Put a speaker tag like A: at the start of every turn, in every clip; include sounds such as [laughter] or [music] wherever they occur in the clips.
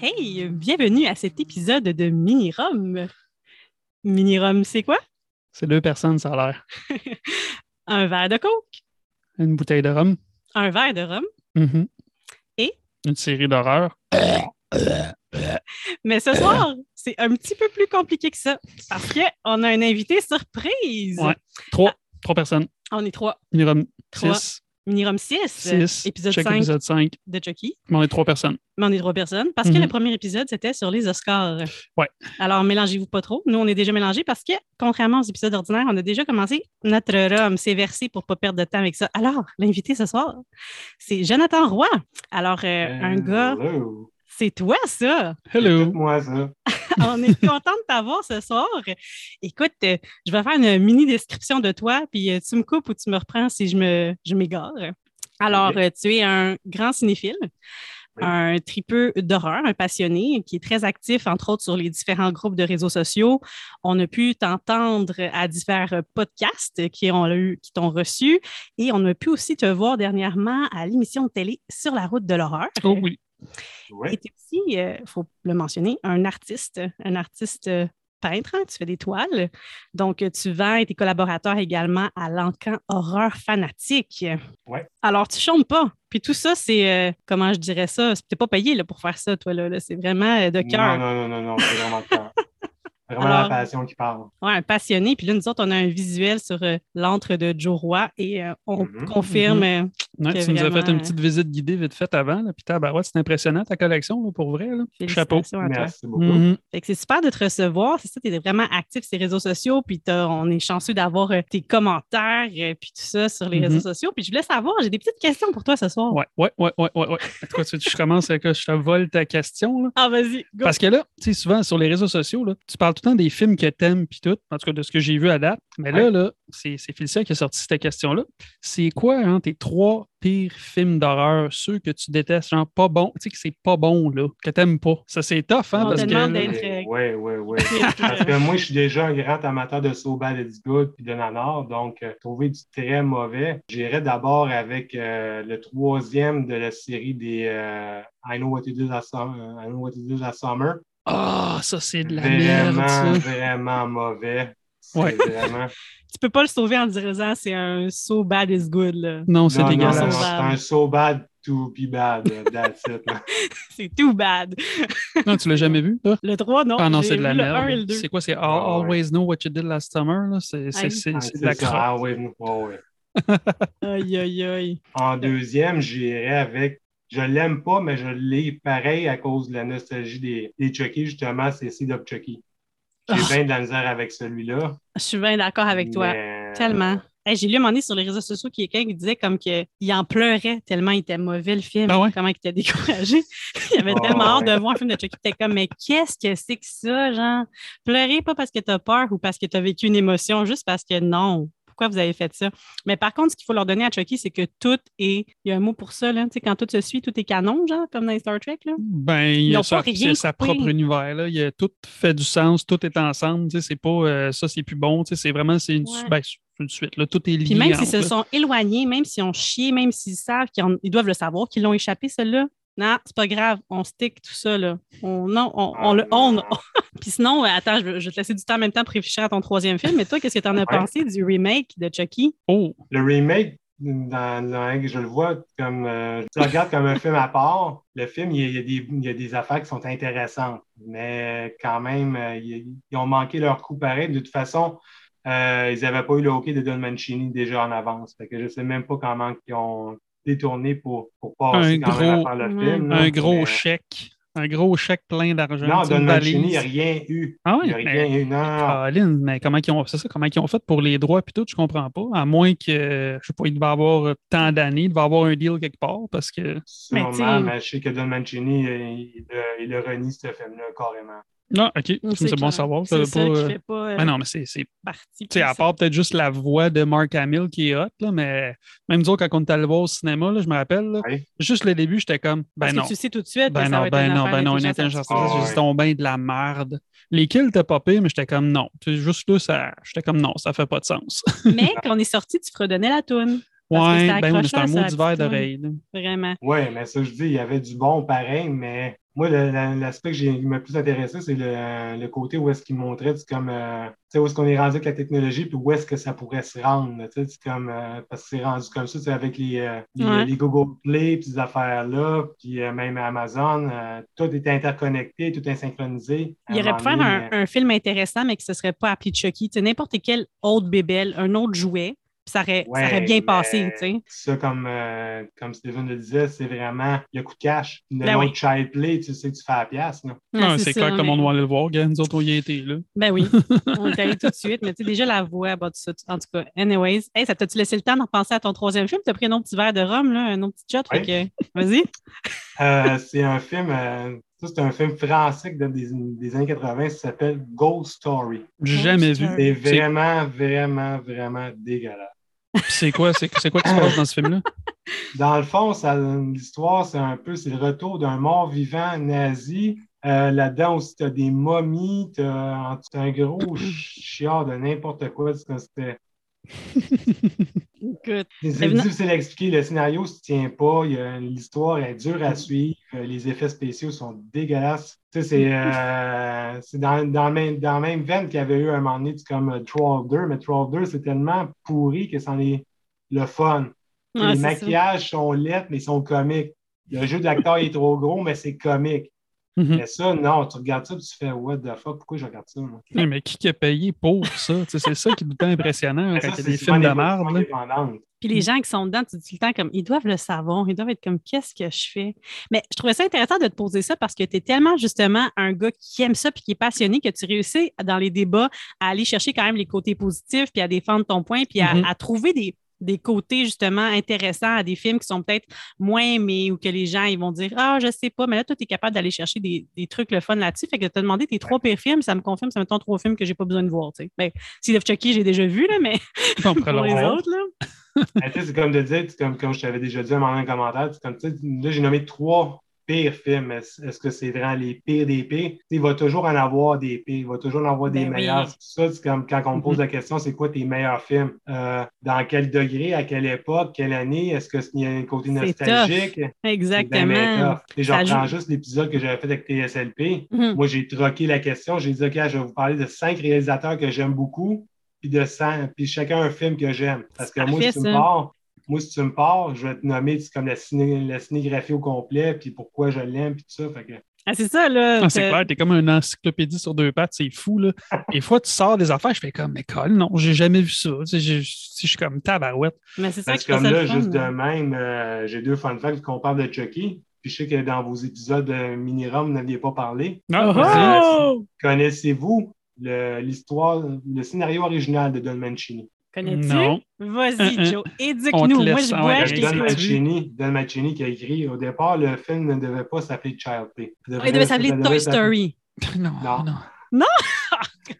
A: Hey, bienvenue à cet épisode de Mini Rome. Mini Rome, c'est quoi?
B: C'est deux personnes, ça a l'air.
A: Un verre de coke,
B: Une bouteille de rhum.
A: un verre de rhum,
B: Mhm.
A: Et?
B: Une série d'horreurs.
A: mais ce
B: [laughs]
A: soir, c'est un petit peu plus compliqué que ça parce qu'on a un invité surprise.
B: Ouais. Trois. Trois personnes.
A: On est trois.
B: Une rhum.
A: Trois.
B: Six.
A: Mini Rome 6,
B: Six.
A: épisode
B: Chaque
A: 5
B: épisode 5.
A: de Chucky,
B: Mais on est trois personnes.
A: mais on est trois personnes parce que
B: Mhm.
A: le premier épisode, c'était sur les Oscars.
B: Ouais.
A: Alors, mélangez-vous pas trop. Nous, on est déjà mélangés parce que, contrairement aux épisodes ordinaires, on a déjà commencé notre rhum. C'est versé pour pas perdre de temps avec ça. Alors, l'invité ce soir, c'est Jonathan Roy. Alors, euh, un gars...
C: Ben, Hello.
A: C'est toi, ça!
B: Hello.
C: Moi, ça.
A: [laughs] On est content de t'avoir ce soir. Écoute, euh, je vais faire une mini description de toi, puis euh, tu me coupes ou tu me reprends si je me- je m'égare. Alors,
C: Ok.
A: euh, tu es un grand cinéphile,
C: Oui.
A: un tripeux d'horreur, un passionné qui est très actif, entre autres, sur les différents groupes de réseaux sociaux. On a pu t'entendre à divers podcasts qui ont eu- qui t'ont reçu et on a pu aussi te voir dernièrement à l'émission de télé Sur la route de l'horreur.
B: Oh oui.
C: Ouais.
A: Et tu aussi, il faut le mentionner, un artiste, un artiste euh, peintre, hein, tu fais des toiles. Donc, euh, tu vends et tes collaborateurs également à l'encan Horreur Fanatique.
C: Ouais.
A: Alors, tu chômes pas. Puis tout ça, c'est, euh, comment je dirais ça, c'est- t'es pas payé là, pour faire ça, toi, là. là. c'est vraiment euh, de
C: Non,
A: cœur.
C: non, non, non, non, c'est vraiment le cœur. Vraiment
A: Alors-
C: la passion qui parle.
A: Ouais, un passionné. Puis là, nous autres, on a un visuel sur euh, l'antre de Joe Roy et euh, on
C: Mhm.
A: confirme. euh,
B: Ouais,
A: Que
B: tu nous as fait
A: vraiment,
B: une petite visite guidée vite faite avant. Là. Puis tabarouette, c'est impressionnant ta collection, là, pour vrai. là. Chapeau.
A: euh, félicitations à toi.
C: Merci beaucoup.
B: Mhm.
A: Fait que c'est super de te recevoir. C'est ça, tu es vraiment actif sur les réseaux sociaux, puis t'as- on est chanceux d'avoir euh, tes commentaires, euh, puis tout ça sur les
B: Mhm.
A: réseaux sociaux. Puis je voulais savoir, j'ai des petites questions pour toi ce soir.
B: Ouais, ouais, ouais, ouais, ouais. ouais. Toi, tu, je commence avec je te vole ta question. Là.
A: Ah, vas-y, go. [laughs]
B: Parce que là, tu sais, souvent sur les réseaux sociaux, là, tu parles tout le temps des films que t'aimes puis tout, en tout cas de ce que j'ai vu à date. Mais là,
C: Ouais.
B: là, c'est c'est Félicia qui a sorti cette question-là. C'est quoi hein, tes trois pires films d'horreur, ceux que tu détestes, genre pas bon, tu sais que c'est pas bon, là, que t'aimes pas. Ça, c'est tough, hein,
A: On
B: parce
A: te
B: que.
A: demande
B: là,
A: d'être- euh,
C: Oui, oui,
A: [laughs]
C: oui. Parce que moi, je suis déjà un grand amateur de So Bad It's Good puis de Nanar, donc euh, trouver du très mauvais. J'irai d'abord avec euh, le troisième de la série des euh, I Know What You Did Last Summer. euh, I Know What You Did Last Summer.
B: Ah, ça, c'est de la merde,
C: Vraiment,
B: ça.
C: vraiment mauvais. C'est
B: Ouais.
C: Vraiment.
A: tu peux pas le sauver en disant c'est un so bad is good. là.
B: Non, c'est
C: Non, non,
A: dégueulasse.
C: non,
B: dégueulasse.
C: C'est un So Bad to Be Bad. That's it. man.
A: C'est too bad.
B: Non, tu l'as jamais vu, toi?
A: Le 3, non.
B: Ah non,
A: j'ai
B: c'est de la
A: vu Le 1 et le
B: merde.
A: 2.
B: C'est quoi? C'est Al-
C: Ah ouais.
B: Always Know What You Did Last Summer, là? C'est c'est- c'est-
C: Ah,
B: c'est de la
C: c'est ça.
B: crotte.
C: Ah, oui, oui, oui.
A: Aïe, aïe, aïe.
C: En deuxième, j'irai avec. Je l'aime pas, mais je l'ai pareil à cause de la nostalgie des, des Chucky, justement, c'est Seed of Chucky. J'ai
A: Ah.
C: bien de la misère avec celui-là.
A: Je suis bien d'accord avec toi.
C: mais-
A: Tellement. Hey, j'ai lu un moment donné sur les réseaux sociaux qu'il y a quelqu'un qui disait comme qu'il en pleurait tellement il était mauvais le film,
B: Ah ouais?
A: comment il était découragé. [laughs] il avait
C: Ah
A: tellement hâte
C: ouais.
A: de voir un film de Chucky. Il était comme, mais qu'est-ce que c'est que ça, genre? Pleurer pas parce que t'as peur ou parce que t'as vécu une émotion, juste parce que non. Pourquoi vous avez fait ça? Mais par contre, ce qu'il faut leur donner à Chucky, c'est que tout est. Il y a un mot pour ça, là. Tu sais, quand tout se suit, tout est canon, genre, comme dans les Star Trek, là.
B: Ben, il y
A: n'ont
B: a sa,
A: pas rien
B: il y a sa
A: coupé.
B: propre univers. Là. Il y a, tout fait du sens, tout est ensemble. tu sais, C'est pas euh, ça, c'est plus bon. tu sais, C'est vraiment c'est une, su-
A: Ouais.
B: ben, c'est une suite. Là. Tout est lié.
A: Puis même s'ils
B: entre,
A: se
B: là.
A: sont éloignés, même s'ils ont chié, même s'ils savent qu'ils en- ils doivent le savoir, qu'ils l'ont échappé, celle-là, non, c'est pas grave, on stick tout ça, là. On, non, on, on le on. [laughs] Puis sinon, euh, attends, je, vais- je vais te laisser du temps en même temps pour réfléchir à ton troisième film, mais toi, qu'est-ce que tu en as pensé du remake de Chucky?
B: Oh,
C: Le remake, dans, dans- je le vois comme. euh, je le regarde comme un film à part. Le film, il y, a, il y a des, il y a des affaires qui sont intéressantes, mais quand même, euh, ils, ils ont manqué leur coup pareil. De toute façon, euh, ils n'avaient pas eu le hockey de Don Mancini déjà en avance. Fait que je ne sais même pas comment ils ont détourné pour, pour passer
B: Un
C: quand même
B: gros-
C: à faire le
A: Ouais.
C: film. là.
B: un gros
C: Mais-
B: chèque. Un gros chèque plein d'argent.
C: Non,
B: tu sais,
C: Don
B: une
C: Mancini, il
B: valise.
C: n'y a rien eu.
B: Ah
C: Il
B: oui,
C: n'y a rien
B: mais,
C: eu. Non, non, non.
B: Colin, mais comment ils ont c'est ça, comment ils ont fait pour les droits puis tout, je comprends pas. À moins que euh, je sais pas, il devait avoir euh, tant d'années, il devait avoir un deal quelque part parce que.
A: Mais
C: Sûrement,
A: t'sais-
C: mais je sais que Don Mancini, euh, il, il- il a renie ce film-là carrément.
B: Non, ok, c'est bon
A: clair.
B: à savoir.
A: C'est
B: j'avais
A: ça
B: pas,
A: qui
B: euh,
A: fait pas euh,
B: mais non, mais c'est c'est
A: partie.
B: Tu sais, à part peut-être juste la voix de Mark Hamill qui est hot, là, mais même nous autres, quand on est allé voir au cinéma, là, je me rappelle, là,
C: Oui.
B: juste le début, j'étais comme, ben
A: Parce
B: non,
A: que tu sais tout de suite. que
B: ben
A: ça va
B: non,
A: être
B: ben
A: une
B: non,
A: affaire
B: ben non, une
A: d'intelligence
B: intelligence
C: artificielle.
B: artificielle, c'est donc ben de la merde. Les kills t'as popé, mais j'étais comme non. Tu sais, Juste là, ça, j'étais comme non, ça fait pas de sens.
A: artificielle. Mais quand on est sorti, tu fredonnais la toune, Parce que
B: ouais,
A: c'était
B: ben oui, mais c'est
A: accrocheur,
B: un
A: ça,
B: mot
A: la
B: d'hiver
A: petite
B: d'oreille. là.
A: vraiment.
C: Oui, mais ça, je dis, il y avait du bon pareil, mais Moi, l'aspect que j'ai m'a plus intéressé, c'est le, le, côté où est-ce qu'il montrait, c'est comme, euh, tu sais, où est-ce qu'on est rendu avec la technologie, puis où est-ce que ça pourrait se rendre, tu sais, comme, euh, parce que c'est rendu comme ça, c'est avec les, euh, les, ouais. les, Google Play, puis ces affaires-là, puis euh, même Amazon, euh, tout est interconnecté, tout est synchronisé.
A: Il aurait pu faire
C: euh,
A: un, un, film intéressant, mais que ce serait pas appelé Chucky, tu sais, n'importe quel autre bébelle, un autre jouet, ça aurait, ouais, ça aurait, bien passé. Tu sais.
C: Ça, comme, euh, comme Steven le disait, c'est vraiment le coup de cash. Le ben nom oui. de child play, tu sais, tu fais la pièce.
B: Ah, c'est clair, mais... comme on doit aller le voir, gars, nous autres, on y a été. Là.
A: Ben
B: [laughs]
A: oui, on est allé tout de suite, mais tu sais, déjà la voix, bah, tu, en tout cas, anyways. Hey, ça t'a-tu laissé le temps d'en penser à ton troisième film? Tu as pris un autre petit verre de rhum, là, un autre petit shot, oui. fait que vas-y.
C: euh, c'est un film. Euh, c'est un film français des, des années 80 qui s'appelle Ghost Story.
B: Jamais vu.
C: C'est vraiment, vraiment, vraiment dégueulasse.
B: C'est quoi, c'est, quoi qui se passe dans
A: [laughs]
B: ce film-là?
C: Dans le fond, l'histoire, c'est un peu c'est le retour d'un mort vivant nazi. Euh, là-dedans aussi, tu as des momies, tu as, as un gros chiard de n'importe quoi. C'était, c'est difficile à expliquer. Le scénario ne se tient pas. L'histoire est dure
B: Mm.
C: à suivre. Euh, Les effets spéciaux sont dégueulasses. Tu sais,
B: Mm.
C: c'est euh, dans, dans, même, dans la même veine qu'il y avait eu à un moment donné comme euh, Troll 2, mais Troll 2, c'est tellement pourri que c'en est le fun. Ouais, les maquillages ça. sont lettres, mais ils sont comiques. Le jeu de l'acteur est trop gros, mais c'est comique. Mm
B: Mm-hmm.
C: -hmm. Mais ça, non, tu regardes ça et tu fais What the fuck, pourquoi je regarde ça? Moi?
B: Oui, mais qui a payé pour ça? c'est ça qui est tout le temps impressionnant
C: ça,
B: quand il y a des films de merde.
A: Puis les gens qui sont dedans, tu te dis tout le temps comme ils doivent le savoir, ils doivent être comme qu'est-ce que je fais. Mais je trouvais ça intéressant de te poser ça parce que tu es tellement justement un gars qui aime ça puis qui est passionné que tu réussis dans les débats à aller chercher quand même les côtés positifs puis à défendre ton point puis à, mm -hmm. à trouver des des côtés justement intéressants à des films qui sont peut-être moins aimés ou que les gens ils vont dire Ah, je sais pas, mais là, toi, tu es capable d'aller chercher des, des, trucs le fun là-dessus. Fait que de te demander tes trois pires films, ça me confirme, ça me trois films que j'ai pas besoin de voir. Tu sais. Ben, Sea of Chucky, j'ai déjà vu, là, mais
B: pour les
A: voir. autres, là.
C: c'est comme de dire, comme, comme je t'avais déjà dit en un commentaire, comme, là, j'ai nommé trois pires films. Est-ce que c'est vraiment les pires des pires? T'sais, il va toujours en avoir des pires, il va toujours en avoir des ben meilleurs. Oui. Mm-hmm. Ça, c'est comme quand on me pose la question, c'est quoi tes meilleurs films? Euh, dans quel degré, à quelle époque, quelle année? Est-ce qu'il y a un côté nostalgique? Tough.
A: Exactement.
C: Et je reprends juste l'épisode que j'avais fait avec TSLP.
A: Mhm.
C: Mm -hmm. Moi, j'ai troqué la question. J'ai dit, OK, je vais vous parler de cinq réalisateurs que j'aime beaucoup. Puis de 100, puis chacun un film que j'aime. Parce que moi, si tu me pars, moi, si tu me pars, je vais te nommer tu sais, comme la, ciné la, cinégraphie au complet, puis pourquoi je l'aime, puis tout ça. Fait que...
A: Ah, c'est ça, là.
B: Ah, c'est clair, t'es comme une encyclopédie sur deux pattes, c'est fou, là. des fois, tu sors des affaires, je fais comme, mais Colin, non, j'ai jamais vu ça. Tu sais, je, je suis comme tabarouette.
A: Mais c'est ça hein.
C: Parce que comme là, fun, juste là. de même, euh, j'ai deux fun facts qu'on parle de Chucky. Puis je sais que dans vos épisodes euh, mini-rom, vous n'aviez pas parlé.
A: Ah,
B: Oh! oh!
C: Connaissez-vous l'histoire, le, le scénario original de Don Mancini?
A: Connais-tu? Vas-y, Joe, éduque-nous. Moi, je bois, je
C: Don Mancini, Don Mancini qui a écrit au départ, le film ne devait pas s'appeler Child Play.
B: Ah,
A: Il devait s'appeler Toy Story.
B: [laughs] Non, non. Non!
A: non?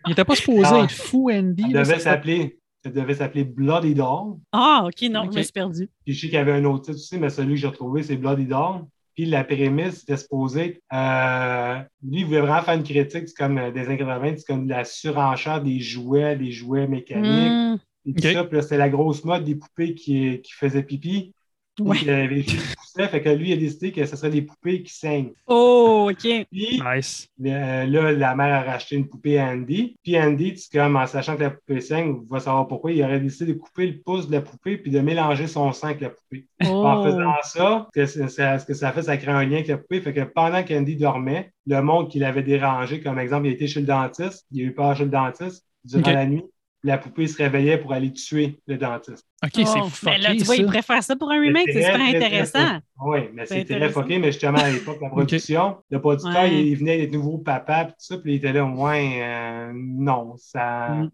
B: Il n'était pas supposé non. être fou, Andy.
C: Il devait s'appeler. Ça devait s'appeler Bloody Doll.
A: Ah, OK, non, okay. je me suis perdu.
C: Puis je sais qu'il y avait un autre titre aussi, mais celui que j'ai retrouvé, c'est Bloody Doll. Puis la prémisse, c'était supposé. Euh, lui, il voulait vraiment faire une critique comme euh, des années 80, c'est comme de la surenchère des jouets, des jouets mécaniques. Mm. Okay. Puis c'est la grosse mode des poupées qui, qui faisaient pipi.
A: Mm,
C: Ouais. Puis, euh, les poussaient, fait que lui, il a décidé que ce serait des poupées qui saignent.
A: Oh, OK.
C: Puis,
B: nice.
C: Euh, là, la mère a racheté une poupée à Andy. Puis Andy, tu, comme, en sachant que la poupée saigne, va savoir pourquoi, il aurait décidé de couper le pouce de la poupée puis de mélanger son sang avec la poupée. Oh. En faisant ça, que ça, ce que ça fait, ça crée un lien avec la poupée. Fait que pendant qu'Andy dormait, le monde qui l'avait dérangé, comme exemple, il a été chez le dentiste, il a eu peur chez le dentiste durant okay. la nuit la poupée se réveillait pour aller tuer le dentiste.
B: OK, oh, c'est fou.
A: Mais ben là, tu vois,
B: ça.
A: il préfère ça pour un remake, c'est super intéressant.
C: oui, mais c'est très fucké, mais justement, à l'époque, [laughs] la production, okay. le producteur, ouais. il, il, venait d'être nouveau papa, puis tout ça, puis il était là, au moins, euh, non, ça, mm.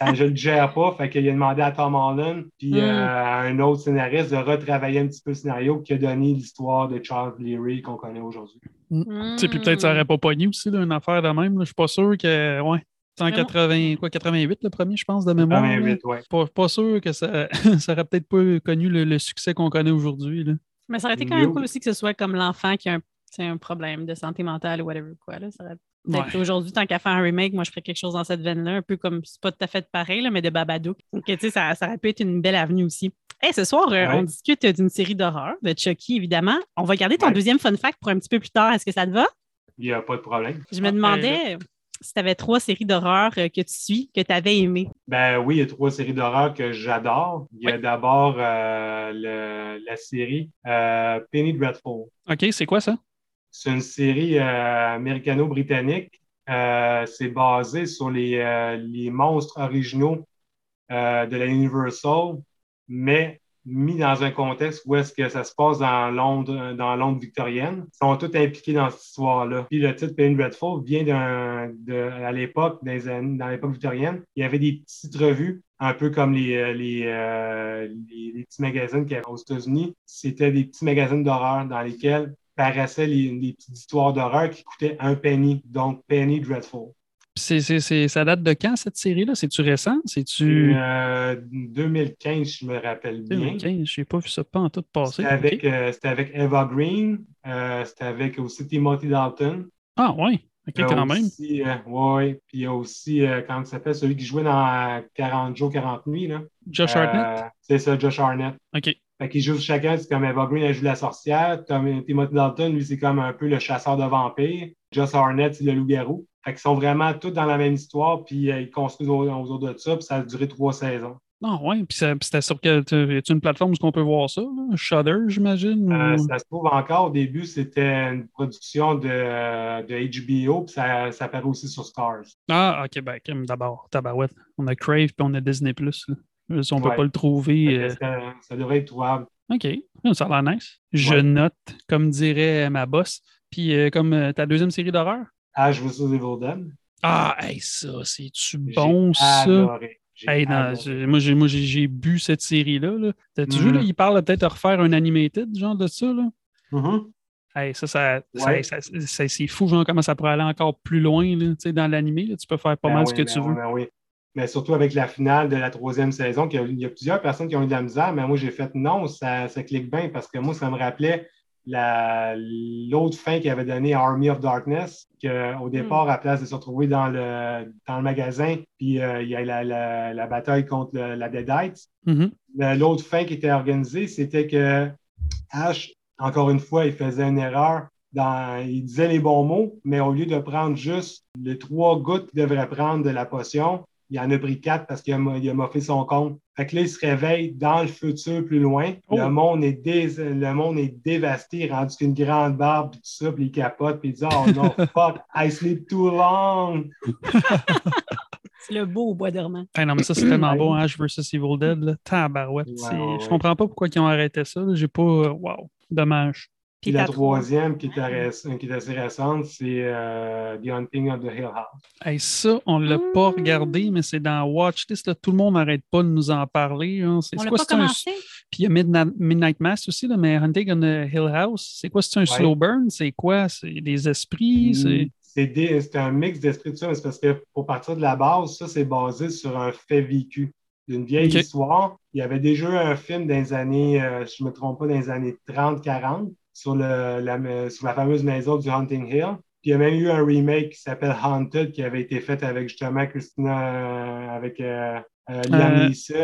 C: ça, je le gère pas. Fait qu'il a demandé à Tom Holland, puis mm. euh, à un autre scénariste de retravailler un petit peu le scénario qui a donné l'histoire de Charles Leary qu'on connaît aujourd'hui.
B: Mm. Puis peut-être ça n'aurait pas pogné aussi, là, une affaire de même. Là. Je suis pas sûr que. Ouais. 180, quoi, 88 le premier, je pense, de mémoire.
C: 88, Ah oui.
B: Pas, pas, sûr que ça, [laughs] ça aurait peut-être pas connu le, le succès qu'on connaît aujourd'hui.
A: Mais ça aurait été quand même cool aussi que ce soit comme l'enfant qui a un, un, problème de santé mentale ou whatever. Quoi, là. Ça aurait peut-être ouais. aujourd'hui, tant qu'à faire un remake, moi je ferais quelque chose dans cette veine-là, un peu comme c'est pas tout à fait pareil, là, mais de Babadook. Donc, tu sais, ça, ça aurait pu être une belle avenue aussi. Hey, ce soir, euh,
C: Ouais.
A: on discute d'une série d'horreur, de Chucky, évidemment. On va garder ton
C: Ouais.
A: deuxième fun fact pour un petit peu plus tard. Est-ce que ça te va?
C: Il n'y a pas de problème.
A: Je me
B: Ah,
A: demandais euh, si tu avais trois séries d'horreur euh, que tu suis, que tu avais aimées.
C: Ben oui, il y a trois séries d'horreur que j'adore. Il y a d'abord euh, le- la série euh, Penny Dreadful.
B: OK, c'est quoi ça?
C: C'est une série euh, américano-britannique. Euh, c'est basé sur les, euh, les monstres originaux euh, de la Universal, mais mis dans un contexte où est-ce que ça se passe dans Londres, euh, dans Londres victorienne. Ils sont tous impliqués dans cette histoire-là. Puis le titre Penny Dreadful vient d'un, de, à l'époque, dans, les années- dans l'époque victorienne, il y avait des petites revues, un peu comme les, euh, les, euh, les, les petits magazines qu'il y avait aux États-Unis. C'était des petits magazines d'horreur dans lesquels paraissaient les, les petites histoires d'horreur qui coûtaient un penny, donc Penny Dreadful.
B: Puis c'est- c'est- c'est- ça date de quand, cette série-là? C'est-tu récent? C'est-tu...
C: Euh, 2015, je me rappelle bien.
B: Je j'ai pas vu ça pas en tout passer.
C: C'était
B: OK.
C: euh, avec, euh, c'était avec Eva Green, euh, c'était avec aussi Timothy Dalton.
B: Ah, ouais. OK,
C: Il y a
B: quand même.
C: aussi, euh, ouais, puis il y a aussi, euh, comment il s'appelle, celui qui jouait dans euh, 40 jours, 40 nuits. Là.
B: Josh
C: Euh,
B: Hartnett?
C: C'est ça, Josh Arnett.
B: OK.
C: Fait qu'ils jouent chacun, c'est comme Eva Green, elle joue la sorcière. Tom- Timothy Dalton, lui, c'est comme un peu le chasseur de vampires. Joss Arnett, c'est le loup-garou. Fait qu'ils sont vraiment tous dans la même histoire, puis euh, ils construisent au- autour de ça, puis ça a duré trois saisons.
B: Non, Ah, ouais. Puis ça- puis c'était sur que, y a-tu une plateforme où on peut voir ça? là? Shudder, j'imagine?
C: Euh,
B: ou-
C: ça se trouve encore, au début, c'était une production de, euh, de HBO, puis ça, ça apparaît aussi sur Stars.
B: Ah, OK, ben, comme d'abord, tabarouette. On a Crave, puis on a Disney+. Là. Eux, on peut
C: Ouais.
B: pas le
C: Fait
B: trouver.
C: que
B: euh,
C: Ça, ça devrait être trouvable.
B: OK, Ah, ça a l'air nice. Je
C: Ouais.
B: note, comme dirait ma boss. Puis euh, comme euh, ta deuxième série d'horreur.
C: Ash vs. Evil Dead.
B: Ah, hey, ça, c'est-tu
C: J'ai
B: bon, ça?
C: adoré. J'ai
B: Hey, non,
C: adoré.
B: j'ai- moi, j'ai, moi, j'ai- j'ai bu cette série-là. là. T'as-tu vu,
C: Mhm.
B: là, il parle peut-être de refaire un animated, genre de ça, là?
C: Mhm.
B: Hey, ça, ça, ça-
C: Ouais.
B: ça- ça- c'est fou, genre, comment ça pourrait aller encore plus loin, là. Tu sais, dans l'animé, là, tu peux faire pas
C: Ben
B: mal
C: oui,
B: ce que
C: ben
B: tu
C: oui,
B: veux.
C: ben oui. Mais surtout avec la finale de la troisième saison, qu'il y a- il y, a plusieurs personnes qui ont eu de la misère, mais moi j'ai fait non, ça, ça clique bien parce que moi ça me rappelait la- l'autre fin qu'il avait donné à Army of Darkness, qu'au départ, à place de se retrouver dans le, dans le magasin, puis euh, il y a la, la- la bataille contre le- la Deadite,
B: Mhm.
C: le- Ben, L'autre fin qui était organisée, c'était que Ash, encore une fois, il faisait une erreur. dans- il disait les bons mots, mais au lieu de prendre juste les trois gouttes qu'il devrait prendre de la potion, il en a pris quatre parce qu'il a, mo- il a moffé son compte. Fait que là, il se réveille dans le futur plus loin.
B: Oh.
C: Le, monde est dés- le monde est dévasté, rendu qu'une grande barbe, puis tout ça, puis il capote, puis il dit Oh non,
A: [laughs]
C: fuck, I sleep too long.
A: C'est le beau bois dormant.
B: Hey, non, mais ça, c'est tellement
C: Ouais.
B: bon, Ash vs. Evil Dead, là. Tabarouette.
C: Ouais,
B: c'est-
C: ouais,
B: Je
C: ouais.
B: comprends pas pourquoi ils ont arrêté ça. là. J'ai pas. Waouh. Dommage.
C: Puis
A: Puis
C: la
A: ta trois-
C: troisième qui est, arrest- qui est assez récente, c'est euh, The Hunting of the Hill House.
B: Hey, ça, on l'a pas
A: Mm.
B: regardé, mais c'est dans Watchlist. Là. Tout le monde n'arrête pas de nous en parler. hein. C'est
A: On
B: c'est
A: l'a
B: quoi,
A: pas
B: c'est un-
A: commencé?
B: Puis il y a Midna- Midnight Mass aussi, là, mais Hunting on the Hill House. C'est quoi? C'est un slow burn? C'est quoi? C'est des
C: Hmm.
B: esprits? C'est...
C: C'est des- c'est un mix d'esprit de ça, mais c'est parce que pour partir de la base, ça, c'est basé sur un fait vécu d'une vieille
B: Ok.
C: histoire. Il y avait déjà eu un film dans les années, euh, si je ne me trompe pas, dans les années 30-40 sur, le- la, euh, sur la fameuse maison du Hunting Hill. Puis il y a même eu un remake qui s'appelle Haunted qui avait été fait avec justement Christina, euh, avec euh, euh, Liam
B: Euh,
C: Neeson.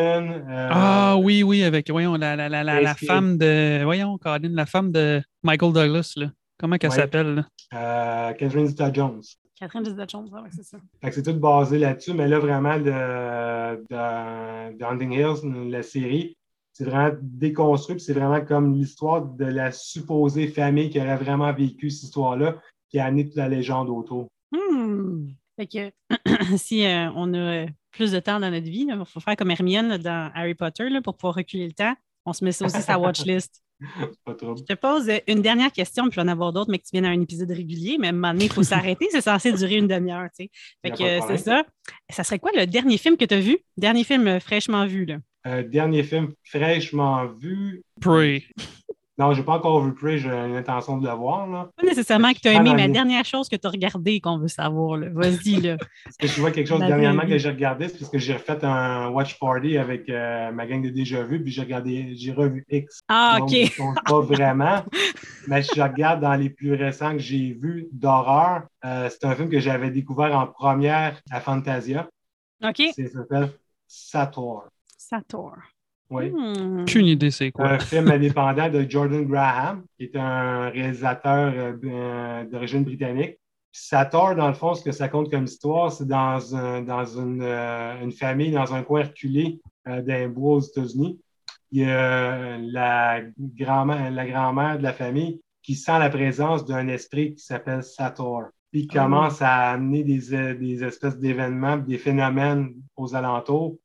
C: euh,
B: Ah oui, oui, avec voyons, la, la, la, la, la
C: Casey.
B: femme de. Voyons, Colin, la femme de Michael Douglas. Là. Comment qu'elle
C: Ouais.
B: s'appelle? là?
C: euh, Catherine Zeta-Jones.
A: Catherine Jessica Jones, ah ouais, c'est ça.
C: Fait que c'est tout basé là-dessus, mais là, vraiment, le, dans, dans Hunting Hills, la série, c'est vraiment déconstruit, puis c'est vraiment comme l'histoire de la supposée famille qui aurait vraiment vécu cette histoire-là, qui a amené toute la légende autour.
A: Hmm. Fait que [clears throat] si euh, on a euh, plus de temps dans notre vie, il faut faire comme Hermione là, dans Harry Potter là, pour pouvoir reculer le temps. On se met ça aussi
C: [laughs]
A: sa watchlist.
C: C'est Pas trop.
A: Je te pose euh, une dernière question, puis je vais en avoir d'autres, mais que tu viennes à un épisode régulier. Mais à un moment donné, il faut s'arrêter. C'est censé durer une demi-heure. tu sais. Fait
C: Y a
A: que
C: pas de
A: euh, c'est
C: problème.
A: ça. Ça serait quoi le dernier film que tu as vu? Dernier film euh, fraîchement vu, là.
C: Euh, dernier film fraîchement vu.
B: Prey.
C: Non, j'ai pas encore vu Prey, j'ai l'intention de le voir. Là.
A: Pas nécessairement que tu as
C: Ah,
A: aimé,
C: non,
A: mais la
C: mais-
A: dernière chose que tu as regardée qu'on veut savoir. là. Vas-y, là.
C: Parce que je vois quelque chose
A: La
C: dernièrement
A: vraie
C: que j'ai regardé, c'est parce que j'ai refait un watch party avec euh, ma gang de déjà vu, puis j'ai regardé, j'ai revu X.
A: Ah,
C: Donc,
A: OK.
C: je compte
A: [laughs]
C: pas vraiment. Mais je regarde dans les plus récents que j'ai vus d'horreur. Euh, c'est un film que j'avais découvert en première à Fantasia.
A: OK.
C: C'est ça s'appelle Sator.
A: Sator.
C: Oui.
A: Hmm.
B: Aucune idée c'est quoi.
C: Un film indépendant de Jordan Graham, qui est un réalisateur euh, euh, d'origine britannique. Puis Ça tord, dans le fond, ce que ça compte comme histoire, c'est dans, un- dans une, euh, une famille, dans un coin reculé euh, d'un bois aux États-Unis. Il y a euh, la grand-mère la grand-mère de la famille qui sent la présence d'un esprit qui s'appelle Sator. Puis qui
A: Ah.
C: commence à amener des, euh, des espèces d'événements, des phénomènes aux alentours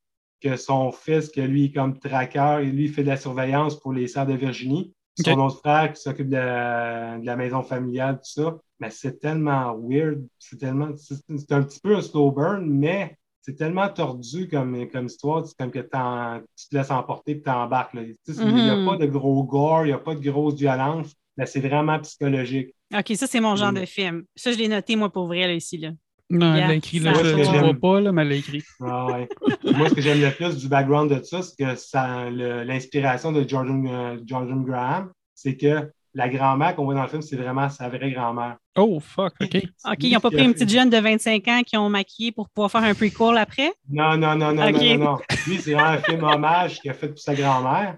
C: que son fils, que lui est comme traqueur, et lui il fait de la surveillance pour les sœurs de Virginie.
B: Ok.
C: Son autre frère qui s'occupe de, la- de la maison familiale, tout ça. Mais c'est tellement weird, c'est tellement. C'est c'est un petit peu un slow burn, mais c'est tellement tordu comme, comme histoire, c'est comme que t'en- tu te laisses emporter et t'embarques. là. Tu sais, Il n'y
A: Mhm.
C: a pas de gros gore, il n'y a pas de grosse violence, mais c'est vraiment psychologique.
A: OK, ça, c'est mon genre
B: Mm.
C: Hmm.
A: de film. Ça, je l'ai noté, moi, pour vrai, là, ici. Là.
B: Non, elle
A: Yeah,
B: l'a écrit
A: ça
B: là,
C: a
B: tu
C: pas-
B: le vois pas, là, mais elle l'a écrit.
C: Ah ouais. Moi, ce que j'aime le plus du background de ça, c'est que ça- le- l'inspiration de Jordan, euh, Jordan Graham, c'est que la grand-mère qu'on voit dans le film, c'est vraiment sa vraie grand-mère.
B: Oh, fuck,
A: [laughs]
B: OK.
A: OK, ils n'ont pas pris une petite jeune
C: jeune.
A: de 25 ans qui ont maquillé pour pouvoir faire un prequel après?
C: Non, non, non, non,
A: Ok.
C: non, non, non. Lui, c'est vraiment un film hommage qu'il a fait pour sa grand-mère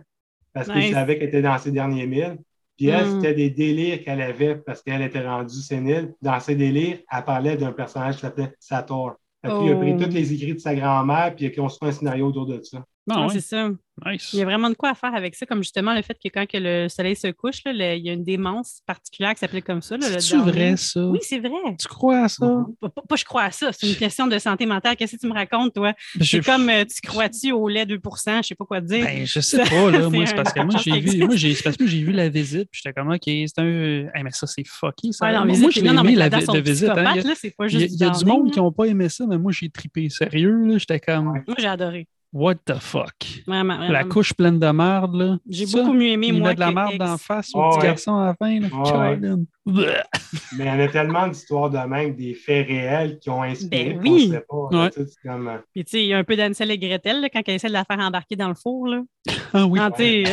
C: parce qu'il
A: Nice.
C: savait qu'elle était dans ses derniers milles. Puis elle,
A: Mm.
C: c'était des délires qu'elle avait parce qu'elle était rendue sénile. Dans ses délires, elle parlait d'un personnage qui s'appelait Sator. Fait que lui, il a
A: Oh.
C: pris tous les écrits de sa grand-mère puis il a construit un scénario autour de ça.
B: Non,
A: Ah,
B: ouais,
A: C'est ça.
B: nice.
A: Il y a vraiment de quoi à faire avec ça, comme justement le fait que quand que le soleil se couche, là, le- il y a une démence particulière qui s'appelait comme ça. là, le
B: C'est-tu
A: Downey.
B: vrai, ça?
A: Oui, Mm-hmm. c'est vrai.
B: Tu crois à ça?
C: Mhm.
A: Pas, pas- pas je crois à ça. C'est une question de santé mentale. Qu'est-ce que tu me racontes, toi?
B: J'ai-
A: C'est comme euh, tu crois-tu au lait 2 je sais pas quoi te dire.
B: Ben, je sais pas, là. Moi,
A: C'est
B: c'est parce que
A: un
B: moi,
A: genre
B: j'ai vu,
A: d'existe.
B: moi, j'ai, c'est parce que moi, j'ai vu la visite, puis j'étais comme, OK, c'est un. Eh, mais ça, c'est fucké, ça.
A: Ouais, non,
B: moi,
A: Visite,
B: je
A: les- non,
B: l'ai
A: non,
B: aimé,
A: mais
B: la,
A: là-dedans,
B: vi-
A: son
B: la visite. hein.
A: psychopathe,
B: Il y a-
A: là, c'est pas
B: il y a,
A: juste
B: il y a du
A: Downey,
B: monde
A: là.
B: qui n'ont pas aimé ça, mais moi, j'ai trippé sérieux, là. J'étais comme,
C: Ouais.
A: Moi, j'ai adoré.
B: what the fuck?
A: Vraiment,
B: La
A: vraiment.
B: couche pleine de merde, là.
A: J'ai
B: Ça,
A: beaucoup mieux aimé,
B: Il
A: moi,
B: met de la
A: que
B: merde
A: Ex.
B: d'en face
C: Ah
B: au petit
C: ouais.
B: garçon à la fin, là.
C: Ah ouais.
B: Colin. Bleh.
C: Mais il y en a tellement d'histoires de même, des faits réels qui ont inspiré.
A: Ben
C: qu'on
A: oui.
C: sait pas, là,
B: Ouais.
C: tu sais, c'est comme, euh,
A: Puis, tu sais, il y a un peu d'Ansel et Gretel là, quand elle essaie de la faire embarquer dans le four. Là.
B: Ah oui.
A: Ah, tu sais,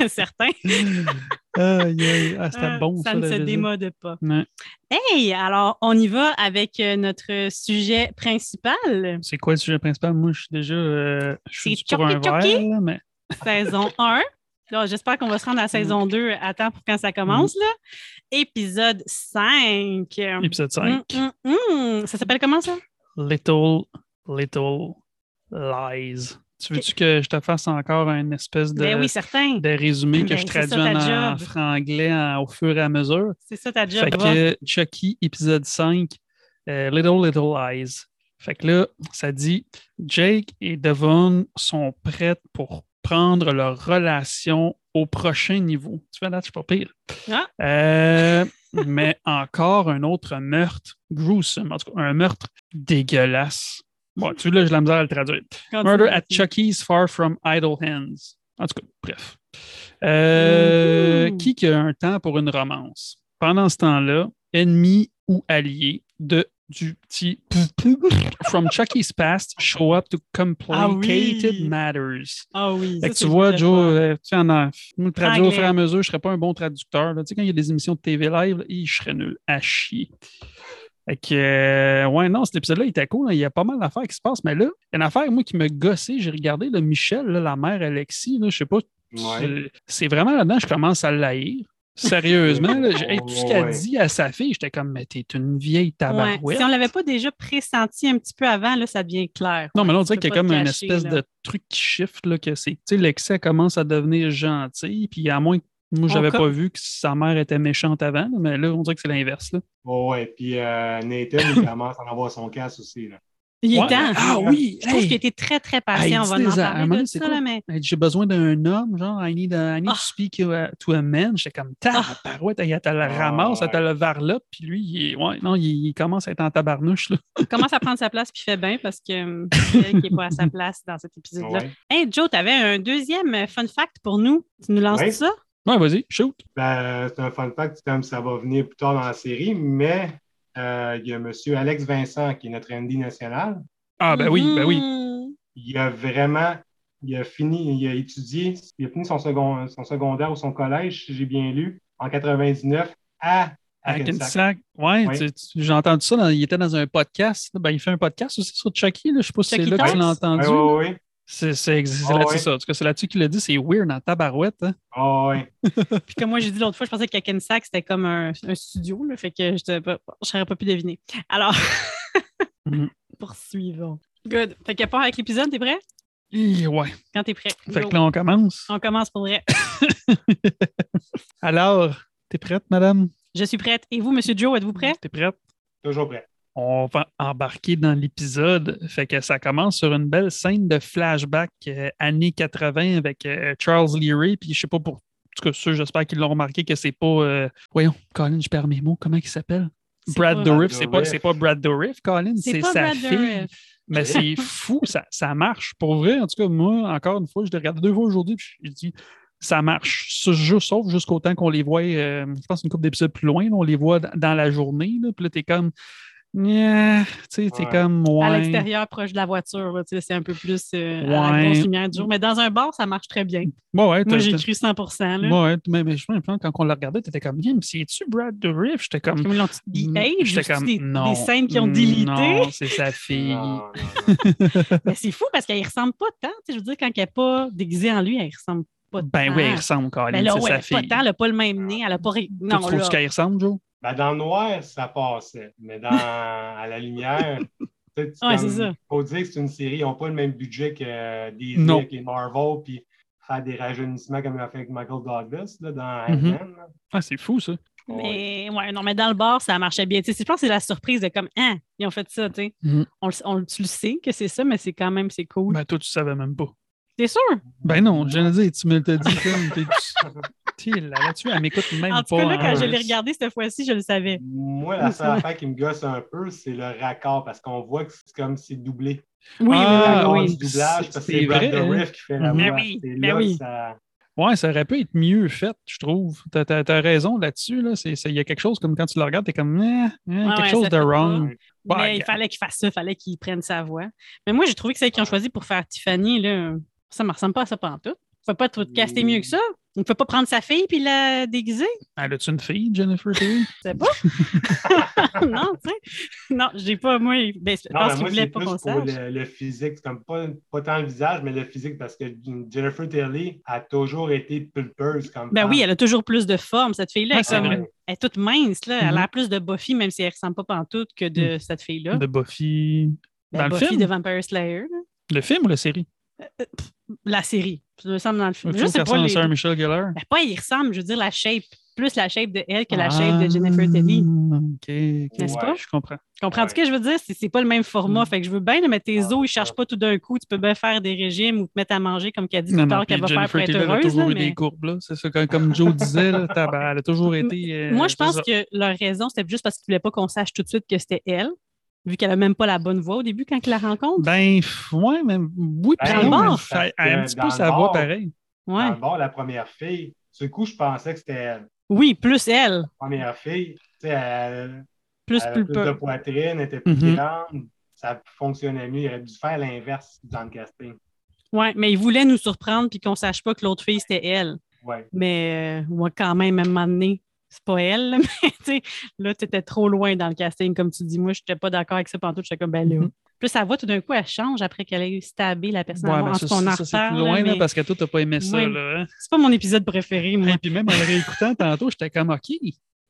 A: euh, [laughs] certain.
B: [laughs] Aïe, aïe. Ah, c'était
A: Euh,
B: bon, ça.
A: ne
B: la
A: se
B: visite.
A: démode pas.
B: Ouais.
A: Hey, alors, on y va avec euh, notre sujet principal,
B: C'est quoi le sujet principal? Moi, je suis déjà. euh, je suis
A: C'est
B: pour un verre,
A: choqué-choqué.
B: là, mais. [laughs]
A: saison 1. Alors, J'espère qu'on va se rendre à la saison 2 à temps pour quand
B: Mhm.
A: ça commence. Là. Épisode 5.
B: Épisode 5.
A: Mm, mm, mm. Ça s'appelle comment ça?
B: Little, Little Lies. Tu veux-tu que je te fasse encore une espèce de,
A: Ben oui, certain.
B: de résumé que
A: Ben,
B: je
A: c'est ça,
B: traduis en,
A: ta
B: en
A: job.
B: franglais en- au fur et à mesure?
A: C'est ça ta job.
B: fait
A: va.
B: que Chucky, épisode 5, euh, Little Little Lies. Fait que là, ça dit Jake et Devon sont prêts pour prendre leur relation au prochain niveau. Tu vois, là, je suis pas pire.
A: Ah.
B: Euh, [laughs] mais encore un autre meurtre gruesome, en tout cas, un meurtre dégueulasse. Bon, tu vois, là, j'ai la misère à le traduire.
A: Continue.
B: Murder at Chucky's Far From Idle Hands. En tout cas, bref. Euh,
A: Mhm.
B: Qui qui a un temps pour une romance? Pendant ce temps-là, ennemi ou allié de du petit [laughs] from Chucky's past show up to complicated
A: Ah oui.
B: matters.
A: Ah oui.
B: Fait
A: ça,
B: que
A: c'est
B: tu vois,
A: très
B: Joe, euh, tu sais, en a- nous, le traduire au
A: Anglais.
B: fur et à mesure, je serais pas un bon traducteur. là. Tu sais, quand il y a des émissions de TV live, là, hi, je serais nul à chier. Fait que, euh, ouais, non, cet épisode-là, il était cool. hein. Il y a pas mal d'affaires qui se passent, mais là, il y a une affaire, moi, qui me gossait. J'ai regardé le Michel, là, la mère Alexis, là, je sais pas.
C: ouais.
B: c'est- C'est vraiment là-dedans que je commence à l'haïr. Sérieusement, là, j'ai- hey, tout ce qu'elle
C: Ouais.
B: dit à sa fille, j'étais comme, mais t'es une vieille
A: Ouais,
B: tabarouette.
A: Si on l'avait pas déjà pressenti un petit peu avant, là, ça devient clair.
B: Non, mais là, on dirait
A: peux
B: qu'il y a
A: pas te
B: comme une
A: cacher,
B: espèce
A: là.
B: de truc qui shift, là, que c'est, tu sais, l'excès commence à devenir gentil, puis à moins que, moi,
A: On
B: j'avais
A: com-
B: pas vu que sa mère était méchante avant, là, mais là, on dirait que c'est l'inverse, là.
C: Ouais, ouais. Puis euh, Nathan, il commence à en avoir son casse aussi. Là.
A: Il
B: Ouais.
A: est temps.
B: Ah oui!
A: Je trouve
B: hey!
A: qu'il était très, très
B: Hey,
A: patient. on va
B: dis-les
A: en
B: à- à un moment
A: parler
B: donné,
A: de
B: c'est
A: ça,
B: quoi?
A: là, mais
B: Hey, J'ai besoin d'un homme, genre, I need, a- I need
A: Ah.
B: to speak to a, to a man. J'étais comme, tabarouette, elle elle le
C: Ah,
B: ramasse, elle
C: ouais.
B: le varlope, puis lui, il, est- ouais, non, il, il commence à être en tabarnouche, là.
A: il commence à prendre sa place puis fait bien parce que euh, c'est vrai qu'il n'est pas
B: [laughs]
A: à sa place dans cet épisode-là.
C: Ouais.
A: Hey, Joe, tu avais un deuxième euh, fun fact pour nous. Tu nous lances
C: Ouais.
A: ça?
B: Ouais, vas-y, shoot!
C: Ben, c'est un fun fact, comme ça va venir plus tard dans la série, mais euh, il y a M. Alex Vincent, qui est notre MD national.
B: Ah, ben oui, ben oui.
A: Mhm.
C: Il a vraiment, il a fini, il a étudié, il a fini son, second, son secondaire ou son collège, si j'ai bien lu, en 99 à Hackensack.
B: Hackensack. Ouais,
C: Oui.
B: tu- tu- j'ai entendu ça. dans- il était dans un podcast. là. Ben, il fait un podcast aussi sur Chucky. Là. Je sais pas si
A: Chucky
B: c'est là que tu
A: Talks?
B: l'as entendu.
C: Oui, oui, oui.
B: C'est c'est- c'est
C: Ah
B: là-dessus
C: ouais.
B: ça. En tout cas, c'est là-dessus qu'il l'a dit. C'est weird dans tabarouette. hein.
C: Ah oui.
A: Puis comme moi, j'ai dit l'autre fois, je pensais que Kakensack, c'était comme un, un studio, là, fait que je n'aurais pas pu deviner. Alors,
B: Mhm.
A: [laughs] poursuivons. Good. Fait que part avec l'épisode, t'es prêt?
B: Et ouais.
A: Quand t'es prêt.
B: Fait
A: Go.
B: que là, on commence.
A: On commence pour vrai.
B: Alors, t'es prête, madame?
A: Je suis prête. Et vous, Monsieur Joe, êtes-vous prêt?
B: T'es prête?
C: Toujours prêt.
B: On va embarquer dans l'épisode. Fait que ça commence sur une belle scène de flashback euh, années 80 avec euh, Charles Leary. Puis je sais pas pour. En tout cas, ceux, j'espère qu'ils l'ont remarqué que c'est pas. euh, Voyons, Colin, je perds mes mots. Comment il s'appelle?
A: C'est
B: Brad
A: pas-
B: Dourif, c'est pas,
C: Dourif.
B: c'est pas Brad Dourif, Colin, c'est
A: pas euh,
B: sa
A: Brad
B: fille.
A: Dourif.
B: Mais c'est fou, ça, ça marche. Pour vrai, en tout cas, moi, encore une fois, je l'ai regardé deux fois aujourd'hui, puis je dis, ça marche. Ce jeu, sauf jusqu'au temps qu'on les voit, euh, je pense une couple d'épisodes plus loin, là, on les voit dans, dans la journée, là, puis là, t'es comme, Nya, tu sais, t'es
C: Ouais.
B: comme, ouais.
A: À l'extérieur, proche de la voiture, là, tu sais, c'est un peu plus euh, à la
B: Ouais.
A: grosse lumière du jour. Mais dans un bar, ça marche très bien.
B: Ouais, ouais, t'as-
A: Moi, j'ai
B: t'as-
A: cru 100 là.
B: ouais, mais, mais je me souviens, quand on l'a regardé, t'étais comme, Yeah, mais c'est-tu Brad Dourif? J'étais comme,
A: Comme ils l'ont-tu de
B: j'étais comme,
A: des,
B: non.
A: des scènes qui ont
B: Non,
A: délité.
B: c'est sa fille.
C: Non, non, non.
A: Mais c'est fou parce qu'elle ne ressemble pas tant. tu sais, Je veux dire, quand elle n'est pas déguisée en lui, elle ne ressemble pas
B: Ben
A: tant.
B: oui, il ressemble, Colin,
A: Ben là,
B: c'est
A: ouais,
B: sa
A: pas
B: fille. Ah.
A: tant, elle n'a pas le même nez, elle n'a pas. ré-
B: Toi,
A: Non,
B: tu trouves
A: là.
B: qu'elle ressemble, Joe?
C: Ben, dans le noir, ça passait, mais dans, à
B: [laughs]
C: la lumière, tu sais, tu
A: Ouais,
C: comme-
A: c'est ça.
C: faut dire que c'est une série, ils n'ont pas le même budget que euh, Disney
B: Non.
C: avec les Marvel, puis faire des rajeunissements comme il a fait avec Michael Douglas là, dans
B: Mhm.
C: Ant-Man, là.
B: Ah, c'est fou, ça.
C: Ouais.
A: Mais ouais, non, mais dans le bar, ça marchait bien. Tu sais, je pense que c'est la surprise de comme, ah, ils ont fait ça, tu sais.
C: Mm.
B: Mhm.
A: On le- on le- tu le sais que c'est ça, mais c'est quand même, c'est cool.
B: Ben, toi, tu savais même pas.
A: T'es sûr?
B: Ben non, je viens de dire, tu me l'as dit comme t'es tu sais, là, là-dessus, elle m'écoute même
A: En
B: pas.
A: tout cas, là,
B: hein.
A: quand je l'ai regardé cette fois-ci, je le savais.
C: Moi, la seule affaire qui me gosse un peu, c'est le raccord, parce qu'on voit que c'est comme c'est doublé.
A: Oui,
B: Ah,
A: oui,
C: le raccord
A: oui.
C: du doublage, parce que
B: C'est
C: c'est Brad
B: vrai, hein?
C: Dourif qui fait la
B: Ben
C: voix.
A: oui,
C: C'est
A: ben
C: là que
A: oui.
C: ça-
B: Ouais, ça aurait pu être mieux fait, je trouve. T'as as, raison là-dessus. là. C'est- c'est- Il y a quelque chose comme quand tu le regardes, t'es comme, eh, eh,
A: Ouais,
B: quelque
A: ouais,
B: chose
A: ça
B: de
A: fait
B: wrong.
A: Mais
B: Ouais,
A: il fallait qu'il fasse ça, il fallait qu'il prenne sa voix. Mais moi, j'ai trouvé que celle qu'ils ont choisi pour faire Tiffany, là, ça me ressemble pas à ça pendant tout. Faut pas te caster mieux que ça. On peut pas prendre sa fille puis la déguiser.
B: Elle a-tu une fille, Jennifer
A: [laughs]
B: Tilly?
A: Je sais pas.
C: [laughs]
A: [laughs] non, tu sais. Non, j'ai pas, moi, ben, je pense qu'ils
C: Non, mais moi, c'est
A: voulaient pas
C: plus
A: qu'on
C: pour
A: sache.
C: le, le physique. C'est comme pas, pas tant le visage, mais le physique, parce que Jennifer Tilly a toujours été pulpeuse comme
A: Ben
C: femme.
A: oui, elle a toujours plus de forme, cette fille-là.
B: Ouais,
A: Elle,
B: Ah. c'est
A: comme-
B: vrai.
A: elle est toute mince, là. Elle
B: Mhm.
A: a l'air plus de Buffy, même si elle ressemble pas pantoute que de cette fille-là.
B: De Buffy.
A: Ben,
B: dans Mm. le
A: Buffy
B: film?
A: de Vampire Slayer, là.
B: Le film ou la série?
A: la série. Ça me semble dans le
B: Le
A: film. Je
B: film
A: sais pas.
B: ressemble à
A: les-
B: Sarah Michelle Gellar?
A: Ben, pas, ils ressemblent, je veux dire, la shape, plus la shape de elle que la
B: Ah,
A: shape de Jennifer Tilly.
B: OK, OK.
A: N'est-ce pas?
B: Je comprends.
A: Comprends-tu ce que je veux dire? C'est c'est pas le même format.
B: Mm.
A: Fait que je veux bien, là, mais tes
C: Ouais,
A: os, ils ne cherchent pas tout d'un coup. Tu peux bien faire des régimes ou te mettre à manger, comme qu'elle dit tout à l'heure,
B: puis
A: qu'elle va faire pour être
B: Taylor a
A: heureuse.
B: toujours
A: là,
B: eu
A: mais-
B: des courbes, là. C'est ça, comme, comme Joe disait, là,
A: [laughs]
B: tabar- elle a toujours été. euh,
A: Moi, je
B: c'est
A: pense
B: ça.
A: que leur raison, c'était juste parce qu'ils voulaient pas qu'on sache tout de suite que c'était elle, vu qu'elle a même pas la bonne voix au début quand ils la rencontrent.
B: Ben, f- ouais, mais oui, puis
C: Ben,
B: non,
A: dans le
B: mais
C: bord,
B: ça-
C: parce que
B: un petit
C: dans
B: peu
C: le
B: sa voix
C: bord,
B: pareil.
A: Ouais.
C: Dans
B: Ah.
C: le bord, la première fille, du coup, je pensais que c'était elle.
A: Oui, plus elle,
C: La première fille, tu sais, elle,
A: plus
C: elle
B: Euh,
C: avait plus de
A: pulpeux.
C: poitrine, elle était plus
A: Mm-hmm.
B: Mhm.
C: grande, ça fonctionnait mieux. Il aurait dû faire l'inverse dans le casting.
A: Ouais, mais ils voulaient nous surprendre puis qu'on sache pas que l'autre fille, c'était elle.
C: Ouais.
A: Mais euh, moi, quand même, à un moment donné, c'est pas elle. là, [laughs] Mais tu sais, là, tu étais trop loin dans le casting, comme tu dis. Moi, je n'étais pas d'accord avec ça pantoute. J'étais comme, ben là.
B: Mhm.
A: Puis sa voix, tout d'un coup, elle change après qu'elle ait stabé la personne.
B: Ouais,
A: avant.
B: ben,
A: en
B: ça,
A: tout cas, on en
B: ça, ça, c'est plus
A: reparle,
B: loin, là,
A: mais
B: parce que toi, t'as pas aimé ça,
A: Oui.
B: là. hein.
A: C'est pas mon épisode préféré, moi.
B: Et puis même en le réécoutant [laughs] tantôt, j'étais comme, OK.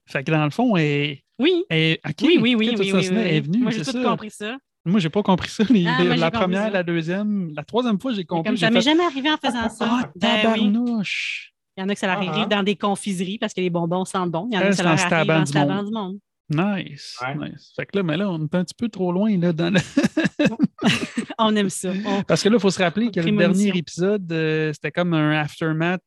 B: Fait que dans le fond, elle.
A: Oui.
B: elle- OK,
A: Oui, oui, oui,
B: ok, tout
A: oui,
B: ça,
A: oui,
B: sinon,
A: oui,
B: elle est
A: oui.
B: venue,
A: Moi, j'ai
B: c'est
A: tout
B: ça.
A: compris ça.
B: Moi, j'ai pas compris ça. les-
A: Ah, moi, j'ai
B: la
A: compris
B: première,
A: ça.
B: la deuxième, la troisième fois, j'ai
A: Mais
B: compris.
A: Comme
B: j'ai
A: ça m'est
B: fait,
A: jamais arrivé en faisant
B: Ah,
A: ça. Ben oui.
B: tabarnouche!
A: Il y en a que ça leur
C: Ah,
A: arrive
C: ah.
A: dans des confiseries parce que les bonbons sentent bon. Il y en a
B: Elle,
A: que ça
B: c'est
A: leur
B: en
A: arrive
B: stabant
A: en
B: du
A: stabant du monde. [laughs]
B: Nice,
C: Ouais.
B: nice. Fait que là, mais là, on est un petit peu trop loin, là, dans le-
A: On aime ça. On-
B: Parce que là, il faut se rappeler que le
A: Prémonition.
B: dernier épisode, euh, c'était comme un aftermath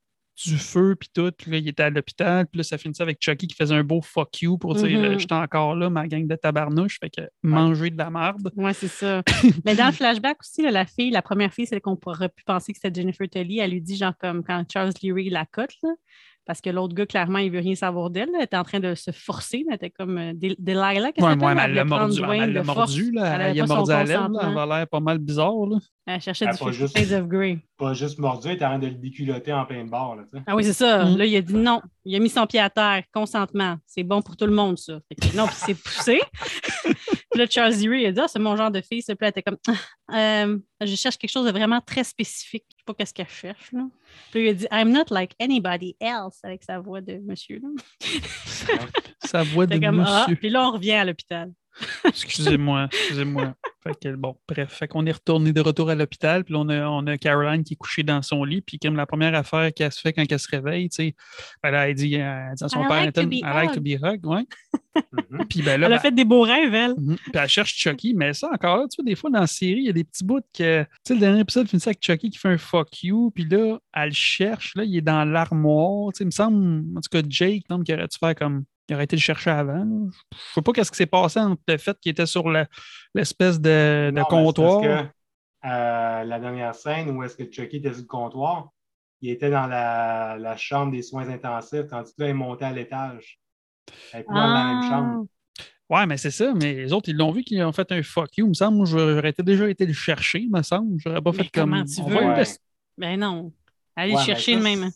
B: du feu, puis tout. Puis là, il était à l'hôpital. Puis là, ça finissait avec Chucky qui faisait un beau fuck you pour dire euh,
A: Mhm.
B: J'étais encore là, ma gang de tabarnouche. Fait que manger de la merde.
A: Oui, c'est
B: [laughs]
A: ça. Mais dans le flashback aussi, là, la fille, la première fille, celle qu'on aurait pu penser que c'était Jennifer Tully, elle lui dit, genre, comme quand Charles Leary la cote, là, parce que l'autre gars, clairement, il veut rien savoir d'elle. là, Elle était en train de se forcer. là, Elle était comme euh, Del- Delilah. qu'est-ce
B: Ouais,
A: qu'elle
B: moi,
A: s'appelle?
B: elle l'a
A: voulait prendre
B: mordu.
A: Dwayne
B: Elle
A: de
B: l'a
A: force.
B: mordu,
A: Elle
B: là.
A: avait
B: Elle a
A: pas son
B: mordu à l'aile, là. Elle
A: consentement.
B: avait l'air pas mal bizarre, là.
A: Elle cherchait
C: Elle
A: du
C: a pas
A: Fifty
C: juste-
A: Shades of Grey.
C: Pas juste mordu, elle était en train de le déculoter en plein bord. Là, tu
A: [laughs]
C: sais.
A: Ah oui, c'est ça.
B: Mm.
A: Là, il a dit non. Il a mis son pied à terre, consentement. C'est bon pour tout le monde, ça. Fait que non, puis il s'est poussé. Puis là, Charles Zeri, elle dit Ah, c'est mon genre de fille, s'il te plaît. Elle était comme Ah, euh, Je cherche quelque chose de vraiment très spécifique. Je sais pas qu'est-ce qu'elle cherche. Là. Puis il a dit I'm not like anybody else avec sa voix de monsieur. là.
B: Sa voix de
A: C'était comme Ah,
B: monsieur.
A: puis là, on revient à l'hôpital.
B: Excusez-moi, excusez-moi. Fait que, bon, bref, fait qu'on est retourné de retour à l'hôpital, puis là, on a, on a Caroline qui est couchée dans son lit, puis comme la première affaire qu'elle se fait quand elle se réveille, tu sais, elle, a- elle dit, elle dit à son
A: I
B: père,
A: like to
B: Nathan,
A: be
B: I like to be hugged, ouais.
C: Mhm.
B: Puis ben là,
A: Elle
B: ben,
A: a fait des beaux rêves, elle.
B: Mhm. Puis elle cherche Chucky, mais ça encore là, tu vois, des fois dans la série, il y a des petits bouts que. Tu sais, le dernier épisode finissait avec Chucky qui fait un fuck you, puis là, elle le cherche, là, il est dans l'armoire. Tu sais, il me semble, en tout cas, Jake, il me semble qu'il aurait dû faire comme. Il aurait été le chercher avant. là. Je sais pas qu'est-ce qui s'est passé entre le fait qu'il était sur le- l'espèce de, de
C: Non, mais c'est
B: comptoir.
C: Parce que euh, la dernière scène où est-ce que Chucky était sur le comptoir, il était dans la, la chambre des soins intensifs, tandis que là, il montait à l'étage. Elle était dans la
A: Ah.
C: même chambre.
B: Ouais, mais c'est ça, mais les autres, ils l'ont vu qu'ils ont fait un fuck you. Il me semble, moi, j'aurais été- déjà été le chercher, il me semble. J'aurais pas
A: Mais
B: fait comme.
A: comment tu
B: on
A: veux?
B: va le
A: Ouais.
B: laisser-
A: Ben non. Allez
C: Ouais,
A: le chercher
C: mais
A: de
C: ça,
A: même.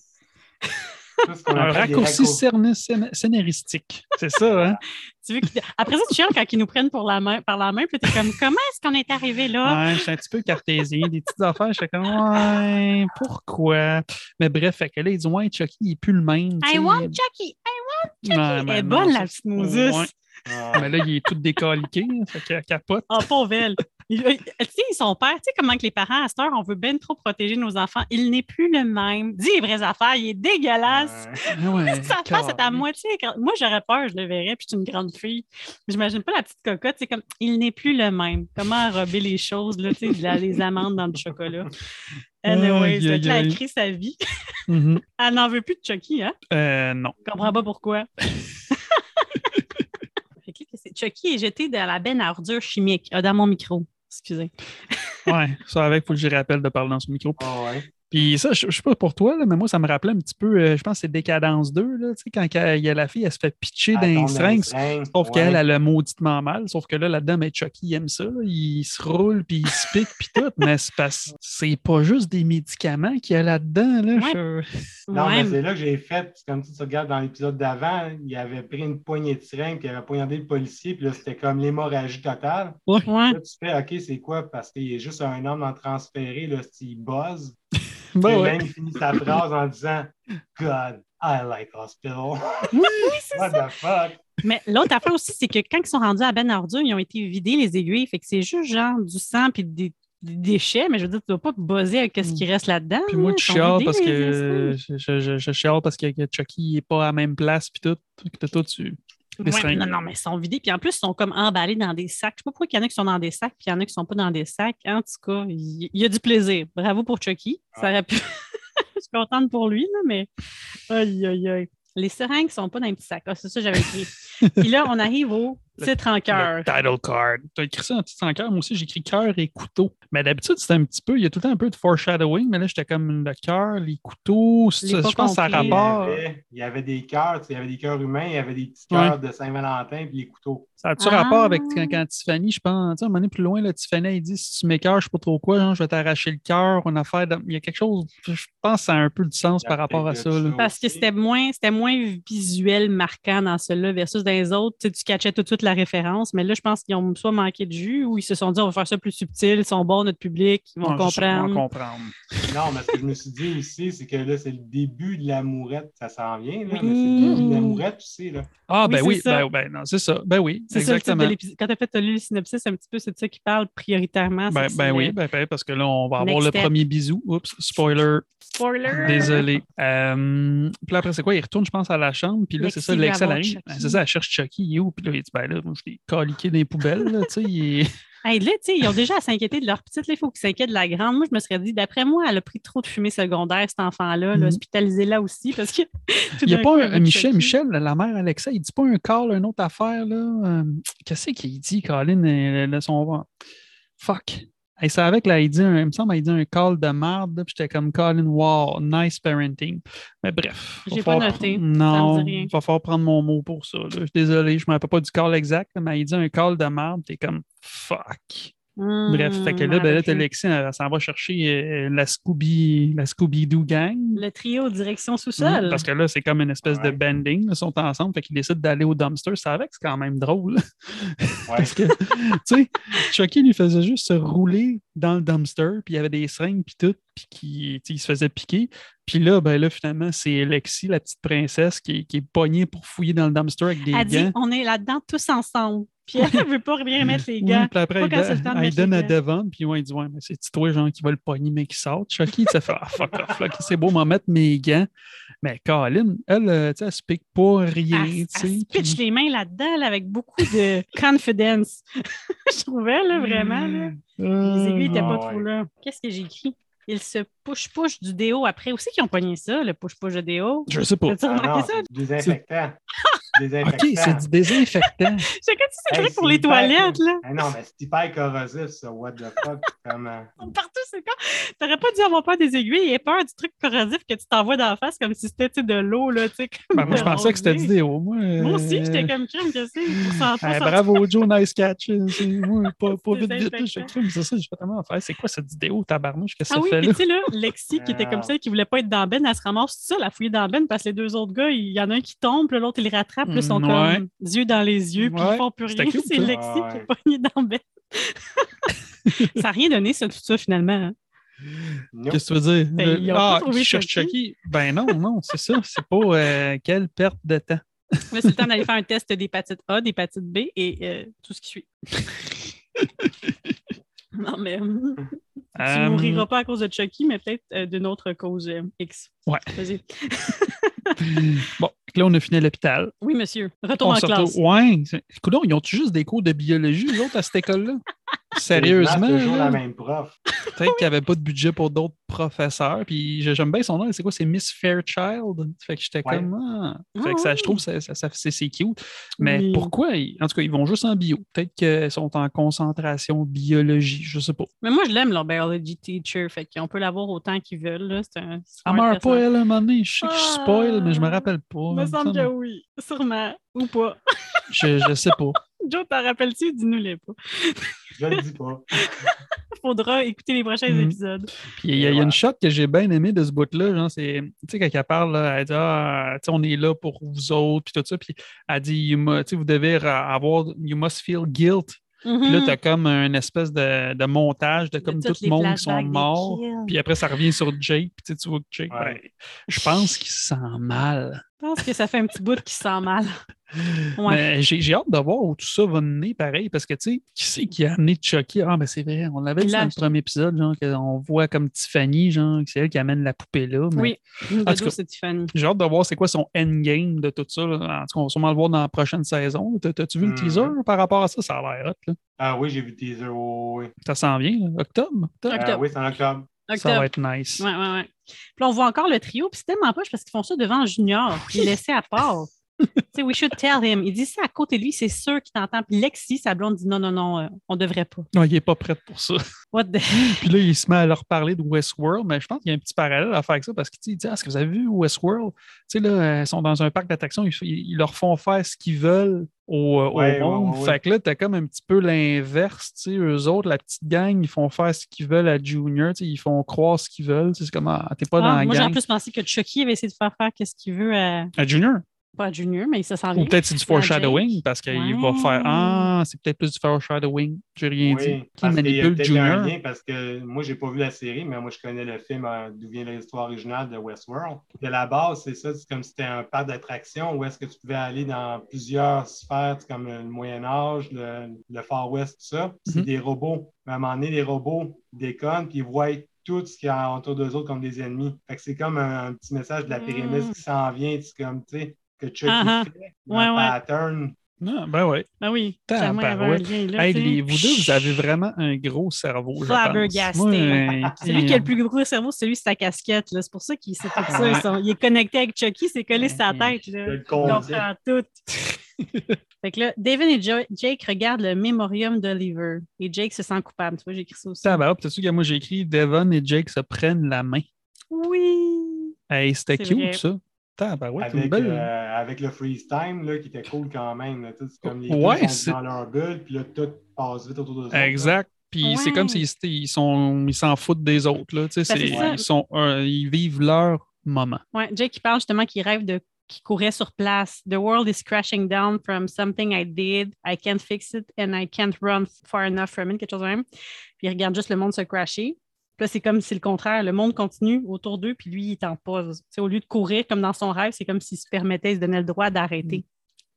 C: c'est- ça, c'est ce qu'on
B: Un
C: appelle des
B: raccourci
C: raccour-
B: scén- scén- scénaristique. C'est ça, hein?
A: Tu veux qu'ils- Après ça, c'est chiant quand ils nous prennent pour la main, par la main, puis t'es comme Comment est-ce qu'on est arrivé là?
B: Ouais, j'étais un petit peu cartésien, des petites affaires. J'étais comme, ouais, pourquoi? Mais bref, fait que là, ils disent, ouais, Chucky, il n'est plus le même. tu
A: I
B: sais.
A: want Chucky!
B: Ouais,
A: Elle
B: mais
A: est
B: non,
A: bonne,
B: ça,
A: la petite
B: Ouais.
A: Moses! [laughs]
C: Ouais.
B: Mais là, il est tout décaliqué, hein, fait qu'elle capote.
A: Ah, pauvre elle. Il- il- Tu sais, son père, tu sais comment que les parents à cette heure, on veut bien trop protéger nos enfants. Il n'est plus le même. Dis les vraies affaires, il est dégueulasse.
C: Ouais.
B: Ah
A: [laughs]
B: ouais,
A: Sa face est à
B: carrément.
A: moitié. écran- Moi, j'aurais peur, je le verrais, puis je suis une grande fille. Mais J'imagine pas la petite cocotte, c'est comme il n'est plus le même. Comment enrober les choses, là, tu sais, de la- des amandes dans du chocolat. Anyway,
B: [laughs] Aïe,
A: c'est
B: aïe,
A: que là, elle
B: aïe.
A: crie sa vie.
B: Mhm.
A: Elle n'en veut plus de Chucky, hein?
B: Euh, non.
A: Je comprends pas
B: [laughs]
A: pourquoi. Fait que là, c'est- Chucky est jeté dans la benne à ordures chimique. Ah, dans mon micro. Excusez.
B: Ouais, ça avec, faut que j'y rappelle de parler dans ce micro.
C: Ah ouais.
B: Puis ça, je, je sais pas pour toi, là, mais moi, ça me rappelait un petit peu, euh, je pense que c'est Décadence 2, là, tu sais, quand il y a la fille, elle se fait pitcher
C: Elle
B: dans les
C: tombe dans les
B: strings.
C: seringues.
B: Sauf
C: Ouais.
B: qu'elle, elle a mauditement mal. Sauf que là, là-dedans, mais Chucky, il aime ça. là. Il se roule, puis il se pique, puis tout. Mais c'est parce- c'est pas juste des médicaments qu'il y a là-dedans. Là. Je-
C: Non,
A: Ouais,
C: mais c'est là que j'ai fait, c'est comme si tu regardes dans l'épisode d'avant, il avait pris une poignée de seringue, puis il avait poignardé le policier, puis là, c'était comme l'hémorragie totale.
A: ouais.
C: Là, tu fais, OK, c'est quoi? Parce qu'il est juste un homme en transféré, là, s'il buzz.
B: Ben
C: et
B: ouais.
C: même, il finit sa phrase en disant, God, I like hospital.
B: Oui,
C: [laughs] What the fuck?
A: Mais l'autre affaire aussi, c'est que quand ils sont rendus à Ben Ordure, ils ont été vidés les aiguilles. Fait que c'est juste genre du sang puis des, des déchets. Mais je veux dire, tu ne dois pas te buzzer avec ce qui reste là-dedans.
B: Mm. Puis moi,
A: hein,
B: je
A: ils sont
B: chiale
A: vidés,
B: parce
A: les
B: que
A: instants.
B: je, je, je- je chiale parce que que Chucky n'est pas à la même place, puis tout. Puis toi, tu.
A: Ouais,
B: les seringues.
A: non, non, mais ils sont vidés. Puis en plus, ils sont comme emballés dans des sacs. Je ne sais pas pourquoi il y en a qui sont dans des sacs puis il y en a qui ne sont pas dans des sacs. En tout cas, il il y a du plaisir. Bravo pour Chucky. Ça aurait pu... [laughs] je suis contente pour lui, là, mais. Aïe, aïe, aïe. Les seringues ne sont pas dans un petit sac. Ah, c'est ça que j'avais
B: [laughs]
A: écrit. puis là, on arrive au
B: Le-
A: titre en cœur.
B: Le title card. Tu as écrit ça en titre en cœur. Moi aussi, j'écris cœur et couteau. Mais d'habitude, c'était un petit peu. Il y a tout le temps un peu de foreshadowing, mais là, j'étais comme le cœur, les couteaux.
A: Les
B: ça-
A: pas
B: je pense que ça a
A: compris.
C: Il y,
B: rapport.
C: avait, il y avait des cœurs, tu sais, il y avait des cœurs humains, il y avait des petits cœurs de Saint-Valentin, puis les couteaux.
B: Ça a-tu
A: Ah.
B: rapport avec quand, quand Tiffany, je pense, tu sais, à un moment donné plus loin, là, Tiffany, elle dit si tu m'écœures, je sais pas trop quoi, genre, je vais t'arracher le cœur, on a fait. Il y a quelque chose, je pense, que ça a un peu du sens par rapport à ça. là.
A: Parce que
C: aussi.
A: c'était moins, c'était moins visuel marquant dans celui-là versus dans les autres. Tu, sais, tu catchais tout de suite la référence, mais là, je pense qu'ils ont soit manqué de jus ou ils se sont dit on va faire ça plus subtil, ils sont bons, notre public, ils vont
B: Ouais, je sais,
A: comprendre.
B: On va comprendre.
C: Non, mais ce que je me suis dit aussi, c'est que là, c'est le début de l'amourette, ça s'en vient, là,
A: Oui.
C: mais c'est le début de l'amourette, tu sais, là.
B: Ah,
A: Oui,
B: ben
A: c'est
B: oui,
A: ça.
B: ben, ben non, c'est ça. Ben oui,
A: c'est ça le titre de
B: exactement.
A: l'épisode. Quand tu as fait t'as lu le synopsis, c'est un petit peu c'est de ça qui parle prioritairement.
B: Ben,
A: c'est que
B: ben
A: c'est
B: oui,
A: le-
B: ben, ben, parce que là, on va
A: Next
B: avoir le
A: step.
B: premier bisou. Oups, spoiler,
A: Spoiler! [laughs]
B: désolé. Euh, puis là, après, c'est quoi? Il retourne, je pense, à la chambre, puis là, c'est
A: Lexi
B: ça,
A: veut
B: Lex, elle
A: avoir
B: arrive.
A: Chucky.
B: C'est ça, elle cherche Chucky, il est où? Puis là, il dit, ben là, moi, je l'ai caliqué dans les poubelles, là, tu sais, il est-
A: Hey, là, tu sais, ils ont déjà à s'inquiéter de leur petite. là, il faut qu'ils s'inquiètent de la grande. Moi, je me serais dit, d'après moi, elle a pris trop de fumée secondaire, cet enfant-là,
B: Mhm.
A: hospitalisé là aussi, parce que. [laughs]
B: Il n'y a pas un, un Michel,
A: Michel.
B: Michel, la mère Alexa, il dit pas un call, une autre affaire, là. euh, Qu'est-ce qu'il dit, Colin, euh, le- le- son. Fuck. Elle savait que là, il dit un, il me semble, il dit un call de merde, là, puis j'étais comme Colin, wow, nice parenting. Mais bref. va
A: J'ai pas
B: falloir-
A: noté, ça me
B: Non,
A: dit rien.
B: il va falloir prendre mon mot pour ça. là. Je suis désolé, je ne me rappelle pas du call exact, mais il dit un call de merde, t'es comme fuck.
A: Mmh,
B: Bref, fait que
A: je m'en
B: là, ben là,
A: rappelle
B: t'as
A: plus.
B: Lexi, elle, elle s'en va chercher euh, la Scooby, la Scooby-Doo gang.
A: le trio direction
B: Mhm,
A: sous-sol.
B: Parce que là, c'est comme une espèce de
C: Ouais.
B: banding. Ils sont ensemble, fait qu'ils décident d'aller au dumpster. C'est vrai que c'est quand même drôle.
C: Ouais.
B: Parce que, [laughs] tu sais, Chucky lui faisait juste se rouler dans le dumpster, puis il y avait des seringues, puis tout, puis qui, tu sais, il se faisait piquer. Puis là, ben là, finalement, c'est Lexi, la petite princesse, qui, est- qui est pognée pour fouiller dans le dumpster avec des
A: Elle dit
B: gants.
A: on est là-dedans tous ensemble. Puis elle ne veut pas bien mettre
B: [laughs]
A: les gants.
B: Oui, puis après,
A: Pas
B: il,
A: quand c'est le temps de hein.
B: elle
A: mettre
B: donne
A: les
B: à
A: gants.
B: Devon, puis ouais, il dit Ouais, mais c'est toi, genre, qui va le pogner, mais qui sort. Chucky, tu sais, fait Ah, fuck off, là, c'est beau m'en mettre mes gants. Mais Colin, elle, euh, tu sais, elle se pique pas rien.
A: Elle,
B: tu
A: elle
B: sais,
A: se pitche
B: puis-
A: les mains là-dedans là, avec beaucoup de [laughs] confidence. Je trouvais, là, vraiment. là.
B: Mm.
A: Les aiguilles n'étaient
C: Ah,
A: pas
C: ouais.
A: trop là. Qu'est-ce que j'ai écrit? Il se push-push du déo après. Où c'est qu'ils ont pogné ça, le push-push de déo?
B: Je sais pas.
A: T'as-tu
C: Ah
A: remarqué
C: non,
A: ça?
C: c'est du Désinfectant.
B: OK, c'est
C: Désinfectant.
B: du désinfectant.
A: [laughs] J'ai quand tu
C: Hey,
A: sais, pour
C: c'est
A: les
C: hyper-
A: toilettes, là.
C: Ah non, mais c'est hyper corrosif, ça. What the fuck? Comme, euh,
A: Partout, c'est quoi? T'aurais pas dû avoir peur des aiguilles et peur du truc corrosif que tu t'envoies dans la face comme si c'était tu sais, de l'eau, là, tu sais. comme
B: Ben, moi, je
A: de
B: pensais que c'était du
A: rosée.
B: déo. Moi,
A: Moi aussi,
B: euh,
A: j'étais comme crime, que c'est pour s'en
B: eh,
A: faire sortir.
B: bravo, Joe, nice catch. hein,
A: [laughs]
B: C'est- ouais, pas, pas vite, vite. là, Je
A: Désinfectant.
B: crée, mais c'est ça, je fais tellement faire. C'est quoi cette vidéo, tabarnouche? Qu'est-ce que
A: Ah
B: ça
A: oui,
B: fait
A: puis
B: là?
A: tu sais, là, Lexi, qui était comme
C: Ah.
A: ça, qui voulait pas être dans Ben, elle se ramasse toute seule à fouiller dans Ben parce que les deux autres gars, il y en a un qui tombe, puis l'autre, il le rattrape, puis ils sont
B: Mm, ouais.
A: comme yeux dans les yeux, puis
B: Ouais,
A: ils font plus rien.
B: c'était cute,
A: [laughs] C'est
B: ça.
A: Lexi
C: Ah
A: qui est
C: ouais.
A: pognée dans
B: [laughs]
A: Ben. ça n'a rien donné, ça, tout ça, finalement. hein.
C: nope.
B: Qu'est-ce que tu veux dire?
A: Ben,
B: Le-
A: ils ont pas
B: ah,
A: trouvé
B: qui cherche
A: Chucky.
B: Chucky? Ben non, non, c'est ça. C'est pas euh, quelle perte de temps.
A: Là, c'est le temps d'aller faire un test d'hépatite A, d'hépatite B et euh, tout ce qui
B: [laughs]
A: suit. non, mais hum, tu
B: Euh,
A: mouriras pas à cause de Chucky, mais peut-être euh, d'une autre cause euh, X.
B: Ouais.
A: Vas-y.
B: [laughs] Bon, fait que là, on a fini à l'hôpital.
A: Oui, monsieur. Retour
B: On
A: en
B: se
A: classe.
B: retrouve- Ouais. c'est- Coudonc, ils ont-tu juste des cours de biologie, eux autres, à cette école-là? Sérieusement?
C: [laughs] C'est toujours
B: là?
C: la même prof.
B: Peut-être qu'il n'y avait pas de budget pour d'autres professeurs. Puis je- j'aime bien son nom. C'est quoi? C'est Miss Fairchild. Fait que j'étais
C: Ouais.
B: comme. ah.
A: Ah
B: Fait que ça,
A: oui.
B: je trouve, ça, ça- ça- c'est c'est cute. Mais
A: Oui.
B: pourquoi? ils- En tout cas, ils vont juste en bio. Peut-être qu'ils sont en concentration biologie. Je sais pas.
A: Mais moi, je l'aime, leur biology teacher. Fait qu'on peut l'avoir autant qu'ils veulent. Là. C'est un, c'est
B: Elle
A: un
B: meurt pas,
A: personnage.
B: elle, à un moment donné. Je sais que je
A: Ah.
B: spoil, mais je me rappelle pas.
A: Il
B: Il
A: me
B: me
A: semble que
B: semble-
A: oui. Sûrement. Ou pas. [laughs]
B: Je, je sais pas.
A: Joe, t'en rappelles-tu? Dis-nous les pas.
C: Je le dis pas.
A: Faudra écouter les prochains
B: Mhm.
A: épisodes.
B: Puis il y, a- il y a une shot que j'ai bien aimée de ce bout-là. Genre, c'est, tu sais, quand elle parle, là, elle dit ah, tu sais, on est là pour vous autres, puis tout ça. Puis elle dit You mu- tu sais, vous devez avoir, you must feel guilt Puis là,
A: Mhm.
B: t'as comme une espèce de, de montage de
A: De
B: comme tout
A: toutes
B: le
A: les
B: monde qui sont
A: flashbacks euh, des
B: morts.
A: kills.
B: Puis après, ça revient sur Jake. Puis tu sais, tu vois que Jake,
C: Ouais.
B: ben, je pense qu'il se sent mal.
A: Je pense que ça fait un petit bout qui sent mal.
B: [laughs]
A: Ouais.
B: Mais j'ai j'ai hâte de voir où tout ça va mener pareil. Parce que tu sais, qui c'est qui a amené Chucky? Ah, ben c'est vrai, on l'avait dit dans le
A: Lâche.
B: premier épisode, genre, qu'on voit comme Tiffany, genre, que c'est elle qui amène la poupée là. mais-
A: Oui. Une
B: En
A: de
B: tout
A: dos,
B: cas,
A: c'est Tiffany.
B: J'ai hâte de voir c'est quoi son endgame de tout ça. là. En tout cas, on va sûrement le voir dans la prochaine saison. T'as- T'as-tu vu le
C: Mhm.
B: teaser par rapport à ça? Ça a l'air hot, là.
C: Ah oui, j'ai vu teaser. oui, oui.
B: Ça s'en vient, là. Octobre?
C: Euh,
B: Octobre?
A: Octobre.
C: oui, c'est en octobre.
B: Ça
A: Octobre.
B: va être nice.
A: Ouais, ouais, ouais. Puis là, on voit encore le trio, puis c'est tellement poche parce qu'ils font ça devant Junior,
B: Ah
A: puis il est laissé à
B: [laughs]
A: part. tu sais, we should tell him. Il dit ça à côté de lui, c'est sûr qu'il t'entend. Puis Lexi, sa blonde, dit non, non, non, euh, on devrait pas.
B: Non, il n'est pas prêt pour ça. [laughs]
A: What the...
B: Puis là, il se met à leur parler de Westworld, mais je pense qu'il y a un petit parallèle à faire avec ça parce qu'il dit Ah, Est-ce que vous avez vu Westworld Tu sais, là, ils sont dans un parc d'attractions, ils, ils leur font faire ce qu'ils veulent au, au
C: Ouais, ouais,
B: monde.
C: ouais, ouais.
B: Fait que là, t'as comme un petit peu l'inverse. Tu sais, eux autres, la petite gang, ils font faire ce qu'ils veulent à Junior, tu sais, ils font croire ce qu'ils veulent. Tu sais, C'est comme Ah, t'es pas dans
A: Ah,
B: la
A: moi, j'ai en
B: gang.
A: plus pensé que Chucky avait essayé de faire faire qu'est-ce qu'il veut à.
B: À Junior
A: Pas à Junior, mais il se sent
B: Ou
A: bien.
B: peut-être c'est du
A: la
B: foreshadowing
A: Ah, Jake.
B: parce qu'il va faire
A: Ouais.
B: Ah, c'est peut-être plus du foreshadowing. J'ai rien dit.
C: Oui,
B: Qui
C: parce qu'il y a
B: manipule
C: peut-être un
B: Junior
C: lien, parce que moi, j'ai pas vu la série, mais moi, je connais le film euh, d'où vient l'histoire originale de Westworld. De la base, c'est ça, c'est comme si c'était un parc d'attractions où est-ce que tu pouvais aller dans plusieurs sphères, tu sais, comme le Moyen-Âge, le, le Far West, tout ça. C'est
B: Mhm.
C: des robots. À un moment donné, les robots déconnent, puis ils voient tout ce qui est autour d'eux autres comme des ennemis. Fait que c'est comme un, un petit message de la
A: Mm.
C: pyramide qui s'en vient, c'est comme, tu sais, que Chucky
A: Ah, ah.
C: fait, dans
A: Ouais,
C: le
A: ouais.
C: pattern.
B: Non, ben ouais.
A: Ben oui,
B: Putain,
A: clairement, il y avait un
B: barouette.
A: lien. Là,
B: Hey,
A: tu sais.
B: les- vous deux, vous avez vraiment un gros cerveau. je pense.
A: Flabbergasté.
B: Moi, euh,
A: [laughs] C'est lui qui
B: [laughs]
A: a le
B: euh,
A: plus gros cerveau, c'est lui, c'est sa casquette. là. C'est pour ça qu'il s'est fait ça.
B: Ouais.
A: Ils sont- Il est connecté avec Chucky, c'est collé sur sa
B: Ouais.
A: tête. Là.
C: Le
A: Il
C: concept.
A: comprend tout.
B: [laughs]
A: fait que là, David et Jo- Jake regardent le mémorium d'Oliver et Jake se sent coupable. Tu vois, j'ai écrit ça aussi.
B: Ça va, peut-être que moi j'ai écrit Devon et Jake se prennent la main.
A: Oui.
B: Hey, c'était
A: C'est
B: cute
A: vrai.
B: ça. Tabarouette, une
C: avec,
B: belle.
C: euh, avec le freeze time là, qui était cool quand même. là, tu sais, c'est comme les
B: Ouais,
C: deux
B: c'est-
C: sont dans leur bulle, puis là, tout passe vite autour de
B: exact. Puis c'est
A: Ouais.
B: comme s'ils s'étaient- ils sont- ils s'en foutent des autres. Là, tu sais,
A: Ben, c'est
B: c'est-
A: ça.
B: ils, sont, euh, ils vivent leur moment.
A: Ouais, Jake qui parle justement qu'il rêve de qui courait sur place. The world is crashing down from something I did. I can't fix it and I can't run far enough from it, quelque chose de même. Puis il regarde juste le monde se crasher. Puis là, c'est comme si le contraire, le monde continue autour d'eux, puis lui, il est en pause. Tu sais, au lieu de courir comme dans son rêve, c'est comme s'il se permettait, il se donnait le droit d'arrêter.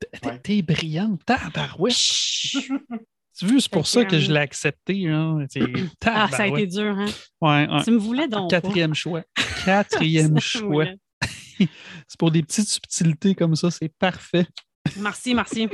B: T'es-
C: Ouais.
B: T'es brillante, tabarouette.
A: Chut!
B: [laughs] Tu vois, c'est pour
A: Fait
B: ça
A: que,
B: que je
A: euh,
B: l'ai accepté. Hein. C'est-
A: [laughs] Ah, ça a été
B: tabarouette.
A: dur, hein?
B: Ouais, ouais.
A: Tu me voulais donc. pas.
B: Quatrième
A: [laughs]
B: choix. Quatrième
A: Tu me
B: choix.
A: voulais.
B: C'est pour des petites subtilités comme ça, c'est parfait.
A: Merci, merci.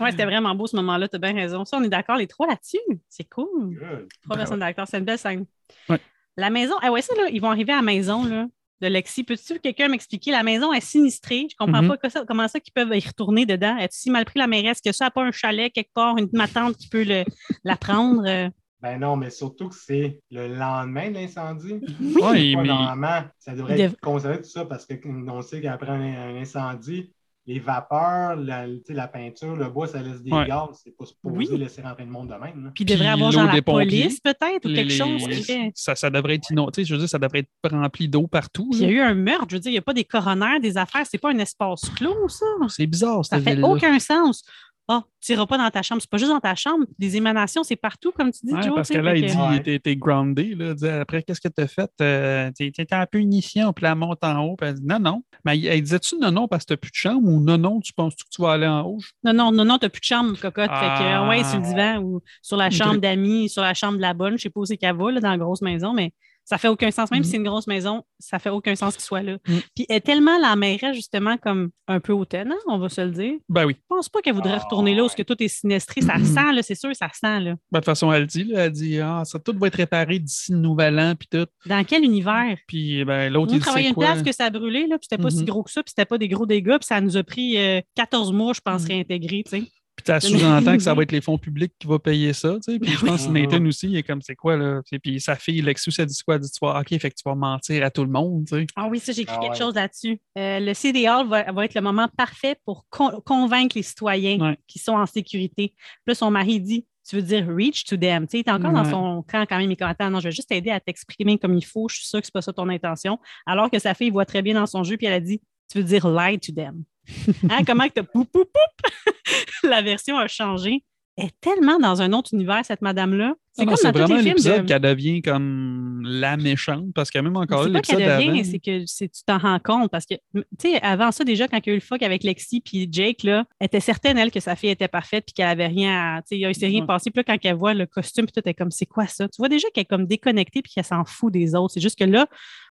A: Ouais, c'était vraiment beau ce moment-là, tu as bien raison. Ça, on est d'accord les trois là-dessus. C'est cool.
C: Good.
A: Trois
B: Ben
A: personnes d'acteurs, c'est une belle scène.
B: Ouais.
A: La maison, ah ouais, ça, là, ils vont arriver à la maison là, de Lexi. Peux-tu quelqu'un m'expliquer? La maison est sinistrée. Je comprends
B: Mhm.
A: pas que ça- comment ça qu'ils peuvent y retourner dedans. Est-ce si mal pris la mairesse que ça n'a pas un chalet quelque part, une ma tante qui peut le- la prendre? euh?
C: Ben non, mais surtout que c'est le lendemain de l'incendie.
B: Ouais,
C: Pas
B: mais-
C: normalement, ça devrait
A: Il
C: être conservé tout ça parce qu'on sait qu'après un, un incendie, les vapeurs, la, tu sais, la peinture, le bois, ça laisse des
B: Ouais.
C: gaz. C'est pas supposé
A: Oui.
C: laisser rentrer le monde de même. là.
A: Puis il devrait
B: Puis
A: avoir genre
B: l'eau
A: la
B: des pompiers,
A: police peut-être ou quelque
B: les-
A: chose qui fait.
B: ça, ça devrait être inondé. Tu sais, Je veux dire, ça devrait être rempli d'eau partout.
A: Puis il y
B: là.
A: a eu un meurtre, je veux dire, il n'y a pas des coronaires, des affaires, c'est pas un espace clos, ça.
B: C'est bizarre,
A: Ça
B: cette
A: fait
B: ville-là.
A: aucun sens. Ah, tu n'iras pas dans ta chambre. C'est pas juste dans ta chambre. Des émanations, c'est partout, comme tu dis,
B: Ouais,
A: Joe.
B: parce
A: tu
B: que
A: sais,
B: là,
A: fait
B: il
A: que-
B: dit,
C: Ouais.
B: t'es- t'es groundé. Là, Il dit, après, qu'est-ce que t'as fait? Euh, t'es t'es en punition, puis la monte en haut. Puis elle dit, non, non. Mais elle, elle disait-tu non, non, parce que t'as plus de chambre ou non, non, tu penses que tu vas aller en haut?
A: Non, non, non, non, t'as plus de chambre, cocotte. Fait que,
B: Ah.
A: euh, ouais, sur le divan ou sur la
B: Ok.
A: chambre d'amis, sur la chambre de la bonne, je sais pas où c'est qu'elle va, là, dans la grosse maison, mais ça fait aucun sens. Même
B: Mhm.
A: si c'est une grosse maison, ça fait aucun sens qu'il soit là.
B: Mm.
A: Puis elle est tellement la mairesse, justement, comme un peu hautaine, hein, on va se le dire.
B: Ben oui.
A: Je pense pas qu'elle voudrait
C: Ah,
A: retourner là où ce que
C: ouais.
A: tout est sinistré. Ça
B: Mm-hmm.
A: sent, là, c'est sûr, ça sent, là.
B: Ben, de toute façon, elle dit, là, elle dit, ah, ça tout va être réparé d'ici le nouvel an, puis tout.
A: Dans quel univers?
B: Puis ben, l'autre,
A: Nous, on
B: il sait
A: travaillait une
B: quoi.
A: place que ça a brûlé, là, puis c'était pas si
B: Mhm.
A: gros que ça, puis c'était pas des gros dégâts, puis ça nous a pris euh, 14 mois, je pense,
B: Mhm.
A: réintégrer, tu sais.
B: Puis t'as sous-entend que ça va être les fonds publics qui vont payer ça. tu sais. Puis je pense que
C: Ben oui.
B: Nathan aussi, il est comme, c'est quoi, là? Tu sais, Puis sa fille, Lexus, elle dit quoi? Elle dit, tu vas, OK, fait que tu vas mentir à tout le monde, tu sais.
A: Ah oui, ça, j'ai écrit
C: Ah
A: quelque
C: ouais.
A: chose là-dessus. Euh, le CDA va, va être le moment parfait pour con- convaincre les citoyens
B: Ouais.
A: qui sont en sécurité. Puis là, son mari dit Tu veux dire reach to them. Tu sais, il est encore dans
B: Ouais.
A: son camp quand même. Il est comme, Attends, non, je vais juste t'aider à t'exprimer comme il faut. Je suis sûre que c'est pas ça ton intention. Alors que sa fille voit très bien dans son jeu, puis elle a dit Tu veux dire lie to them. [laughs] Hein, comment que t'as poup, poup, poup? [laughs] La version a changé. Elle est tellement dans un autre univers, cette madame-là. C'est
B: Ah Non,
A: comme
B: non,
A: dans
B: C'est
A: tous
B: vraiment
A: les
B: un
A: films.
B: épisode
A: de-
B: qu'elle devient comme la méchante, parce que même encore
A: c'est
B: là,
A: pas
B: l'épisode
A: qu'elle devient,
B: d'avant...
A: c'est que c'est- tu t'en rends compte. Parce que, tu sais, avant ça, déjà, quand il y a eu le fuck avec Lexi puis Jake, là, elle était certaine, elle, que sa fille était parfaite puis qu'elle avait rien à. Tu sais, il s'est rien
B: Ouais.
A: passé. Puis là, quand elle voit le costume, puis tout, elle est comme, c'est quoi ça? Tu vois déjà qu'elle est comme déconnectée puis qu'elle s'en fout des autres. C'est juste que là,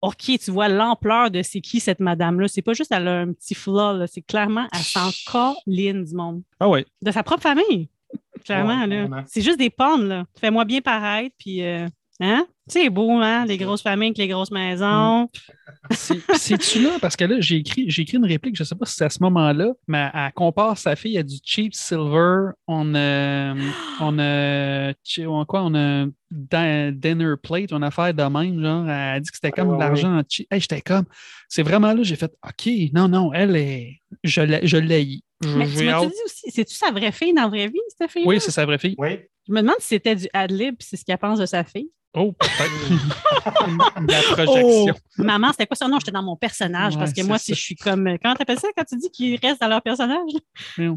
A: OK, tu vois l'ampleur de c'est qui cette madame-là. C'est pas juste elle a un petit flaw, là. C'est clairement, elle s'en colline du monde.
B: Ah ouais.
A: De sa propre famille. Clairement, là.
C: Ouais, clairement.
A: C'est juste des pommes, là. Fais-moi bien paraître, puis. euh, Hein? C'est beau, hein? Les grosses familles avec les
B: Mm.
A: grosses maisons.
B: C'est- C'est-tu là? Parce que là, j'ai écrit, j'ai écrit une réplique, je ne sais pas si c'est à ce moment-là, mais elle compare sa fille à du cheap silver. On a. On a. chi- On, a quoi? On a din- dinner plate, une affaire de même, genre. Elle dit que c'était comme
C: Ouais,
B: de
C: ouais,
B: l'argent en cheap. Hey, j'étais comme. C'est vraiment là, j'ai fait OK, non, non, elle est. Je l'ai. Je l'ai. Je-
A: Mais
B: j'ai
A: tu m'as
B: hâte.
A: dit aussi, c'est-tu sa vraie fille dans la vraie vie, cette fille?
B: Oui, c'est sa vraie fille.
C: Oui.
A: Je me demande si c'était du ad-lib, puis c'est ce qu'elle pense de sa fille.
B: Oh, [laughs] peut-être. La projection.
A: Maman, c'était quoi son nom? J'étais dans mon personnage,
B: Ouais,
A: parce que
B: c'est
A: moi,
B: ça.
A: si je suis comme. euh, Comment t'appelles ça quand tu dis qu'ils restent dans leur personnage? là?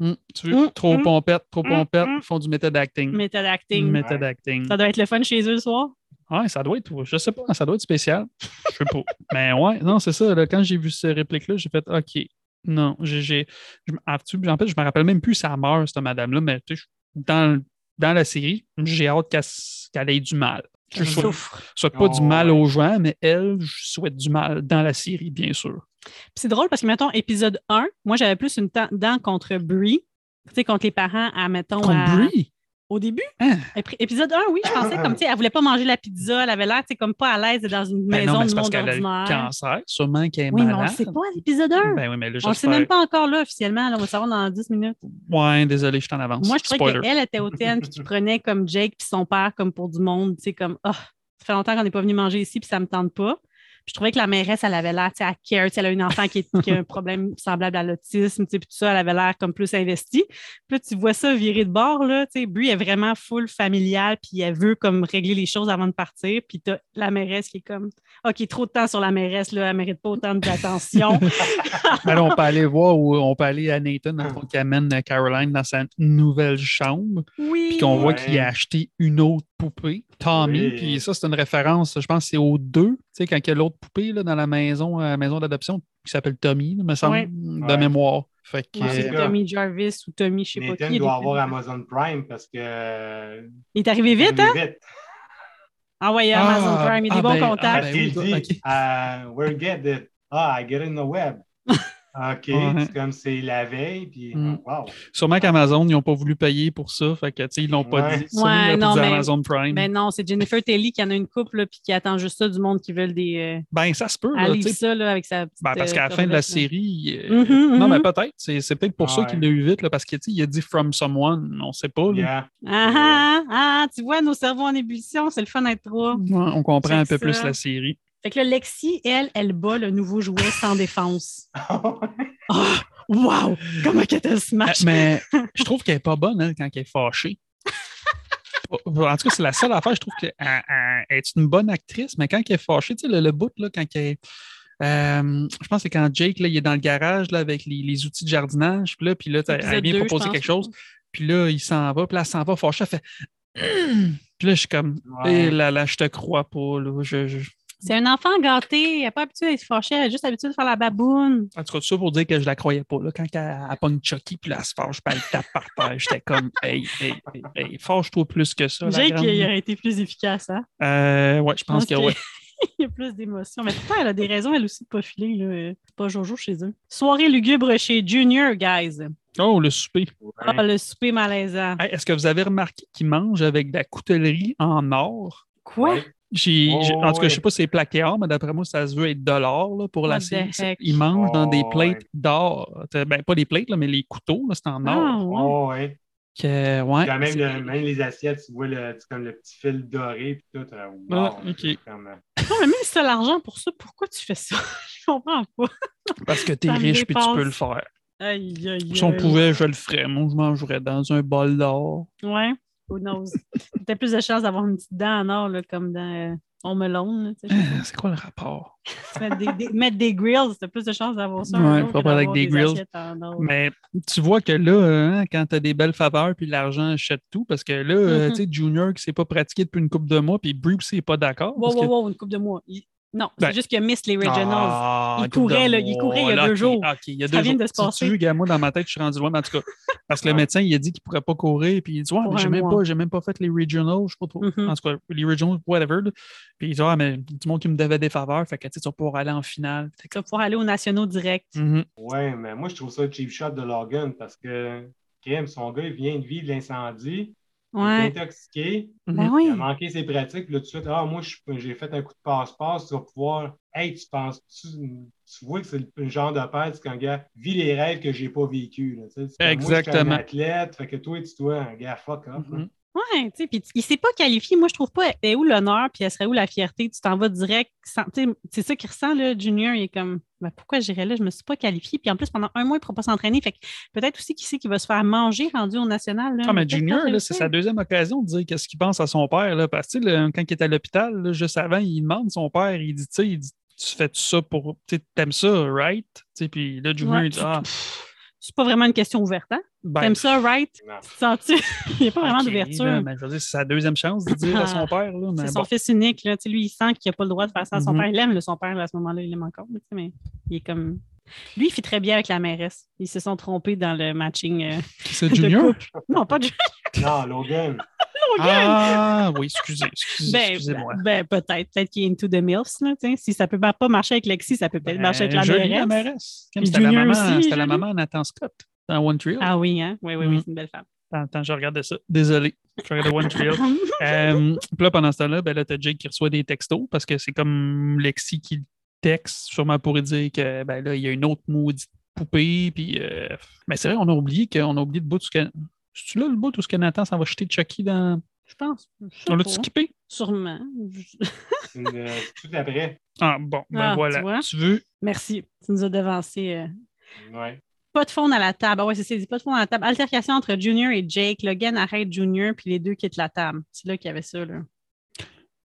B: Hum, tu veux,
A: Hum,
B: trop
A: hum,
B: pompette, trop
A: hum,
B: pompette,
A: hum.
B: font du method acting.
A: Method acting.
B: Method acting.
A: Ça doit être le fun chez eux le soir.
B: Ouais, ça doit être, je sais pas, ça doit être spécial. Je sais pas. [laughs] Mais ouais, non, c'est ça. là, quand j'ai vu ce réplique-là, j'ai fait OK. Non, j'ai. j'ai- je me- en fait, en fait, je me rappelle même plus sa mère, cette madame-là, mais tu sais, je- dans, le- dans la série, j'ai hâte qu'elle s- qu'elle ait du mal. Je
A: Elle
B: souhaite,
A: souffre.
B: je souhaite pas du
C: Oh,
B: mal
C: ouais.
B: aux gens, mais elle, je souhaite du mal dans la série, bien sûr.
A: Puis c'est drôle parce que, mettons, épisode 1, moi, j'avais plus une ten- dent contre Brie. Tu sais, contre les parents, à, mettons.
B: Contre
A: à-
B: Brie.
A: Au début.
B: Hein? Ah,
A: Épri- Épisode 1, oui, je pensais comme, tu sais, elle voulait pas manger la pizza, elle avait l'air, tu sais, comme pas à l'aise d'être dans une
B: Ben
A: maison
B: non, mais
A: du
B: c'est parce
A: monde
B: qu'elle a eu le
A: ordinaire.
B: cancer, sûrement qu'elle est
A: Oui, mais on le
B: malade.
A: sait pas à l'épisode 1.
B: Ben oui, mais là,
A: On ne sait même
B: j'espère-
A: pas encore là officiellement. Là, on va le savoir dans 10 minutes.
B: Ouais, désolé, je suis en avance.
A: Moi, je trouvais
B: Spoiler.
A: qu'elle
B: [laughs]
A: était hautaine puis qu'il prenait comme Jake puis son père comme pour du monde. Tu sais, comme, ah, ça fait longtemps qu'on n'est pas venu manger ici puis ça me tente pas. Puis je trouvais que la mairesse, elle avait l'air, tu sais, à care, tu sais, elle a une enfant qui, est- qui a un problème semblable à l'autisme, tu sais, puis tout ça, elle avait l'air comme plus investie. Puis là, tu vois ça virer de bord, là, tu sais, Brie est vraiment full familiale, puis elle veut comme régler les choses avant de partir, puis t'as la mairesse qui est comme, OK, trop de temps sur la mairesse, là, elle mérite pas autant
C: [laughs]
A: d'attention.
B: Mais Ben là, on peut aller voir où on peut aller à Nathan dans le fond, qui amène euh, Caroline dans sa nouvelle chambre.
A: oui!
B: Puis qu'on voit
C: Ouais.
B: qu'il a acheté une autre poupée, Tommy.
C: Oui.
B: Puis ça, c'est une référence, je pense, que c'est aux deux. Tu sais, quand il y a l'autre poupée là, dans la maison, euh, maison d'adoption qui s'appelle Tommy, là, me semble,
A: Ouais.
B: de
C: Ouais.
B: mémoire. Fait que,
A: Ou c'est
B: euh,
C: gars.
A: Tommy Jarvis ou Tommy, je sais pas
C: Nathan
A: qui.
C: doit avoir Amazon Prime parce que. euh,
A: Il est arrivé vite,
C: il
A: hein?
C: est vite.
A: Ah ouais, il y a Amazon
B: Ah,
A: Prime, il y a des
B: ah,
A: bons
B: ben,
A: contacts.
B: ah,
C: Parce
B: ben
C: qu'il
B: oui,
C: dit,
B: ok.
C: euh, where get it? Ah, I get it in the web. OK,
B: [laughs] Ouais.
C: c'est comme c'est la veille, puis ah,
B: Mm.
C: wow.
B: sûrement qu'Amazon, ils n'ont pas voulu payer pour ça. Fait que, tu sais, ils l'ont pas
C: Ouais.
B: dit.
A: Ouais,
B: Sony l'a pas
A: non,
B: dit à
A: mais-
B: Amazon Prime.
A: Mais non, c'est Jennifer Telly qui en a une couple là, puis qui attend juste ça du monde qui veulent des. euh,
B: Ben, ça se peut. là,
A: elle
B: tu
A: livre
B: sais.
A: ça là, avec sa petite.
B: Ben, parce
A: euh,
B: qu'à la fin de
A: corvette,
B: la
A: là.
B: série. euh,
A: Mhm,
B: Non,
A: mhm.
B: mais peut-être. C'est c'est peut-être pour ça
C: Ouais.
B: qu'il l'a eu vite, là, parce qu'il il a dit From Someone. On ne sait pas. là.
C: Yeah. [laughs]
B: euh,
A: Ah, ah, ah, tu vois, nos cerveaux en ébullition, c'est le fun d'être trois.
B: Ouais, on comprend un peu
A: Check
B: plus
A: ça.
B: la série.
A: Fait que là, Lexi, elle, elle bat le nouveau jouet sans
B: [laughs]
A: défense. Ah, wow! Comment qu'elle te
B: [laughs]
A: smash!
B: Euh, Mais je trouve qu'elle n'est pas bonne elle, quand elle
A: [laughs]
B: est fâchée. En tout cas, c'est la seule affaire. Je trouve qu'elle elle- elle est une bonne actrice, mais quand elle est fâchée, tu sais, le, le bout, là, quand elle. euh, je pense que c'est quand Jake là, il est dans le garage là, avec les, les outils de jardinage. Puis là, puis là t'as- elle
A: Épisode
B: vient
A: deux,
B: proposer
A: je pense.
B: quelque chose. Puis là, il s'en va. Puis là, elle s'en va fâchée. Elle fait. [clears throat] Hum Puis là, je suis comme.
C: Ouais.
B: Eh là, là, je te crois pas. Là, je, je-
A: C'est un enfant gâté, elle n'est pas habituée à être fâchée, elle est juste habituée de faire la baboune.
B: En tout cas, tout ça pour dire que je la croyais pas. Là, quand elle, elle pogne Chucky, puis là, elle se fâche, puis elle le tape par terre. J'étais comme, hey, hey, hey, hey, fâche-toi plus que ça. la
A: Jake,
B: grande.
A: il aurait été plus efficace, hein? [laughs]
B: Euh, ouais, je pense que ouais.
A: Il y a plus d'émotions. Mais pourtant, elle a des raisons, elle aussi, de pas filer. là. C'est pas Jojo chez eux. Soirée lugubre chez Junior, guys.
B: Oh, le souper.
A: Ah, le souper malaisant.
B: Hey, Est-ce que vous avez remarqué qu'il mange avec de la coutellerie en or?
A: Quoi?
C: Ouais.
B: J'ai,
C: Oh,
B: j'ai- en tout cas,
C: ouais.
B: je sais pas si c'est plaqué or, mais d'après moi, ça se veut être de l'or là, pour la
A: What the
B: série. C'est-
A: heck?
B: Il mange dans des
C: Oh,
B: plates
C: ouais.
B: d'or. T'as- Ben, pas des plates, là, mais les couteaux, là, c'est en
A: Ah,
B: or.
A: ouais.
C: Oh, ouais.
B: Que, ouais,
C: Quand même, hein.
B: c'est-
C: le- même les assiettes, tu vois le, c'est comme le petit fil doré puis tout. euh, wow.
B: Ah, ok.
C: Comme, euh,
A: Non, mais même si t'as l'argent pour ça, pourquoi tu fais ça? [laughs] Je comprends pas.
B: Parce que t'es
A: Ça me
B: riche, puis tu peux
A: dépasse.
B: le faire.
A: Aïe, aïe, aïe.
B: Si on pouvait, je le ferais. Moi, je mangerais dans un bol d'or.
A: Ouais, who knows. T'as plus de chances d'avoir une petite dent en or, là, comme dans euh, On Melon. Là, tu sais,
B: Ah, [clears throat] C'est quoi le rapport?
A: je sais pas, mettre, des, des- mettre des grills, t'as plus de chances d'avoir ça.
B: Ouais,
A: un jour
B: faut
A: que
B: pas avec
A: d'avoir
B: des grills.
A: assiettes en or.
B: Mais tu vois que là, hein, quand t'as des belles faveurs, puis l'argent achète tout, parce que là, euh,
A: Mhm.
B: tu sais, Junior qui s'est pas pratiqué depuis une couple de mois, puis Bree aussi n'est pas d'accord.
A: Wow,
B: parce
A: wow,
B: que-
A: wow, une coupe de mois. Il- Non,
B: Ben.
A: c'est juste qu'il a miss les regionals.
B: Ah,
A: Il
B: une couple de
A: courait, là, il
B: mois,
A: courait il y a
B: là,
A: deux
B: ok,
A: jours.
B: ok, il y a
A: Ça
B: deux
A: vient
B: jours.
A: de se
B: Tu-
A: passer.
B: Tu vois, gars, moi, dans ma tête, je suis rendu loin, mais en
A: [laughs]
B: tout cas, parce que le
C: Ouais.
B: médecin, il a dit qu'il ne pourrait pas courir, puis il dit, ouais,
A: Pour
B: mais
A: un
B: j'ai même
A: mois.
B: pas, j'ai même pas fait les regionals, je sais pas trop.
A: Mhm.
B: En tout cas, les regionals, whatever. là. Puis il dit, ah, mais du monde qui me devait des faveurs, fait que tu sais, tu vas pouvoir aller en finale. Fait que-
A: Tu vas pouvoir aller aux nationaux direct.
B: Mhm.
C: Ouais, mais moi, je trouve ça cheap shot de Logan parce que, Kim, son gars, il vient de vivre l'incendie, il
B: Mm.
A: Ouais.
C: est intoxiqué,
B: Mm-hmm.
A: Ben
C: il
A: oui.
C: a manqué ses pratiques, puis là, tout de suite, ah, moi, je- j'ai fait un coup de passe-passe, tu vas pouvoir, hey, tu penses, tu, tu vois que c'est le, le genre de père, c'est qu'un gars vit les rêves que j'ai pas vécu. Là, tu sais. C'est comme, moi, je suis
B: Exactement.
C: un athlète, fait que toi, tu dois, un gars, fuck off.
A: Mm-hmm.
C: là.
B: Mhm.
A: Ouais, tu sais, puis il s'est pas qualifié. Moi, je trouve pas, elle est où l'honneur, puis elle serait où la fierté? Tu t'en vas direct. sans- tu sais, C'est ça qu'il ressent, là, Junior. Il est comme, ben, pourquoi j'irais là? Je me suis pas qualifié. Puis en plus, pendant un mois, il ne pourra pas s'entraîner. Fait que peut-être aussi qui sait qu'il va se faire manger rendu au national. Là.
B: Ah, mais
A: Peut-être
B: Junior,
A: pas
B: là, c'est
A: réussir.
B: sa deuxième occasion de dire qu'est-ce qu'il pense à son père. Là, parce que tu sais, le- quand il est à l'hôpital, là, juste avant, il demande son père, il dit, tu sais, il dit, tu fais ça pour. Tu sais, t'aimes ça, right? Tu sais, Puis là, Junior,
A: Ouais.
B: il dit, ah,
A: C'est pas vraiment une question ouverte, hein?
B: ben.
A: T'aimes ça, right?
C: Non.
A: Tu te sens-tu? [laughs] il n'y a pas vraiment
B: ok, là,
A: d'ouverture. Ah,
B: mais je veux dire, c'est sa deuxième chance de dire à son père. Là,
A: C'est
B: mais
A: son
B: ben,
A: [laughs]
B: bon.
A: fils unique, là. Tu sais, lui, il sent qu'il n'a pas le droit de faire ça à son
B: Mhm.
A: père. Il aime, là, son père, là, à ce moment-là, il l'aime encore, là, tu sais, mais il est comme. Lui, il fit très bien avec la mairesse. Ils se sont trompés dans le matching. euh,
B: C'est
A: de
B: Junior?
A: couple. Non, pas de
C: Non, Logan.
B: Ah, oui, excusez, excusez,
A: Ben,
B: excusez-moi.
A: ben, ben, peut-être. Peut-être qu'il est into the MILFs. Là, tu sais. si ça peut pas pas marcher avec Lexi, ça peut peut-être marcher ben, avec la
B: Ben, Jolie, la
A: mairesse.
B: mairesse.
A: Puis
B: C'était la
A: Junior
B: maman,
A: aussi,
B: c'était la
A: jolie.
B: maman à Nathan Scott dans One Tree Hill.
A: Ah oui, hein? Oui, oui,
B: Mhm.
A: oui, c'est une belle femme.
B: Attends, attends, je regardais ça. Désolé. Je regardais One Tree Hill. Euh, Puis là, pendant ce temps-là, ben là, t'as Jake qui reçoit des textos parce que c'est comme Lexi qui le texte, sûrement pour lui dire que ben là, il y a une autre maudite poupée. Puis, euh, Mais c'est vrai, on a oublié qu'on a oublié le bout de ce que. C'est-tu là le bout où ce que Nathan s'en va jeter Chucky dans.
A: [laughs] Je pense. Je sais
B: On
A: pas.
B: l'a-tu skippé?
A: Sûrement. [laughs]
C: C'est une- euh, c'est tout après.
B: Ah, bon, ben
A: Ah, tu
B: voilà.
A: vois?
B: Tu, veux.
A: Merci, tu nous as devancé. euh.
C: Ouais.
A: Pas de fond à la table. Ah ouais, c'est ça, il dit pas de fond à la table. Altercation entre Junior et Jake. Logan arrête Junior, puis les deux quittent la table. C'est là qu'il y avait ça, là.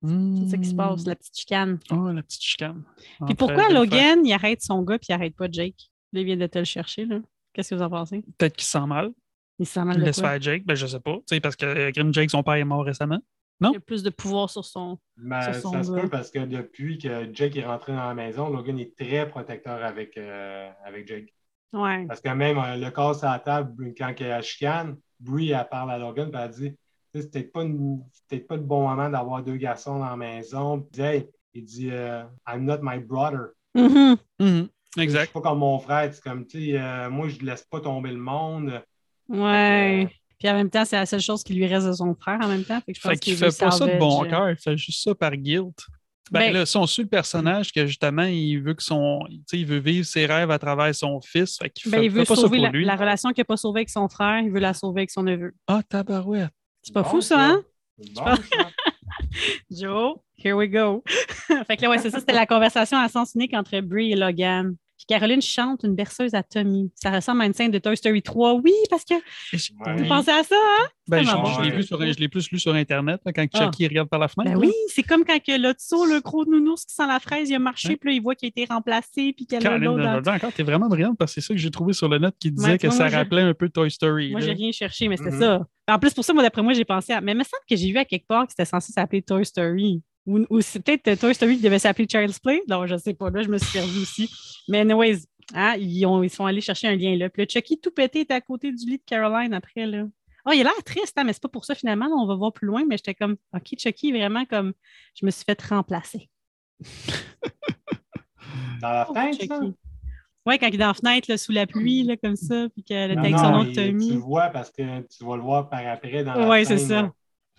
A: C'est ça qui se passe, la petite chicane.
B: Oh, Hmm. la petite chicane.
A: Puis
B: Entre
A: pourquoi
B: les frères.
A: Logan, il arrête son gars, puis il arrête pas Jake? Là, il vient de te le chercher, là. Qu'est-ce que vous en pensez?
B: Peut-être qu'il se sent mal.
A: Il se sent mal
B: Il
A: de
B: laisse
A: Ah, quoi?
B: faire Jake. Ben, je sais pas. Tu sais, parce que euh, Grim Jake, son père est mort récemment. non?
A: Il a plus de pouvoir sur son...
C: Ben,
A: Ce sont
C: ça se
A: là.
C: peut parce que depuis que Jake est rentré dans la maison, Logan est très protecteur avec, euh, avec Jake.
A: Ouais.
C: Parce que même euh, le casse à la table, Bri- quand elle chicane, Brie, elle parle à Logan et elle dit Tu sais, c'est peut-être pas, une- c'est peut-être pas le bon moment d'avoir deux garçons dans la maison. Puis, hey, il dit euh, I'm not my brother.
A: Mhm.
B: Mhm.
C: Je suis
B: Exact.
C: pas comme mon frère. C'est comme, tu sais, euh, moi, je laisse pas tomber le monde. euh,
A: Ouais. Puis en même temps, c'est la seule chose qui lui reste de son frère en même temps. Fait que je pense
B: Fait qu'il
A: qu'il veut
B: fait pas ça de
A: salvage,
B: bon
A: euh,
B: cœur. Il fait juste ça par guilt. Ben,
A: Ben-
B: là, si on suit le personnage que justement, il veut que son. Tu sais, il veut vivre ses rêves à travers son fils. Fait qu'il
A: Ben,
B: fait,
A: il
B: fait
A: veut
B: pas ça
A: sauver
B: pour
A: la,
B: lui.
A: la relation qu'il n'a pas sauvée avec son frère, il veut la sauver avec son neveu.
B: Ah, tabarouette.
A: C'est pas fou, ça, hein?
C: C'est bon, ça.
A: Joe, here we go. [laughs] fait que là, ouais, c'est ça, c'était la conversation à sens unique entre Brie et Logan. Puis Caroline chante une berceuse à Tommy. Ça ressemble à une scène de Toy Story 3. Oui, parce que
B: Et je-
C: Ouais.
A: vous
C: Oui.
A: pensez à ça, hein?
B: Ben, je,
A: tellement
B: je
C: bon.
B: l'ai vu sur- je l'ai plus lu sur Internet, là, quand Chucky regarde par la fenêtre.
A: Ben
B: là.
A: oui, c'est comme quand que l'Otso, le gros nounours qui sent la fraise, il a marché, puis là, il voit qu'il a été remplacé, puis qu'elle a
B: Caroline
A: l'autre dans-
B: Dodin, encore, t'es vraiment brillante parce que c'est ça que j'ai trouvé sur le net qui disait
A: Ouais, tu
B: que
A: vois,
B: ça
A: moi, je-
B: rappelait un peu Toy Story.
A: Moi,
B: là.
A: j'ai rien cherché, mais c'était
C: Mhm.
A: ça. En plus, pour ça, moi, d'après moi, j'ai pensé à. Mais il me semble que j'ai vu à quelque part que c'était censé s'appeler Toy Story. Ou, ou c'est peut-être Toy Story qui devait s'appeler Child's Play. Non, je sais pas. Là, je me suis perdue aussi. Mais, anyways, hein, ils, ont, ils sont allés chercher un lien là. Puis le Chucky tout pété était à côté du lit de Caroline après, là. Ah, il a l'air triste, hein, mais c'est pas pour ça finalement. là, on va voir plus loin, mais j'étais comme, OK, Chucky, vraiment comme, je me suis fait remplacer.
C: Dans
A: Oh,
C: la fenêtre, ça?
A: Chucky. Ouais, quand il est dans la fenêtre, là, sous la pluie, là, comme ça, puis qu'elle était
C: Non,
A: avec son
C: non,
A: oncle
C: il-
A: Tommy.
C: Tu le vois parce que tu vas le voir par après dans la
A: Ouais, c'est
C: scène,
A: ça.
C: là.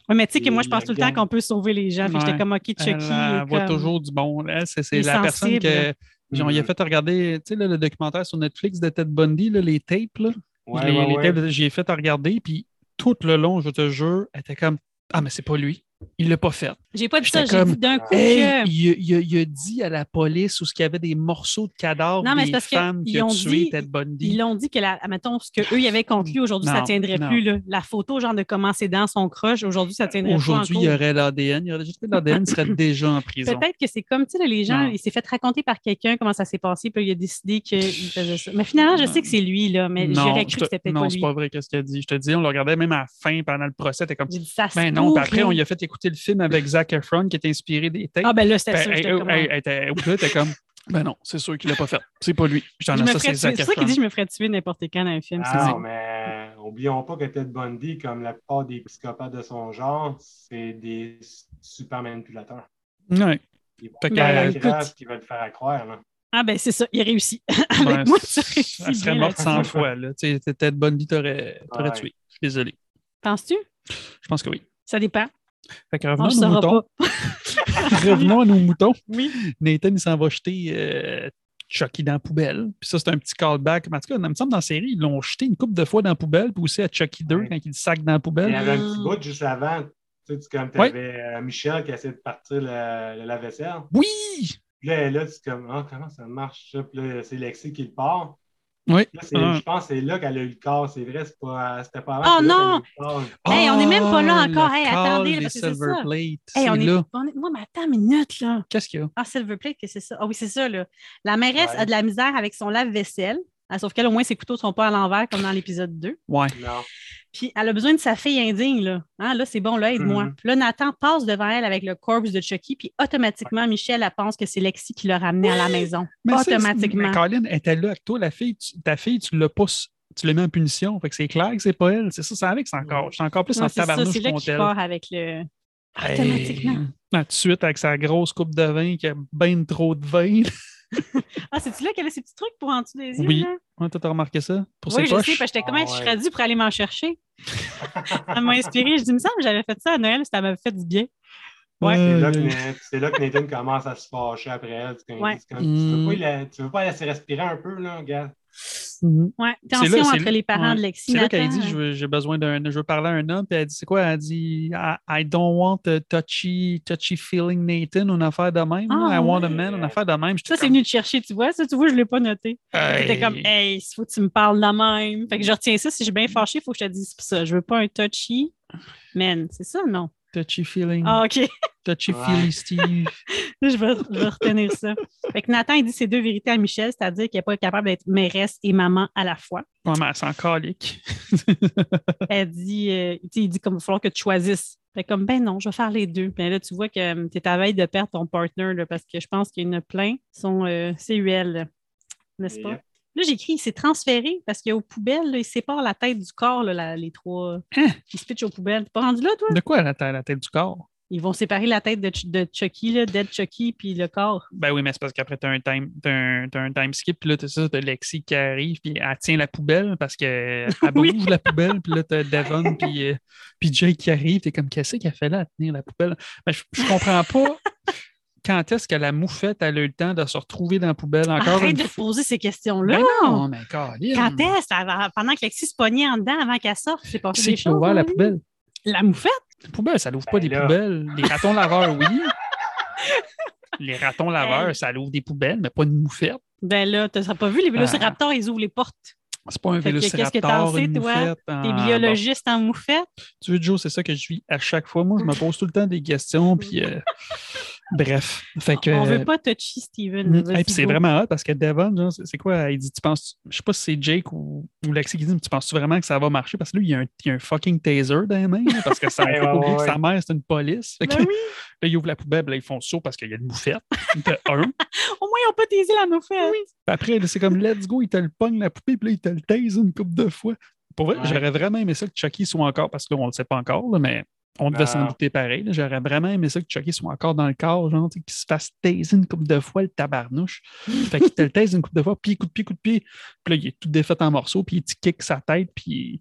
A: Oui, mais tu sais que
C: Et
A: moi, je pense
C: la
A: tout le temps
C: gang.
A: qu'on peut sauver les gens. Fait que
B: Ouais.
A: J'étais comme OK, Chucky.
B: Elle, euh,
A: est
B: voit
A: comme-
B: toujours du bon. là. C'est c'est
A: Il est
B: la personne
A: sensible.
B: que. genre,
C: Mm.
B: il a fait regarder, tu sais, là, le documentaire sur Netflix de Ted Bundy, là, les tapes. Là.
C: Ouais,
B: les,
C: ouais,
B: les
C: ouais.
B: tapes, j'ai fait regarder, puis tout le long, je te jure, elle était comme Ah, mais c'est pas lui. Il l'a pas fait.
A: J'ai pas dit ça,
B: J'étais
A: j'ai
B: comme,
A: dit d'un coup
B: Hey,
A: que.
B: il, a- il a- il a dit à la police où ce qu'il y avait des morceaux de cadavres
A: Non, mais c'est
B: des
A: parce que
B: femmes qui
A: ils
B: ont
A: ont
B: tué
A: dit-
B: Ted Bundy.
A: Ils l'ont dit que, la, mettons, ce qu'eux, ils avaient conclu aujourd'hui, ça
B: Non,
A: tiendrait
B: non.
A: plus. là. La photo, genre, de comment c'est dans son crush, aujourd'hui, ça tiendrait
B: Aujourd'hui,
A: plus.
B: il y
A: encore.
B: aurait l'ADN. Il y aurait juste que l'ADN serait déjà en prison.
A: Peut-être que c'est comme, tu sais, là, les gens,
B: Non.
A: il s'est fait raconter par quelqu'un comment ça s'est passé, puis il a décidé qu'il faisait ça. Mais finalement, je sais que c'est lui, là, mais
B: Non,
A: j'aurais cru
B: je te-
A: que c'était peut-être
B: Non,
A: pas
B: c'est
A: lui.
B: pas vrai qu'est-ce qu'elle dit. Je te dis, on le regardait même à la fin pendant le procès. T'es comme,
A: J'ai dit ça. se
B: ben non. Puis après,
A: pourrait.
B: on lui a fait écouter le film avec Zac Efron qui est inspiré des textes.
A: Ah, ben là, c'était
B: Ben,
A: sûr.
B: hey,
A: j'étais
B: hey,
A: comme,
B: hey, hey, t'es- ou là, t'es comme, ben non, c'est sûr qu'il l'a pas fait. C'est pas lui. Je t'en
A: Je
B: ai
A: me
B: ça,
A: ferais
B: c'est
A: tuer.
B: Zac
A: C'est ça
B: Efron.
A: qu'il dit, je me ferais tuer n'importe quand dans un film. c'est
C: Ah,
A: ça.
C: non, mais oublions pas que Ted Bundy, comme la plupart des psychopathes de son genre, c'est des super manipulateurs.
B: Ouais.
C: Ils vont
B: Fait que,
C: faire
A: euh,
C: la grave
A: [laughs]
B: écoute.
C: ce qu'ils veulent faire à croire. là.
A: Ah, ben c'est ça, il réussit. Avec
B: Ben,
A: moi, tu
B: elle
A: réussis
B: serait
A: bien
B: morte
A: là-dessus.
B: 100 fois. Là. Tu sais, Ted Bundy t'aurait t'aurait
C: Ouais.
B: tué. Je suis désolé.
A: Penses-tu?
B: Je pense que oui.
A: Ça dépend.
B: Fait que
A: On ne
B: revenons à nos
A: saura
B: moutons.
A: pas.
B: [laughs] revenons à nos moutons.
A: [laughs] Oui.
B: Nathan, il s'en va jeter euh, Chucky dans la poubelle. Puis ça, c'est un petit callback. Mais En tout cas, il me semble dans la série, ils l'ont jeté une couple de fois dans la poubelle, puis aussi à Chucky 2
C: Ouais.
B: quand il le sac dans la
C: Il
B: poubelle.
C: y avait un
A: Hmm.
C: petit bout juste avant. Tu sais, tu- comme tu
B: Ouais.
C: avais Michel qui essayait de partir le, le lave-vaisselle.
B: Oui!
C: Puis là, là tu es comme, Ah, comment ça marche ça? Puis là, c'est Lexi qui le part.
B: Oui.
C: Là, c'est-
B: Ah.
C: Je pense que c'est là qu'elle a eu le corps. C'est vrai, c'est pas- c'était pas
A: Euh. Ah,
C: avant. c'est là qu'elle a eu le corps.
A: Hey, on est même pas là
B: Ah,
A: encore.
B: le
A: Hey,
B: call
A: attendez,
B: des
A: là, parce que c'est
B: Silver
A: ça.
B: Plate.
A: Hey,
B: c'est
A: on, est,
B: là.
A: on est- Moi, mais attends une minute, là.
B: Qu'est-ce qu'il y a?
A: Ah, Silverplate, que c'est ça. Ah oui, c'est ça, là. La mairesse
C: Ouais.
A: a de la misère avec son lave-vaisselle. Ah, Sauf qu'elle, au moins, ses couteaux ne sont pas à l'envers comme dans l'épisode 2.
B: Ouais.
C: Non.
A: Puis elle a besoin de sa fille indigne, là. Hein, là, c'est bon, là, aide-moi.
C: Mhm.
A: Puis là, Nathan passe devant elle avec le corps de Chucky, puis automatiquement, Michel, elle pense que c'est Lexi qui l'a ramené à la maison.
B: ça, c'est-
A: automatiquement.
B: Mais Colin, elle était là avec toi, la fille. tu- ta fille, tu l'as pas. s- Tu l'as mis en punition. Fait que c'est clair que c'est pas elle. C'est ça, c'est avec c'est encore. Je suis encore plus
A: Ouais,
B: en
A: c'est ça,
B: tabarnouche
A: c'est là
B: contre
A: qu'il
B: elle.
A: part avec le.
B: Hey.
A: Automatiquement.
B: Ah, Tout de suite, avec sa grosse coupe de vin qui a bien trop de vin.
A: Ah, c'est-tu là qu'elle a ses petits trucs pour en dessous des yeux?
B: Oui.
A: là?
B: Ouais, Toi, t'as remarqué ça? Pour
A: oui,
B: ses
A: je
B: poches?
A: sais, parce que j'étais comment
C: Ah,
A: je
C: ouais.
A: serais dû pour aller m'en chercher. ça m'a inspiré. Je dis, il me semble que j'avais fait ça à Noël, ça m'avait fait du bien. Ouais.
C: C'est là,
B: Aïe,
C: que,
B: aïe.
C: Na- c'est là que Nathan commence à se fâcher après elle. C'est quand il
A: Ouais.
C: dit, c'est comme, tu, veux
B: Hmm.
C: pas la- tu veux pas la laisser respirer un peu, là, gars?
B: Mhm.
A: Ouais,
B: C'est là-
A: tension
B: c'est
A: entre
B: là-
A: les parents
B: ouais.
A: de Lexi.
B: C'est là
A: Nathan,
B: qu'elle dit je veux- j'ai besoin d'un je veux parler à un homme puis elle dit c'est quoi elle dit I, I don't want a touchy touchy feeling Nathan une affaire de même là.
A: Ah,
B: I want a
C: ouais.
B: man une affaire de même J'étais
A: hein. Ça, c'est
B: comme,
A: venu te chercher, tu vois. Ça, tu vois, je ne l'ai pas noté. T'étais
B: Hey.
A: comme, hey, il faut que tu me parles de la même. Fait que je retiens ça. Si je suis bien fâchée, il faut que je te dise ça. Je veux pas un touchy. Man, c'est ça, non?
B: touchy feeling
A: Ah, OK. [laughs]
B: touchy
C: Ouais.
B: feely Steve
A: je, vais, je vais retenir ça. Fait que Nathan, il dit ces deux vérités à Michel, c'est-à-dire qu'il n'est pas capable d'être mairesse et maman à la fois.
B: ouais mais elle s'en calique
A: Elle dit, euh, tu sais, il dit comme, il va falloir que tu choisisses. Fait comme, ben non, je vais faire les deux. Ben là, tu vois que tu es à veille de perdre ton partner, là, parce que je pense qu'il y en a plein qui sont euh, CUL, là. n'est-ce pas?
C: Yep.
A: Là, j'écris, il s'est transféré parce qu'aux poubelles, là, il sépare la tête du corps, là, la- les trois.
B: Hein?
A: Ils se pitchent aux poubelles. T'es pas rendu là, toi?
B: de quoi la tête la tête du corps
A: Ils vont séparer la tête de, Ch- de Chucky, là, Dead Chucky, puis le corps.
B: ben oui mais c'est parce qu'après t'as un time t'as un, t'as un time skip puis là t'as ça t'as Lexi qui arrive puis elle tient la poubelle parce que [laughs] elle
A: Oui.
B: bouge la poubelle puis là t'as Devon puis euh, puis Jake qui arrive t'es comme qu'est-ce qu'elle fait là à tenir la poubelle Ben, je, je comprends pas quand est-ce que la moufette elle a eu le temps de se retrouver dans la poubelle encore
A: Arrête de
B: une fois?
A: poser ces questions-là.
B: Ben non mais Colin,
A: Quand est-ce? Avant- Pendant que Lexi se pognait en dedans, avant qu'elle sorte, c'est
B: qui
A: passé
B: c'est
A: des
B: qui a
A: choses.
B: ouvert
A: dans
B: la
A: vie.
B: poubelle
A: La moufette?
B: La poubelle, ça l'ouvre pas
C: Ben
B: des
C: là.
B: poubelles. Les ratons laveurs,
A: [laughs]
B: oui. Les ratons laveurs,
A: Hey.
B: ça l'ouvre des poubelles, mais pas une moufette.
A: Ben là, tu n'as pas
B: Ah.
A: vu, les vélociraptors, ils ouvrent les portes.
B: C'est pas un
A: Fait que qu'est-ce que t'en
B: vélociraptor,
A: sais,
B: une
A: toi?
B: moufette.
A: T'es
B: Ah,
A: biologistes en moufette.
B: bon. Tu veux, Joe, c'est ça que je vis à chaque fois. Moi, je me pose tout le temps des questions, puis
A: [laughs]
B: euh, bref. Fait que...
A: On veut pas touchy, Steven.
B: Mm.
A: Vas-y,
B: Hey, puis c'est
A: go.
B: vraiment hot parce que Devon, genre, c'est c'est quoi? Il dit, tu penses, je sais pas si c'est Jake ou, ou Lexi qui dit, mais tu penses-tu vraiment que ça va marcher? Parce que là, il y a un, il y a un fucking taser dans les mains, là,
A: [laughs]
B: parce que ça
C: Ouais,
B: faut pas
C: ouais,
B: oublier que
C: ouais.
B: sa mère, c'est une police. Fait que
A: Ben oui,
B: là, ils ouvrent la poubelle, puis là, ils font saut parce qu'il y a une bouffette de [laughs] un. Puis
A: au moins, ils n'ont pas taisé la moufette.
B: Après, là, c'est comme, let's go, il te le pogne la poupée, puis là, il te le tase une couple de fois. Pour vrai,
C: Ouais.
B: j'aurais vraiment aimé ça que Chucky soit encore, parce que là, on le sait pas encore, là, mais on devait s'en
A: Ah.
C: Non.
B: douter pareil. là. J'aurais vraiment aimé ça que Chucky soit encore dans le corps, genre, tu sais, qu'il se fasse taiser une coupe de fois, le tabarnouche. Fait qu'il te le taise une coupe de fois, puis coup de pied, coup de pied. Puis là, il est tout défait en morceaux, puis il te kick sa tête, puis.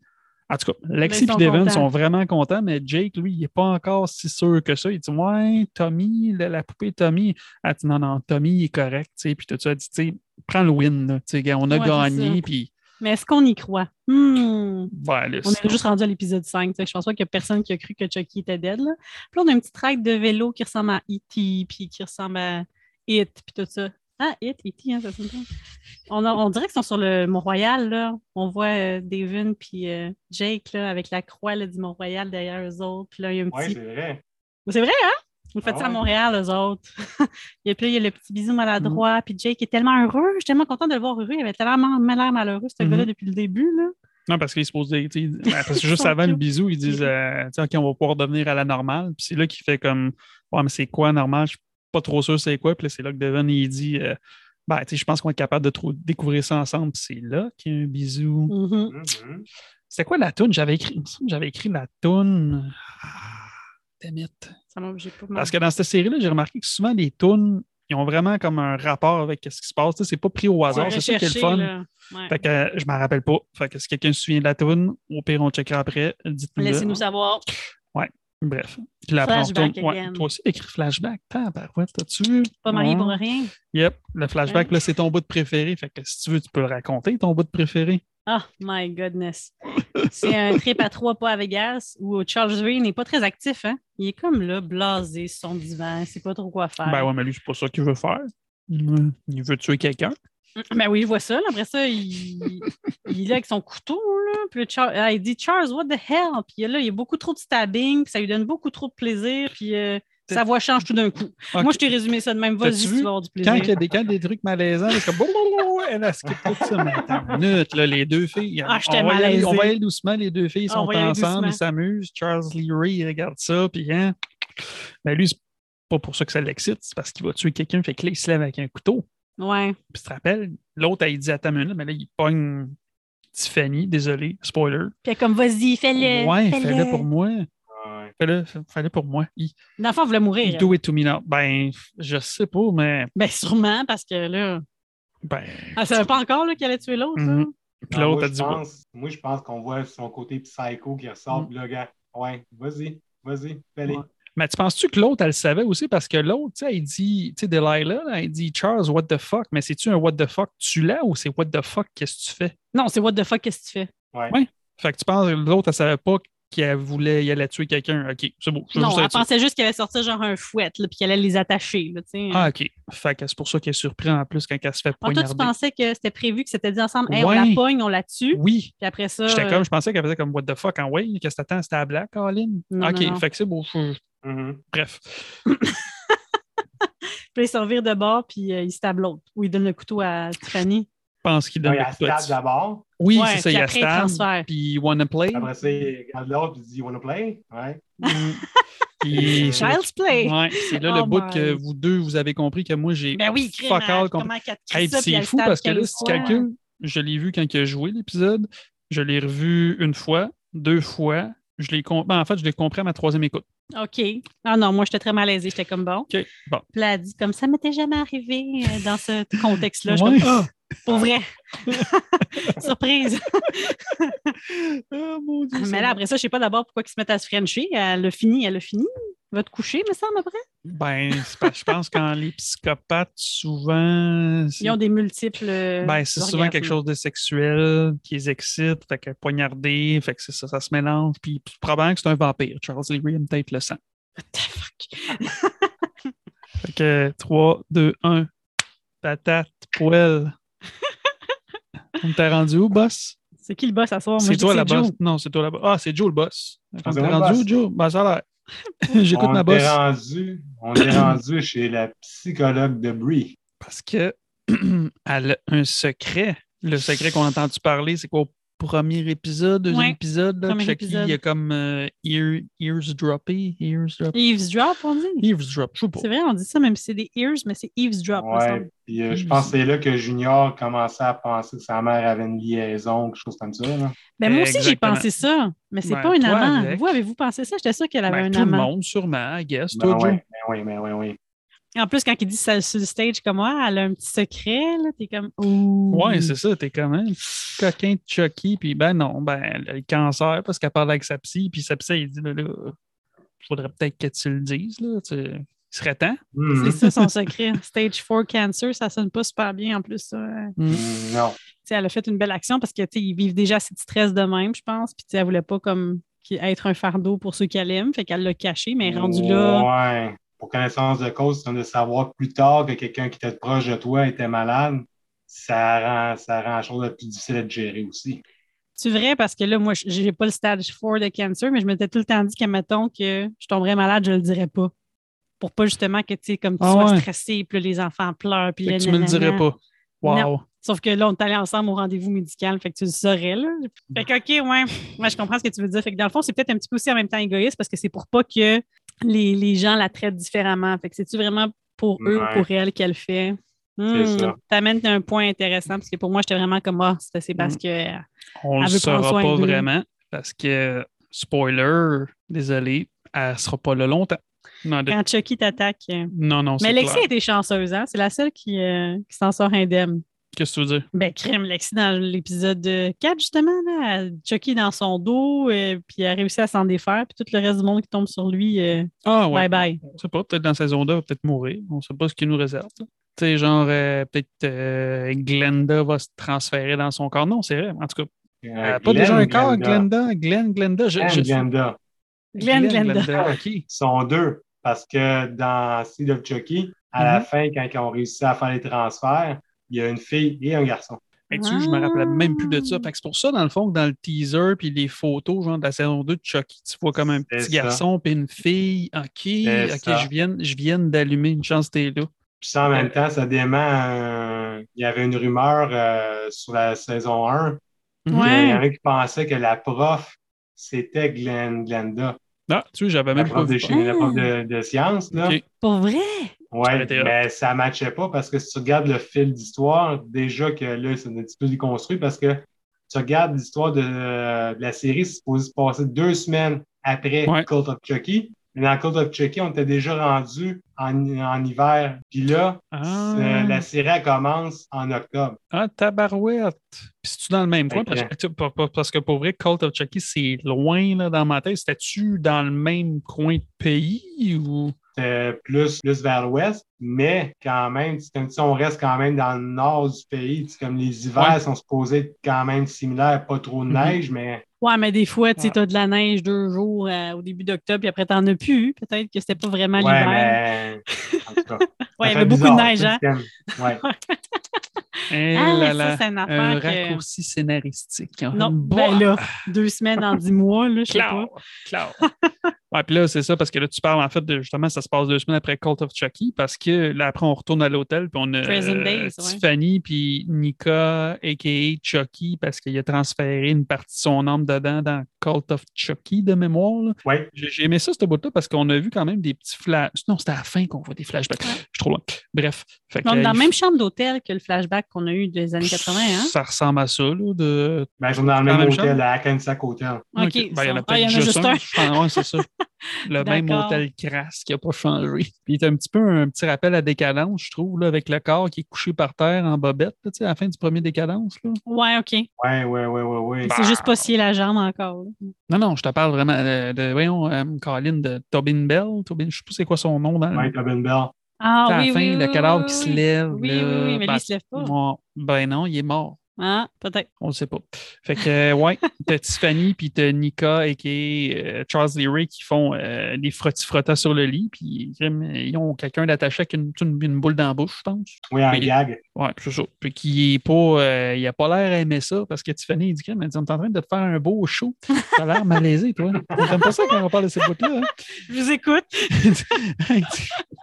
B: En tout cas, Lexi
A: ils
B: et
A: sont
B: Devon
A: contents.
B: sont vraiment contents, mais Jake, lui, il n'est pas encore si sûr que ça. Il dit Ouais, Tommy, la, la poupée Tommy. Elle dit Non, non, Tommy, il est correct. tu sais. Puis tout ça, elle dit Tu sais, Prends le win. là. Tu sais, gars, on a
A: Ouais, c'est
B: gagné.
A: ça.
B: Puis,
A: Mais est-ce qu'on y croit? Hmm.
B: ouais, là,
A: On
B: c'est-
A: est juste rendu à l'épisode 5. fait que Je pense pas qu'il y a personne qui a cru que Chucky était dead. Là. Puis là, on a une petite track de vélo qui ressemble à E.T., puis qui ressemble à It, puis tout ça. Ah, It, E.T., hein, ça sonne bien. On, a- on dirait qu'ils sont sur le Mont-Royal. là. On voit euh, Devin puis euh, Jake là, avec la croix là, du Mont-Royal derrière eux autres. Puis là, il y a un
C: Oui,
A: petit...
C: c'est vrai.
A: C'est vrai, hein? Vous faites
C: Ah
A: ça à
C: ouais.
A: Montréal, eux autres. [laughs] Et puis là, il y a le petit bisou
B: Mm.
A: maladroit. Puis Jake est tellement heureux. Je suis tellement contente de le voir heureux. Il avait tellement l'air malheureux, ce
B: Mhm.
A: gars-là, depuis le début. Là.
B: Non, parce qu'il se pose des. tu sais,
A: [laughs]
B: ouais, Parce que
A: Ils
B: juste
A: sont
B: avant le
A: cute.
B: bisou, ils disent euh, tu sais, OK, on va pouvoir devenir à la normale. Puis c'est là qu'il fait comme Ouais, mais c'est quoi normal Je suis pas trop sûr c'est quoi. Puis là, c'est là que Devon, il dit euh, Ben, tu sais, je pense qu'on est capable de trou- découvrir ça ensemble. Puis c'est là qu'il y a un bisou.
A: Mhm.
C: Mhm.
B: C'était quoi la toune J'avais écrit, il me semble que j'avais écrit la toune. Ah, damn it.
A: Ça m'a obligé pas.
B: Parce que dans cette série-là, j'ai remarqué que souvent les tunes, ils ont vraiment comme un rapport avec ce qui se passe. Tu sais, C'est pas pris au hasard,
A: Ouais,
B: c'est ça qui est le
A: chercher,
B: fun.
A: là. Ouais.
B: Fait que euh, je m'en rappelle pas. Fait que si quelqu'un se souvient de la toune, au pire, on checkera après. Dites-nous.
A: Laissez-nous savoir.
B: Bref. Puis là, après, on
A: Flashback
B: retourne- ouais,
A: again.
B: toi aussi, écrit flashback. Tabarouette, t'as-tu vu?
A: Pas marié
B: Ouais.
A: pour rien.
B: Yep, le flashback,
A: Ouais.
B: puis là, c'est ton bout de préféré. Fait que si tu veux, tu peux le raconter, ton bout de préféré.
A: Oh my goodness. C'est un trip à trois pas à Vegas où Charles Ray n'est pas très actif. Hein? Il est comme là, blasé sur son divan. Il sait pas trop quoi faire.
B: Ben ouais, mais lui, c'est pas ça qu'il veut faire. Il il veut tuer quelqu'un.
A: Ben oui, je vois ça. là. Après ça, il, il est là avec son couteau. Là. Puis là, Char- ah, il dit Charles, what the hell? Puis là, il y a beaucoup trop de stabbing. Puis ça lui donne beaucoup trop de plaisir. Puis euh, sa voix change tout d'un coup.
B: Ok.
A: Moi, je t'ai résumé ça de même. Vas-y,
B: T'as-tu
A: si tu
B: vu?
A: vas avoir du
B: Quand il y
A: plaisir.
B: a des, quand il y a des trucs malaisants, c'est comme blablabla, elle a skip tout ça. Mais attends une minute, là, les deux filles.
A: Ah, j'étais
B: on, va y aller,
A: malaisée. Ah,
B: on va y aller doucement, les deux filles
A: On
B: sont
A: va y aller
B: ensemble,
A: doucement.
B: ils s'amusent. Charles Leary il regarde ça, puis hein. Ben lui, c'est pas pour ça que ça l'excite, c'est parce qu'il va tuer quelqu'un, fait que là, il se lève avec un couteau.
A: Ouais.
B: Puis tu te rappelles, l'autre, elle dit à ta minute, mais là, il pogne Tiffany, désolé, spoiler.
A: Puis elle est comme, vas-y, fais-le.
B: ouais,
A: fais-le.
B: fallait pour moi.
C: Ouais.
B: Fallait, fallait pour moi. Il-
A: Dans le fond, elle voulait mourir. elle.
B: Do it to me now. Ben, je sais pas, mais.
A: Ben sûrement, parce que là,
B: Ben,
A: elle savait pas encore là, qu'elle allait tuer l'autre. là.
B: Mhm. Puis
C: Non,
B: l'autre,
C: moi,
B: elle
C: je
B: dit. ouais.
C: pense- Moi, je pense qu'on voit son côté psycho qui ressort.
B: Mhm.
C: puis là, gars, ouais, vas-y, vas-y, fais-les.
B: Ouais. Mais tu penses-tu que l'autre, elle le savait aussi? Parce que l'autre, tu sais, elle dit, tu sais, Delilah, là, elle dit Charles, what the fuck? Mais c'est-tu un what the fuck tu l'as ou c'est what the fuck qu'est-ce que tu fais?
A: Non, c'est what the fuck, qu'est-ce que tu fais?
C: Ouais.
B: Ouais. Fait que tu penses que l'autre, elle savait pas qu'elle voulait, elle allait tuer quelqu'un. OK, c'est beau. je veux
A: Non,
B: juste
A: elle
B: être sûr.
A: pensait juste qu'il allait sortir genre un fouet, là, puis qu'elle allait les attacher. Là, tu sais.
B: Ah, OK. Fait que c'est pour ça qu'elle est surpris en plus quand elle se fait
A: Alors, Ah, toi, tu
B: poignarder.
A: pensais que c'était prévu, que c'était dit ensemble, hey, on
B: Ouais.
A: la pogne, on la tue,
B: Oui.
A: puis après ça.
B: J'étais
A: euh,
B: comme, je pensais qu'elle faisait comme what the fuck en way, qu'est-ce que t'attends, c'était à Black, Caroline?
A: Non,
B: ok,
A: non, non.
B: fait que c'est beau. je-
C: Mhm.
B: Bref.
A: Puis il servir de bord, puis euh, il stab l'autre. Ou il donne le couteau à Tiffany.
B: Je pense qu'il donne
C: Ouais,
B: le
C: elle
B: coup de
C: stab
B: petit.
C: d'abord.
B: Oui,
A: Ouais,
B: c'est ça,
A: puis
B: il
A: après, il
B: a stab,
A: transfère.
B: puis il wanna play.
C: Après ça, il regarde l'autre et dit You wanna play? Ouais.
A: [laughs]
B: Mm. Puis-
A: Child's play!
B: Ouais, c'est là le
A: Oh
B: bout que
A: my.
B: vous deux, vous avez compris que moi, j'ai
A: Ben oui, crime,
B: fuck all
A: elle-
B: compris.
A: comment qu'elle te crie
B: Hey,
A: ça,
B: puis
A: puis
B: c'est
A: elle
B: fou
A: stab
B: parce que là,
A: 15
B: si tu
A: fois.
B: calcules, je l'ai vu quand il a joué l'épisode, je l'ai revu une fois, deux fois, je l'ai com- ben, en fait, je l'ai compris à ma troisième écoute.
A: OK. Ah non, moi, j'étais très malaisée. J'étais comme bon.
B: OK, bon.
A: Puis là, elle dit comme ça m'était jamais arrivé euh, dans ce contexte-là. Je suis
B: Ouais.
A: comme, Ah, pour
B: [laughs]
A: vrai. Surprise.
B: Ah, mon Dieu, ça
A: Mais là,
B: va.
A: après ça, je sais pas d'abord pourquoi ils se mettent à se frencher. Elle le fini, elle le fini. Va te coucher, me semble, après.
B: Ben, c'est parce que je pense qu'en les psychopathes, souvent. c'est-
A: Ils ont des multiples. euh,
B: Ben, c'est souvent
A: orgasmes.
B: quelque chose de sexuel qui les excite, fait que poignarder, fait que c'est ça, ça se mélange. Puis c'est probablement que c'est un vampire. Charles Leary aime peut-être le sang.
A: What the fuck?
B: [laughs] Fait que 3, 2, 1, patate,
A: [laughs]
B: poêle. On t'a rendu où, boss?
A: C'est qui le boss à soir? Moi,
B: C'est
A: je dis
B: toi
A: que
B: la
A: Joe.
B: boss. Non, c'est toi la boss. Ah, c'est Joe le boss. On
C: c'est
B: t'a
C: moi le
B: rendu
C: boss.
B: où, Joe? Ben, ça a l'air. [laughs] J'écoute
C: on
B: ma
C: est
B: boss.
C: rendu, on est rendu chez la psychologue de Brie.
B: Parce que [clears throat] elle a un secret. Le secret qu'on a entendu parler, c'est quoi au premier épisode, deuxième
A: Ouais,
B: épisode? Là,
A: premier
B: Chucky,
A: épisode.
B: il y a comme euh, ear- ears droppé, ears drop,
A: Eavesdrop, on dit.
B: ears drop, je sais pas.
A: C'est vrai, on dit ça, même si c'est des ears, mais c'est
B: Ah,
A: eavesdrop. me semble.
C: Ouais. Puis euh, je pense que c'est là que Junior commençait à penser que sa mère avait une liaison, quelque chose comme ça. là.
A: Ben, moi aussi, j'ai
B: Exactement.
A: pensé ça, mais c'est
B: Ben,
A: pas un
B: toi,
A: amant.
B: avec.
A: Vous, avez-vous pensé ça? J'étais sûre qu'elle avait
B: Ben,
A: un
B: tout le
A: amant.
B: monde, sûrement, I guess.
C: Ben
B: Toi, Joe?
C: ouais, ben oui, ben oui, oui.
A: En plus, quand il dit ça sur le stage comme moi, elle a un petit secret, là, t'es comme Ouh.
B: Ouais, c'est ça, t'es quand même coquin de Chucky, puis ben non, ben le cancer, parce qu'elle parle avec sa psy, puis sa psy, elle dit, là, là, faudrait peut-être que tu le dises, là, tu- il serait temps.
C: Hmm.
A: C'est ça son secret. Stage 4 cancer, ça sonne pas super bien en plus. ça.
C: Hmm, Non.
A: Tu sais, elle a fait une belle action parce que tu sais, ils vivent déjà assez de stress de même, je pense. Puis tu sais, elle voulait pas comme qu'il- être un fardeau pour ceux qu'elle aime. Fait qu'elle l'a caché, mais rendu là.
C: Ouais. Pour connaissance de cause, c'est de savoir plus tard que quelqu'un qui était proche de toi était malade. Ça rend, ça rend la chose la plus difficile à gérer aussi.
A: C'est vrai parce que là, moi, j- j'ai pas le stage 4 de cancer, mais je m'étais tout le temps dit qu'à mettons que je tomberais malade, je le dirais pas. Pour pas justement que tu sais, comme tu
B: Ah
A: sois
B: ouais.
A: stressé, puis là, les enfants pleurent, puis
B: Fait
A: là,
B: que tu me le
A: nanana.
B: dirais pas. Wow.
A: Sauf que là, on est allé ensemble au rendez-vous médical, fait que tu le saurais, là. Fait que, OK, ouais, ouais, je comprends ce que tu veux dire. Fait que dans le fond, c'est peut-être un petit peu aussi en même temps égoïste parce que c'est pour pas que les, les gens la traitent différemment. Fait que c'est-tu vraiment pour eux
C: Ouais.
A: ou pour elle qu'elle fait? Hmm.
C: C'est ça.
A: T'amènes un point intéressant parce que pour moi, j'étais vraiment comme, ah, c'est c'est parce
B: Mm.
A: que. euh,
B: On le
A: Elle veut prendre
B: saura
A: soin
B: pas
A: d'eux.
B: vraiment parce que, spoiler, désolé, elle sera pas là longtemps. Non, de-
A: Quand Chucky t'attaque. euh.
B: non, non
A: Mais
B: c'est
A: Lexi
B: clair.
A: a été chanceuse, hein? C'est la seule qui, euh, qui s'en sort indemne.
B: Qu'est-ce que tu veux dire?
A: Ben, crime, Lexi, dans l'épisode euh, 4, justement, là, elle- Chucky dans son dos, euh, puis elle a réussi à s'en défaire, puis tout le reste du monde qui tombe sur lui, euh,
B: Ah ouais.
A: bye-bye.
B: On sait pas, peut-être dans la saison 2, elle va peut-être mourir. On sait pas ce qu'il nous réserve. là. Tu sais, genre, euh, peut-être euh, Glenda va se transférer dans son corps. Non, c'est vrai. En tout cas,
C: Euh,
B: elle a pas
C: Glenn,
B: déjà un corps,
C: Glenda.
B: Glenda. Glenn, Glenda. Je,
C: Glenn,
B: je-
C: Glenda.
A: Glenn, Glenda.
B: OK.
C: Ils sont deux. Parce que dans Seed of Chucky, à la
B: Mhm.
C: fin, quand ils ont réussi à faire les transferts, il y a une fille et un garçon.
B: Hey, Ben, tu, vois, je me rappelais même plus de
C: Ah!
B: ça. Fait que c'est pour ça, dans le fond, que dans le teaser puis les photos genre, de la saison 2 de Chucky, tu vois comme un
C: C'est
B: petit
C: ça.
B: garçon puis une fille. OK, OK,
C: ça.
B: je viens, je viens d'allumer. Une chance que t'es là.
C: Puis ça, en même temps, ça dément. euh, il y avait une rumeur euh, sur la saison 1.
B: Mhm.
A: Ouais.
C: Il y en a qui pensaient que la prof, c'était Glenn, Glenda.
B: Ah, tu vois, j'avais
C: La
B: même pas
C: prof, de,
B: vu.
C: chimie, la prof de, de sciences. Là.
B: Ok.
A: Pour vrai?
C: Ouais,
B: Ça aurait été
C: mais ça ne matchait pas parce que si tu regardes le fil d'histoire, déjà que là, c'est un petit peu déconstruit parce que tu regardes euh, l'histoire de, de la série, c'est supposé se passer deux semaines après
B: Ouais.
C: Cult of Chucky. Dans Code of Chucky, on était déjà rendu en, en hiver. Puis là,
B: Ah.
C: c'est- la série elle commence en octobre.
B: Ah, tabarouette! Puis c'est-tu dans le même coin? Parce que, tu- pa- pa- parce que pour vrai, Cult of Chucky, c'est loin là, dans ma tête. C'était-tu dans le même coin de pays ou.
C: C'était euh, plus, plus vers l'ouest, mais quand même, c'est comme si on reste quand même dans le nord du pays. C'est comme les hivers
B: Ouais.
C: sont supposés être quand même similaires, pas trop de
B: Mhm.
C: neige, mais
A: Ouais, mais des fois, tu sais,
B: Ouais.
A: t'as de la neige deux jours euh, au début d'octobre, puis après, t'en as plus. Peut-être que c'était pas vraiment
C: ouais,
A: l'hiver.
C: mais en tout cas,
A: [laughs] Ouais, il y
C: ça fait
A: avait beaucoup
C: bizarre,
A: de neige,
C: tu sais,
A: hein?
C: c'est comme- ouais.
B: Eh
A: Ah,
B: là
A: ça,
B: là,
A: c'est une
B: un
A: affaire que...
B: raccourci scénaristique.
A: Non,
B: Bah,
A: ben là, deux semaines en dix mois, là, je sais pas.
B: Claire, claire. [laughs] Ouais, puis là, c'est ça, parce que là, tu parles en fait de justement, ça se passe deux semaines après Cult of Chucky, parce que là, après, on retourne à l'hôtel, puis on a euh,
A: Prison Days, ouais.
B: Tiffany, puis Nika, a.k.a. Chucky, parce qu'il a transféré une partie de son âme dedans dans Cult of Chucky de mémoire. là.
C: Ouais.
B: J'ai j'ai aimé ça, ce bout-là, parce qu'on a vu quand même des petits flashs. Non, c'était à la fin qu'on voit des flashbacks. Je suis trop loin. Bref. Fait que,
A: On est dans
B: euh,
A: la même chambre d'hôtel que le flashback qu'on a eu des années 80, hein?
B: Ça ressemble à ça, là, de
C: Ben, ils sont dans le
B: Dans la
C: même
B: même
C: hôtel,
B: chambre?
C: à Hackensack Hotel.
A: OK.
B: Ok. Ben, il y en a
A: ça- ah, il
B: peut-être juste un. [laughs] Je pense- ouais, c'est ça. [laughs] Le même
A: D'accord.
B: hôtel crasse qui n'a pas changé. Puis c'est un petit peu un petit rappel à décadence, je trouve, là, avec le corps qui est couché par terre en bobette, là, tu sais, à la fin du premier décadence. là.
A: Ouais, OK.
C: Ouais, ouais, ouais, ouais, ouais.
B: Bah.
A: C'est juste pas scier la jambe encore. là.
B: Non, non, je te parle vraiment euh, de, voyons, euh, Colin, de Tobin Bell. Tobin, je ne sais pas c'est quoi son nom. hein. Dans le-
C: Ouais, Tobin Bell.
A: Ah,
B: à la
A: oui,
B: fin,
A: oui,
B: le
A: oui,
B: cadavre
A: oui,
B: qui se
A: oui.
B: lève.
A: Oui,
B: là,
A: oui, oui, mais
B: ben,
A: lui, il se lève pas.
B: moi- ben non, il est mort.
A: Ah, peut-être.
B: On ne sait pas. Fait que, euh, ouais, [laughs] t'as Tiffany, puis t'as Nika et qui euh, Charles Leary qui font euh, des frottis-frottas sur le lit, puis crime, euh, ils ont quelqu'un d'attaché avec une, une- une boule dans la bouche, je pense.
C: Oui, un
B: Mais-
C: gag.
B: Ouais, c'est ça. Puis qui est pas, euh, il a pas l'air à aimer ça, parce que Tiffany, il dit, crime, elle dit, on est en train de te faire un beau show. T'as l'air malaisé, toi. T'aimes pas ça quand on parle de cette boîte-là, hein?
A: Je vous écoute.
B: Elle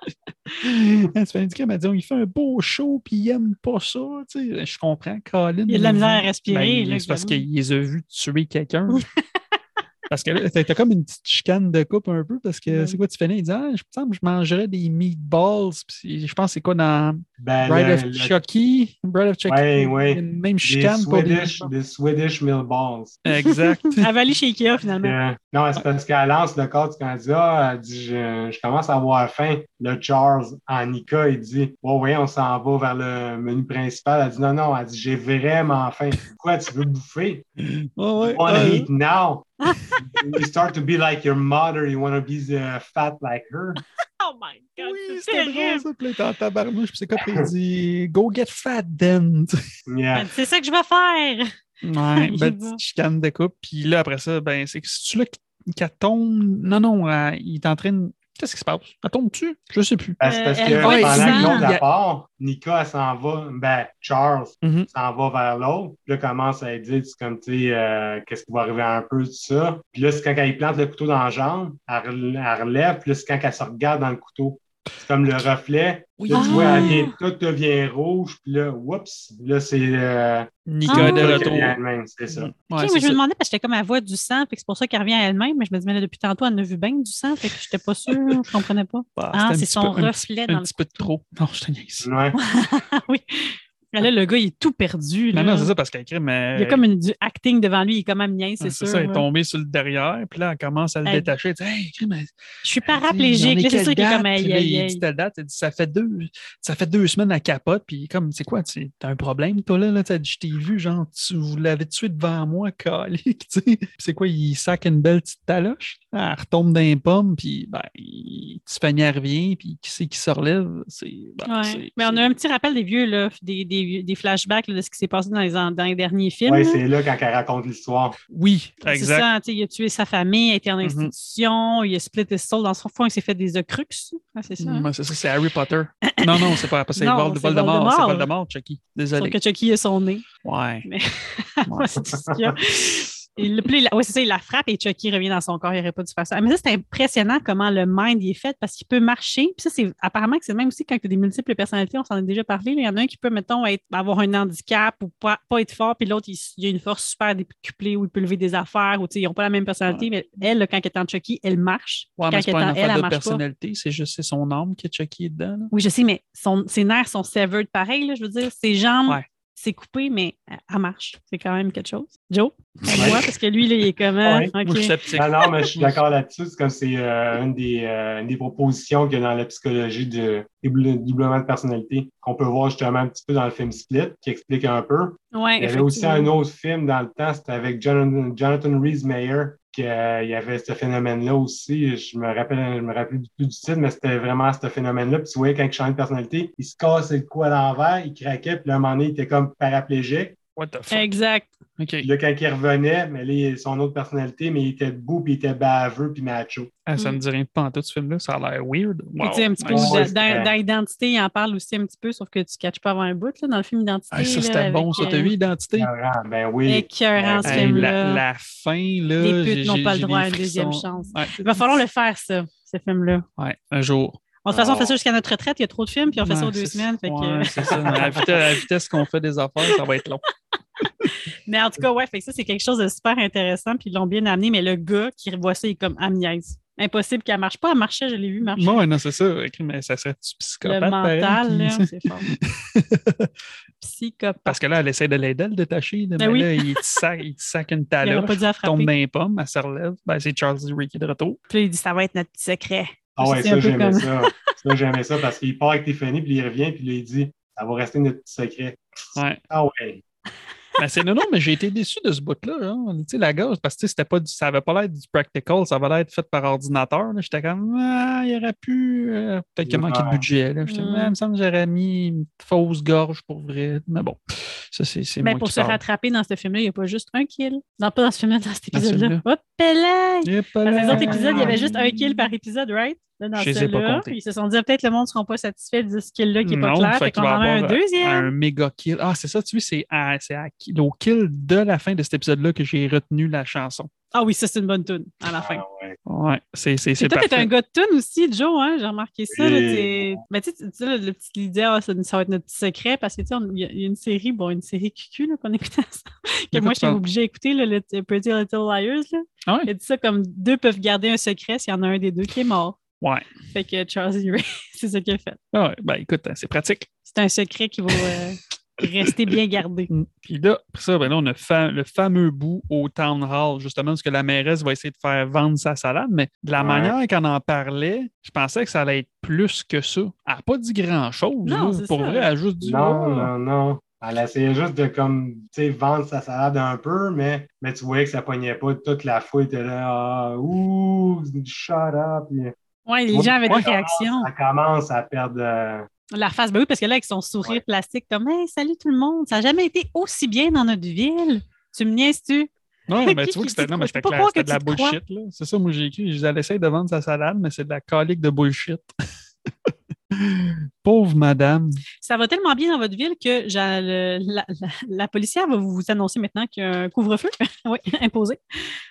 B: dit- [laughs] Elle se fait indiquer, elle m'a dit, il fait un beau show, puis il aime pas ça. Tu sais, je comprends, Colin.
A: Il y a de la misère à respirer.
B: Ben,
A: là,
B: c'est parce
A: évidemment.
B: qu'il les a vus tuer quelqu'un. [laughs] parce que là, t'as t'as comme une petite chicane de coupe un peu, parce que
A: Ouais.
B: c'est quoi, tu finis, il dit, ah, je pense que je mangerais des meatballs. Puis je pense que c'est quoi dans
C: Ben,
B: Bride
C: le-
B: of
C: le-
B: Chucky? Bride of Chucky.
C: Ouais, ouais.
B: il y a une Même
C: des
B: chicane pour des
C: Swedish, Ah des Swedish Mill Balls.
B: meatballs. [laughs]
C: [laughs]
B: Exact.
A: Avalé chez Ikea,
B: [laughs]
A: finalement.
C: Euh, non, c'est parce qu'elle lance le corps du candidat, elle dit je, je commence à avoir faim. Le Charles, en Nika, il dit Ouais, oui, on s'en va vers le menu principal. Elle dit Non, non, elle dit J'ai vraiment faim. Quoi, tu veux bouffer?
B: Ouais, Ah ouais, euh,
C: You wanna
B: ouais.
C: eat now. you start to be like your mother, you wanna be uh, fat like her.
A: Oh my God,
B: Oui,
A: c'est
B: c'était drôle
A: terrible.
B: ça. Puis là, il est en tabarnouche. Puis c'est quoi? Puis il dit Go get fat then. [laughs]
C: Yeah.
A: Elle dit, Ben, C'est ça que je vais faire.
B: Ouais,
A: Il
B: ben,
A: va.
B: petite chicane de coupe. Puis là, après ça, ben, c'est que c'est-tu là qu'- qu'elle tombe Non, non, elle- il est en train de. Qu'est-ce qui se passe Elle tombe-tu Je sais plus.
C: Ben, c'est parce
A: Euh,
C: que
A: elle
B: va être
C: pendant que
B: sans.
C: l'autre
B: Yeah.
C: la part, Nika, elle s'en va, ben, Charles
B: Mhm.
C: s'en va vers l'autre. Puis là, commence à lui dire, c'est comme, tu sais, euh, qu'est-ce qui va arriver un peu, tout ça. Puis là, c'est quand elle plante le couteau dans la jambe, elle, rel- elle relève, puis là, c'est quand elle se regarde dans le couteau. C'est comme le reflet.
B: Oui,
C: Là, tu
A: Ah.
C: vois, elle vient- tout devient rouge, puis là, oups, là, c'est euh,
B: Nika
A: Ah.
B: de
C: ça qui
B: retour.
C: revient elle-même, c'est ça.
B: Ouais,
A: Ok,
B: c'est
A: mais je
B: ça.
A: me demandais parce que j'étais comme à voix du sang, puis que c'est pour ça qu'elle revient à elle-même, mais je me disais, mais là, depuis tantôt, elle en a vu bien du sang, fait que j'étais pas sûre, je comprenais pas. Ah,
B: Bah, c'était un
A: c'est
B: petit
A: son
B: peu- un petit-
A: reflet
B: Un
A: dans le.
B: petit peu de trop. Non, je te niaise.
C: Ouais.
A: Ah [laughs] oui. Là, là, le gars, il est tout perdu.
B: Non,
A: Là.
B: non, c'est ça parce qu'elle crée, mais.
A: Il y a comme une- du acting devant lui, il est quand même niais,
B: Ah,
A: c'est sûr.
B: ça, elle est
A: là.
B: tombée sur le derrière, puis là, elle commence à le
A: Elle-
B: détacher. Elle dit Hey, crée, mais.
A: Je suis
B: Ah,
A: paraplégique, là, c'est sûr qu'il est comme aïe, aïe,
B: Il dit
A: aïe.
B: telle date, elle dit, ça fait deux, ça fait deux semaines à capote, puis comme, c'est quoi, tu- t'as un problème, toi, là, là t'as dit, je t'ai vu, genre, tu vous l'avez tué devant moi, [laughs] calique, tu sais. Puis c'est quoi, il sac une belle petite taloche, elle retombe dans les pommes, puis ben, il- Tiffany elle revient, puis qui c'est qui se relève, c'est... ben,
A: Ouais.
B: c'est-
A: Mais on a un petit rappel des vieux, là, des, des vieux- des flashbacks là, de ce qui s'est passé dans les, an- dans les derniers films.
C: Ouais,
A: là.
C: c'est là quand elle raconte l'histoire.
B: Oui,
A: C'est
B: exact.
A: ça, tu sais, il a tué sa famille, il a été en
B: Mhm.
A: institution, il a split his soul dans son fond, il s'est fait des ocrux. Ouais, c'est ça. hein?
B: Mhm. Ouais, C'est ça, c'est Harry Potter. Non, non, c'est pas, c'est
A: Non,
B: Vol-
A: c'est
B: Voldemort, c'est
A: Voldemort.
B: Voldemort, Chucky.
A: Sauf
B: Désolé.
A: que Chucky a son nez.
B: Ouais.
A: Mais- [laughs]
B: Ouais.
A: c'est tout ce qu'il y a. Et le- puis, il la- ouais, c'est ça, il la frappe et Chucky revient dans son corps. Il n'aurait pas dû faire ça. Ah, Mais ça, c'est impressionnant comment le mind il est fait parce qu'il peut marcher. Puis ça, c'est apparemment que c'est le même aussi quand tu as des multiples personnalités. On s'en est déjà parlé. là. Il y en a un qui peut, mettons, être- avoir un handicap ou pas, pas être fort. Puis l'autre, il, il a une force super décuplée où il peut lever des affaires. Ou, tu sais, ils n'ont pas la même personnalité. Mais elle, là, quand elle est en Chucky, elle marche.
B: Ouais,
A: quand
B: mais c'est
A: elle
B: pas
A: est
B: une
A: en elle,
B: affaire
A: elle
B: de
A: marche pas.
B: personnalité, c'est juste c'est son âme qui est Chucky dedans. là.
A: Oui, je sais, mais son- ses nerfs sont severed pareil. là, je veux dire, ses jambes,
B: Ouais.
A: c'est coupé, mais elle marche. C'est quand même quelque chose. Joe, ouais. moi, parce que lui, là, il est euh, comment?
B: Ouais. Okay. Moi, je suis sceptique.
C: Non, non, mais je suis d'accord là-dessus. C'est comme c'est euh, une, des, euh, une des propositions qu'il y a dans la psychologie de, du doublement de personnalité, qu'on peut voir justement un petit peu dans le film Split, qui explique un peu.
A: Ouais,
C: il y avait aussi un autre film dans le temps, c'était avec John, Jonathan Rhys Mayer, qu'il y avait ce phénomène-là aussi. Je me rappelle, je me rappelle plus du titre, mais c'était vraiment ce phénomène-là. Puis tu voyais quand il changeait de personnalité, il se cassait de quoi à l'envers, il craquait, puis là, un moment donné, il était comme paraplégique.
B: What the fuck?
A: Exact.
B: Okay.
C: Puis là, quand il revenait, mais là, son autre personnalité, mais il était debout, puis il était baveux, puis macho.
B: Ah, ça ne mm. me dit rien pas en tout ce film-là, ça a l'air weird.
A: Wow. Tu sais, un petit peu ouais, dans, dans, Identité, il en parle aussi un petit peu, sauf que tu ne catches pas avant un bout là, dans le film Identité.
B: Ah, ça, c'était bon, euh... ça. T'as vu Identité? Ah,
C: ben oui.
A: Écœurant, ce hey,
B: film-là. La, la, fin, là.
A: Les putes n'ont pas le droit à une deuxième chance. Ouais. Il va falloir le faire, ça, ce film-là.
B: Oui, un jour.
A: Bon, de toute façon, on fait ça jusqu'à notre retraite. Il y a trop de films, puis on fait ouais, ça aux deux semaines. Fait que...
B: c'est ça. À la vitesse qu'on fait des affaires, ça va être long.
A: [laughs] mais en tout cas, ouais, fait que ça, c'est quelque chose de super intéressant, puis ils l'ont bien amené, mais le gars qui revoit ça, il est comme amniaise. Impossible qu'elle marche pas. Elle marchait, je l'ai vu marcher.
B: Bon, ouais, non, c'est ça. Mais ça serait psychopathe.
A: Le mental, là, c'est
B: [laughs]
A: fort. psychopathe.
B: Parce que là, elle essaie de l'aider à le détacher. Là, ben mais oui. là, il te sac, il te sac une taloche.
A: Il pas
B: tombe dans les pommes, elle se relève. Ben, c'est Charles Ricky de retour.
A: Puis là, il dit ça va être notre petit secret.
C: Ah ouais, ça, j'aimais comme... ça. Ça, j'aimais ça parce qu'il part avec Tiffany, puis il revient, puis là, il dit ça va rester notre petit secret.
B: Ouais.
C: Ah ouais.
B: Ben c'est, non, non, mais j'ai été déçu de ce bout-là. Hein. Tu sais, la gauche, parce que c'était pas du, ça n'avait pas l'air du practical, ça avait l'air fait par ordinateur. Là. J'étais comme, ah, il aurait pu. Euh, peut-être qu'il manquait de budget. Là. J'étais, mm. ah, il me semble que j'aurais mis une fausse gorge pour vrai. Mais bon, ça, c'est. c'est
A: ben,
B: moi
A: pour
B: qui
A: se
B: parle.
A: rattraper dans ce film-là, il n'y a pas juste un kill. Non, pas dans ce film-là, dans cet épisode-là. Hop là! Dans les autres épisodes, il y avait juste un kill par épisode, right? Là, dans
B: je les ai pas comptés.
A: Ils se sont dit peut-être le monde ne sera pas satisfait de ce kill-là qui n'est pas clair. Fait qu'on en a un deuxième.
B: Un méga kill. Ah, c'est ça, tu vois, c'est, à, c'est à, au kill de la fin de cet épisode-là que j'ai retenu la chanson.
A: Ah oui, ça, c'est une bonne tune à la fin.
B: Ah ouais. ouais, c'est c'est c'est
A: Toi,
B: parfait.
A: t'es un gars de tune aussi, Joe, hein? J'ai remarqué ça. Et... Là, mais tu sais, le petit Lydia, ah, ça, ça, va être notre petit secret parce que tu sais, il y, a une série, bon, une série QQ là, qu'on [laughs] écoutait ensemble, que moi, j'étais obligée d'écouter, le Pretty Little Liars. Là.
B: Ah ouais.
A: Il a dit ça comme deux peuvent garder un secret s'il y en a un des deux qui est mort.
B: Ouais.
A: Fait que Charles E. Ray, [laughs] c'est ce qu'il a fait.
B: Ah ouais, ben écoute, c'est pratique.
A: C'est un secret qui va euh, rester bien gardé.
B: Puis là, après ça, ben là, on a fa- le fameux bout au town hall, justement, parce que la mairesse va essayer de faire vendre sa salade, mais de la ouais. manière qu'on en parlait, je pensais que ça allait être plus que ça. Elle n'a pas dit grand-chose.
A: Non,
B: là,
A: c'est
B: pour
A: ça.
B: vrai, elle a juste dit. oh.
C: Non, non, non. Elle essayait juste de comme vendre sa salade un peu, mais, mais tu voyais que ça pognait pas. Toute la foule était là, ah, ouh, shut up. Puis...
A: Oui, les gens avaient des réactions.
C: Ça commence à perdre. Euh...
A: La face, ben oui, parce que là, avec son sourire ouais. plastique, comme hey, salut tout le monde, ça n'a jamais été aussi bien dans notre ville. Tu me niaises-tu? [laughs]
B: Non, mais tu vois que c'était, non, mais c'était, clair, c'était de la bullshit. Là. C'est ça, moi j'ai écrit. J'allais essayer de vendre sa salade, mais c'est de la colique de bullshit. [laughs] Pauvre madame.
A: Ça va tellement bien dans votre ville que la, la, la, policière va vous annoncer maintenant qu'il y a un couvre-feu [laughs] oui, imposé.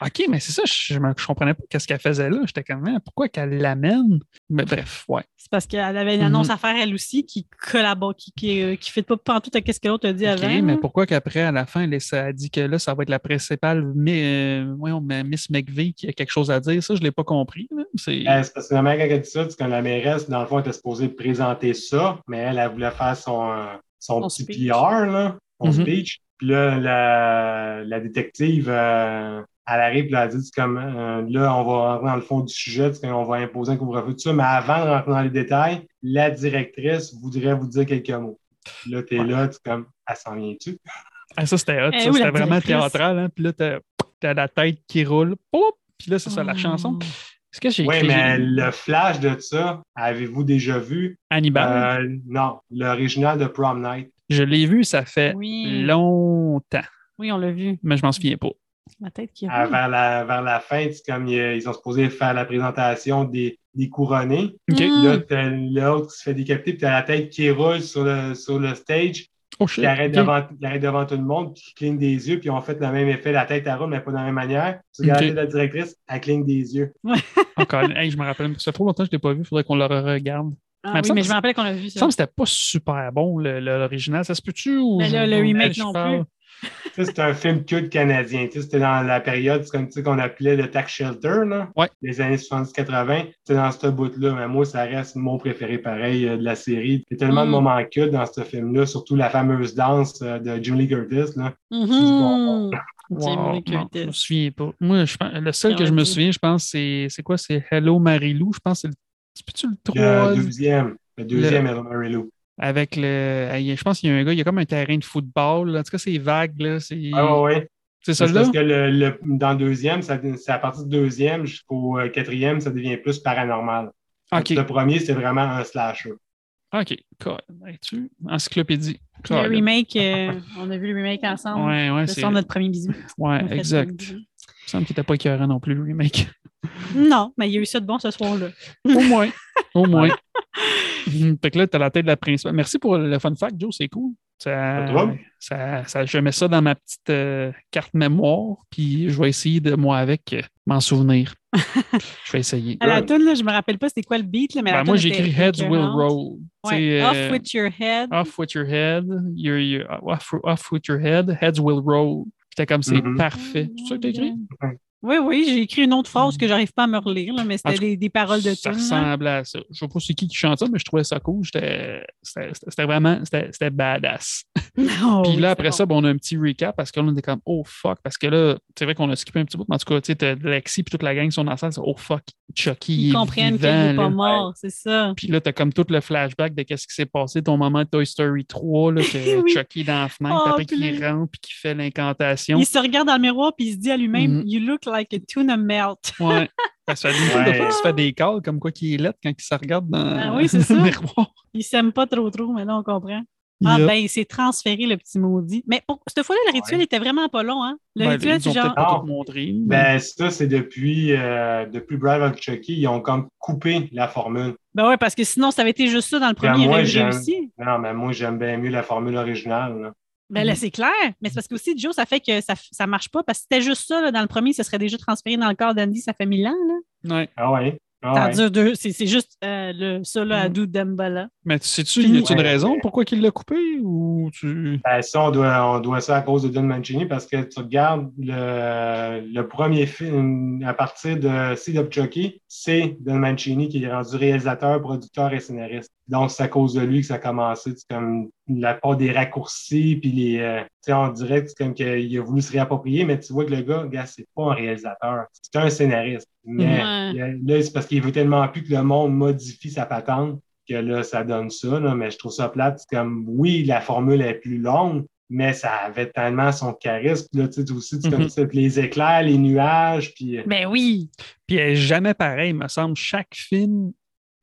B: OK, mais c'est ça, je ne comprenais pas ce qu'elle faisait là. J'étais quand même, pourquoi qu'elle l'amène? Mais bref, ouais.
A: C'est parce qu'elle avait une annonce mm-hmm. à faire elle aussi qui collabore, qui ne fait pas pantoute à ce que l'autre a dit
B: okay,
A: avant.
B: mais pourquoi qu'après, à la fin, elle, a dit que là, ça va être la principale mais, euh, voyons, mais Miss McVeigh qui a quelque chose à dire? Ça, je ne l'ai pas compris. Là. C'est...
C: Euh, c'est parce que la mère, quand elle dit ça, c'est que la mairesse, dans le fond, était supposée présenter ça, mais elle, elle voulait faire son, son, son petit speech. PR, là, son mm-hmm. speech. Puis là, la, la détective, euh, elle arrive, puis elle dit comme euh, là, on va rentrer dans le fond du sujet, on va imposer un couvre-feu, tout ça. Mais avant de rentrer dans les détails, la directrice voudrait vous dire quelques mots. Puis là, t'es ouais. là, tu comme, elle s'en vient-tu?
B: Ah, ça, c'était hot, eh, ça, c'était vraiment théâtral. Hein? Puis là, t'as, t'as la tête qui roule, Poup! puis là, c'est ça, oh. la chanson. Est-ce que j'ai
C: Oui,
B: écrit...
C: mais le flash de ça, avez-vous déjà vu?
B: Hannibal?
C: Euh, non, l'original de Prom Night.
B: Je l'ai vu, ça fait
A: oui.
B: longtemps.
A: Oui, on l'a vu.
B: Mais je m'en souviens pas.
A: Ma tête qui
C: ah, vers, la, vers la fin, c'est comme ils, ils ont supposé faire la présentation des, des couronnés.
B: Okay.
C: Mm. Là, t'as l'autre qui se fait décapiter, puis t'as la tête qui roule sur le, sur le stage.
B: Oh,
C: il, arrête okay. devant, il arrête, devant, tout le monde, puis il cligne des yeux, puis on fait le même effet, la tête à roule, mais pas de la même manière. Tu regardes okay. la directrice, elle cligne des yeux.
B: Encore, Oh, hey, je me rappelle, ça fait trop longtemps que je ne l'ai pas vu, il faudrait qu'on le regarde.
A: Ah, mais, oui, mais je me rappelle qu'on l'a vu. Ça.
B: Il me semble que c'était pas super bon, le, le, l'original. Ça se peut-tu? Ou
A: mais là, le remake non parle? plus.
C: c'est un film culte canadien. Tu sais, C'était dans la période comme tu sais, qu'on appelait le tax shelter, là,
B: Ouais.
C: les années 70-80. C'était dans ce bout-là. Mais moi, ça reste mon préféré pareil euh, de la série. Il y a tellement de
A: Mm.
C: moments cultes dans ce film-là, surtout la fameuse danse euh, de Julie Curtis. Là.
A: Mhm. Jamie
B: Wow,
A: Lee
B: non, je me
A: Curtis.
B: souviens pas. Moi, je pense- le seul
A: Il
B: que je me
A: aurait dû.
B: souviens, je pense, c'est c'est quoi? C'est Hello Marilou. Je pense que c'est le. tu Peux-tu le
C: Le
B: troisième?
C: deuxième, le deuxième, Ella Mary Lou.
B: Avec le. ah, il y a- Je pense qu'il y a un gars, il y a comme un terrain de football. là. En tout cas, c'est vague. là. C'est
C: Ah, ouais, ouais.
B: c'est
C: C'est
B: celui-là?
C: parce que le, le- dans le deuxième, ça- c'est à partir du deuxième jusqu'au euh, quatrième, ça devient plus paranormal.
B: Ok.
C: Le premier, c'est vraiment un slasher.
B: Ok. Colin, es-tu? Encyclopédie.
A: Le
B: Colin.
A: remake, euh, on a vu Ah le remake ensemble.
B: Ouais, ouais,
A: C'est
B: c'est.
A: ça notre premier
B: [laughs]
A: bisou. On
B: Ouais,
A: fait
B: exact.
A: ça.
B: Il me semble qu'il n'était pas écœurant non plus, le remake.
A: Non, mais il y a eu ça de bon ce soir-là.
B: Au moins. Au moins. Mhm. fait que là, t'as la tête de la principale. Merci pour le fun fact, Joe, c'est cool. Ça,
C: Pas de trouble.
B: ça, ça- je mets ça dans ma petite euh, carte mémoire, puis je vais essayer de, moi, avec, euh, m'en
C: [laughs]
B: souvenir. je vais essayer.
A: À la toune, là, je me rappelle pas c'était quoi le beat, là, mais à la
B: Ben,
A: toune
B: moi, j'ai
A: était
B: écrit Heads will
A: écœurante.
B: roll. Tu
A: Ouais.
B: sais,
A: Off
B: euh,
A: with your head.
B: off with your head. You're, you're- off, off with your head. Heads will roll. J'étais comme, c'est
C: Mhm.
B: parfait. C'est ça que t'as écrit?
A: Oui, oui, j'ai écrit une autre phrase que j'arrive pas à me relire, là, mais
B: En
A: c'était
B: tout
A: des, des paroles de hein?
B: ça
A: tune. [laughs]
B: ressemblait à ça. Je sais pas c'est qui qui chante ça, mais je trouvais ça cool. J'étais- C'était c'était- c'était vraiment, c'était c'était badass.
A: Oh
B: Puis là, après ça, ben, on a un petit recap parce que là, on était comme, oh fuck, parce que là, c'est vrai qu'on a skippé un petit bout, mais en tout cas, tu sais, t'as Lexi puis toute la gang sont dans la salle, c'est, oh fuck, Chucky, il
A: Ils
B: est
A: comprennent qu'il
B: vivant,
A: n'est pas
B: là.
A: mort, c'est ça.
B: Puis là, t'as comme tout le flashback de qu'est-ce qui s'est passé, ton moment de Toy Story 3, là, que
A: [laughs] Oui.
B: Chucky est dans la fenêtre,
A: Oh,
B: après
A: puis
B: qu'il
A: là-
B: rentre puis qu'il fait l'incantation.
A: Il se regarde dans le miroir puis il se dit à lui-même
B: Mhm.
A: You look like a tuna melt. [laughs]
B: Ouais. Parce que ça fait une fois
C: Ouais.
B: qu'il se fait des calls comme quoi qu'il est lettre quand il se regarde dans
A: Ah oui, c'est ça.
B: [laughs] le miroir.
A: Il s'aime pas trop trop, mais là, on comprend. Ah
B: Yep.
A: ben, il s'est transféré le petit maudit. Mais pour cette fois-là, le rituel était vraiment pas long, hein? Le
B: Ben,
A: rituel,
B: ils ont
A: c'est genre
B: peut-être pas
C: Ah.
B: tout montré. mais-
C: Ben, ça, c'est depuis, euh, depuis Bride of Chucky, ils ont comme coupé la formule.
A: Ben ouais, parce que sinon, ça avait été juste ça dans le
B: Ben,
A: premier, il
C: moi,
A: aurait
C: j'aime.
A: réussi.
C: Non, mais moi, j'aime bien mieux la formule originale. là.
A: Ben
B: Mhm.
A: là, c'est clair. Mais c'est parce que aussi, Joe, ça fait que ça, ça marche pas. Parce que c'était juste ça, là, dans le premier, ça serait déjà transféré dans le corps d'Andy, ça fait mille ans. Là.
B: Ouais.
C: Ah ouais. Ah, ouais.
A: Tandis deux, c'est c'est juste euh, le, ça, là, à
B: Mhm.
A: Dou Dembala.
B: Mais tu sais-tu,
A: Fini.
B: y a-tu une
C: Ouais.
B: raison pourquoi qu'il l'a coupé ou tu.
C: Ben, ça, on doit, on doit ça à cause de Don Mancini parce que tu regardes le, le premier film à partir de Seed of Chucky, c'est Don Mancini qui est rendu réalisateur, producteur et scénariste. Donc, c'est à cause de lui que ça a commencé. C'est comme la part des raccourcis, puis les. euh, tu sais, on dirait que c'est comme qu'il a voulu se réapproprier, mais tu vois que le gars, gars c'est pas un réalisateur, c'est un scénariste. Mais
A: Ouais.
C: il a- là, c'est parce qu'il veut tellement plus que le monde modifie sa patente que là, ça donne ça, là, mais je trouve ça plate. C'est comme, oui, la formule est plus longue, mais ça avait tellement son charisme. Puis Là, tu sais, aussi, tu
B: Mhm.
C: comme ça, les éclairs, les nuages, puis... euh,
A: Ben oui.
B: Puis elle est jamais pareil, il me semble. Chaque film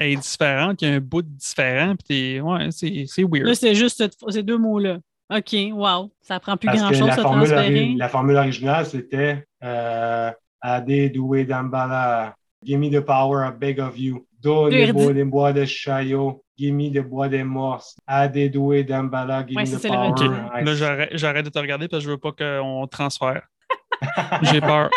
B: est différent, il y a un bout de différent, puis t'es- Ouais, c'est c'est
A: Là,
B: weird.
A: c'est juste cette- ces deux mots-là. OK, wow. Ça prend plus
C: parce que
A: grand-chose,
C: la
A: ça
C: formule,
A: transférer.
C: ori- la formule originale, c'était euh, Ade Doué Dambala, Give me the power, I beg of you. Do
A: Lui,
C: les
A: il
C: bois
A: dit-
C: des bois de Chaillot, Give me the bois des morses. Ade Doué Dambala, Give
A: Ouais,
C: me
A: c'est
C: the
A: ça, le
C: power.
B: Ok.
A: Ouais.
C: I-
B: Là, j'arrête j'arrête de te regarder parce que je veux pas qu'on te transfère. J'ai peur.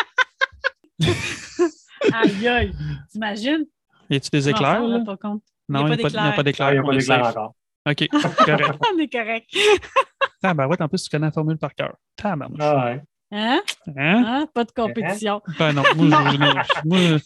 A: Aïe, aïe. Ah, T'imagines?
B: Y a-tu des éclairs?
A: L'enfant,
B: là?
A: là, pas compte.
B: Non,
A: Il y a
B: y
A: pas
B: y a pas d'éclairs.
C: [laughs] Ah, il n'y
A: [laughs]
B: on est safe. OK,
C: a pas d'éclair encore.
B: correct.
A: [laughs] On est correct.
B: Ah, ben ouais, en plus, tu connais la formule par cœur. Tabarnouche.
C: Ah, ouais.
A: Hein?
B: Hein?
A: Hein? Pas de compétition.
B: Ben non, moi, je, je- moi,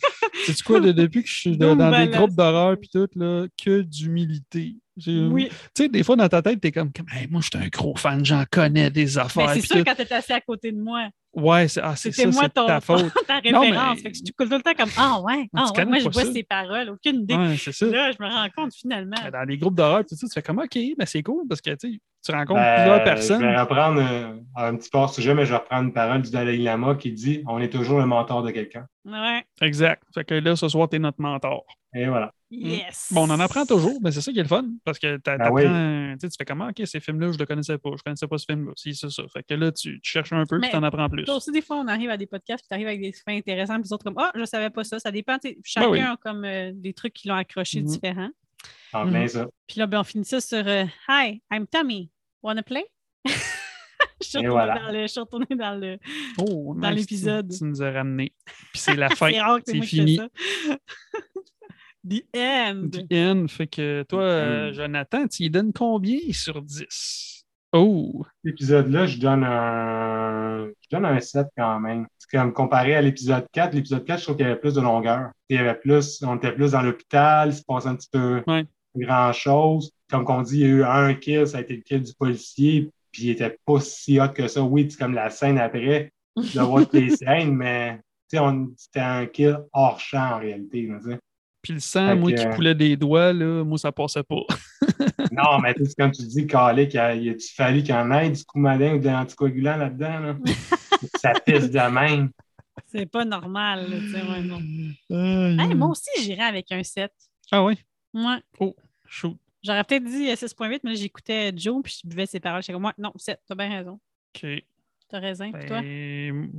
B: c'est quoi, de- depuis que je suis dans,
A: Doom
B: dans des
A: Balance.
B: groupes d'horreur puis tout, là, que d'humilité. J'ai-
A: Oui.
B: Tu sais, des fois, dans ta tête, t'es comme, comme, Hey, moi, je suis un gros fan, j'en connais des
A: Mais
B: affaires.
A: Ben, c'est
B: pis
A: sûr,
B: tout.
A: quand t'es assis à côté de moi, [laughs]
B: Ouais, c'est ah, c'est
A: C'était
B: ça,
A: moi
B: c'est
A: ton-
B: ta faute.
A: ta
B: Non, mais-
A: référence. Fait que je suis tout le temps comme Ah ouais, ah ouais.
B: connais
A: moi je
B: pas
A: vois
B: ça.
A: ces paroles, aucune idée.
B: Ouais, c'est ça.
A: Là, je me rends compte finalement.
B: Dans les groupes d'horreur, tout ça, tu fais comme, OK, ben c'est cool parce que tu sais, tu rencontres
C: Ben,
B: plusieurs
C: Je vais
B: personnes.
C: reprendre euh, un, petit peu hors sujet, mais je vais reprendre une parole du Dalai Lama qui dit On est toujours le mentor de quelqu'un.
A: Ouais.
B: Exact. Fait que là, ce soir, t'es notre mentor.
C: Et voilà.
A: Yes.
B: Mm. Bon, on en apprend toujours, mais c'est ça qui est le fun. Parce que t'a-
C: Ben
B: t'apprends,
C: oui.
B: tu sais, tu fais comme, Ah, OK, ces films-là, je le connaissais pas. Je connaissais pas ce film-là. Si, c'est ça. Fait que là, tu, tu cherches un peu, puis
A: Mais
B: t'en apprends plus.
A: Toi aussi, des fois, on arrive à des podcasts, puis t'arrives avec des fins intéressantes, puis les autres comme Ah, je savais pas ça. Ça dépend. tu sais, Chacun
B: Ben oui.
A: a comme euh, des trucs qui l'ont accroché
B: Mhm.
A: différents.
C: En
B: Mhm.
C: plein ça.
A: Puis là, ben, on finit ça sur euh, Hi, I'm Tommy. Wanna play? [laughs] je, suis
C: Et
A: retournée
C: voilà.
A: dans le- je suis retournée dans le. Dans
B: Oh, nice, tu-
A: l'épisode.
B: Tu nous as ramené. Puis c'est la fin.
A: [laughs] C'est rare que c'est
B: c'est
A: moi
B: fini.
A: qui fais ça. [laughs] The end.
B: The end. Fait que toi, euh,
C: Mm.
B: Jonathan, tu y donnes combien sur 10? Oh!
C: Cet épisode-là, je donne un. Je donne un 7 quand même. C'est comme comparé à l'épisode 4, l'épisode 4, je trouve qu'il y avait plus de longueur. Il y avait plus, on était plus dans l'hôpital, il se passait un petit peu
B: Ouais.
C: grand-chose. Comme qu'on dit, il y a eu un kill, ça a été le kill du policier, puis il était pas si hot que ça. Oui, c'est comme la scène après, de voir toutes les scènes, mais tu sais, on- c'était un kill hors champ en réalité. là, tu sais.
B: Puis le sang,
C: Fait
B: moi,
C: que-
B: qui coulait des doigts, là, moi, ça passait pas.
C: Non, mais tu sais, comme tu dis, calé, qu'il y a- il a-tu fallu qu'il y en ait du coumadin ou de l'anticoagulant là-dedans? Là? ça pisse de même.
A: C'est pas normal. là, tu sais, ouais, non.
B: Euh,
A: Hey, moi aussi, j'irais avec un 7.
B: Ah ouais?
A: Moi,
B: Shoot.
A: j'aurais peut-être dit euh, 6.8, mais là, j'écoutais Joe puis je buvais ses paroles. J'étais comme, ouais, non, 7, t'as bien raison.
B: OK.
A: T'as raison. puis toi?
B: Ben,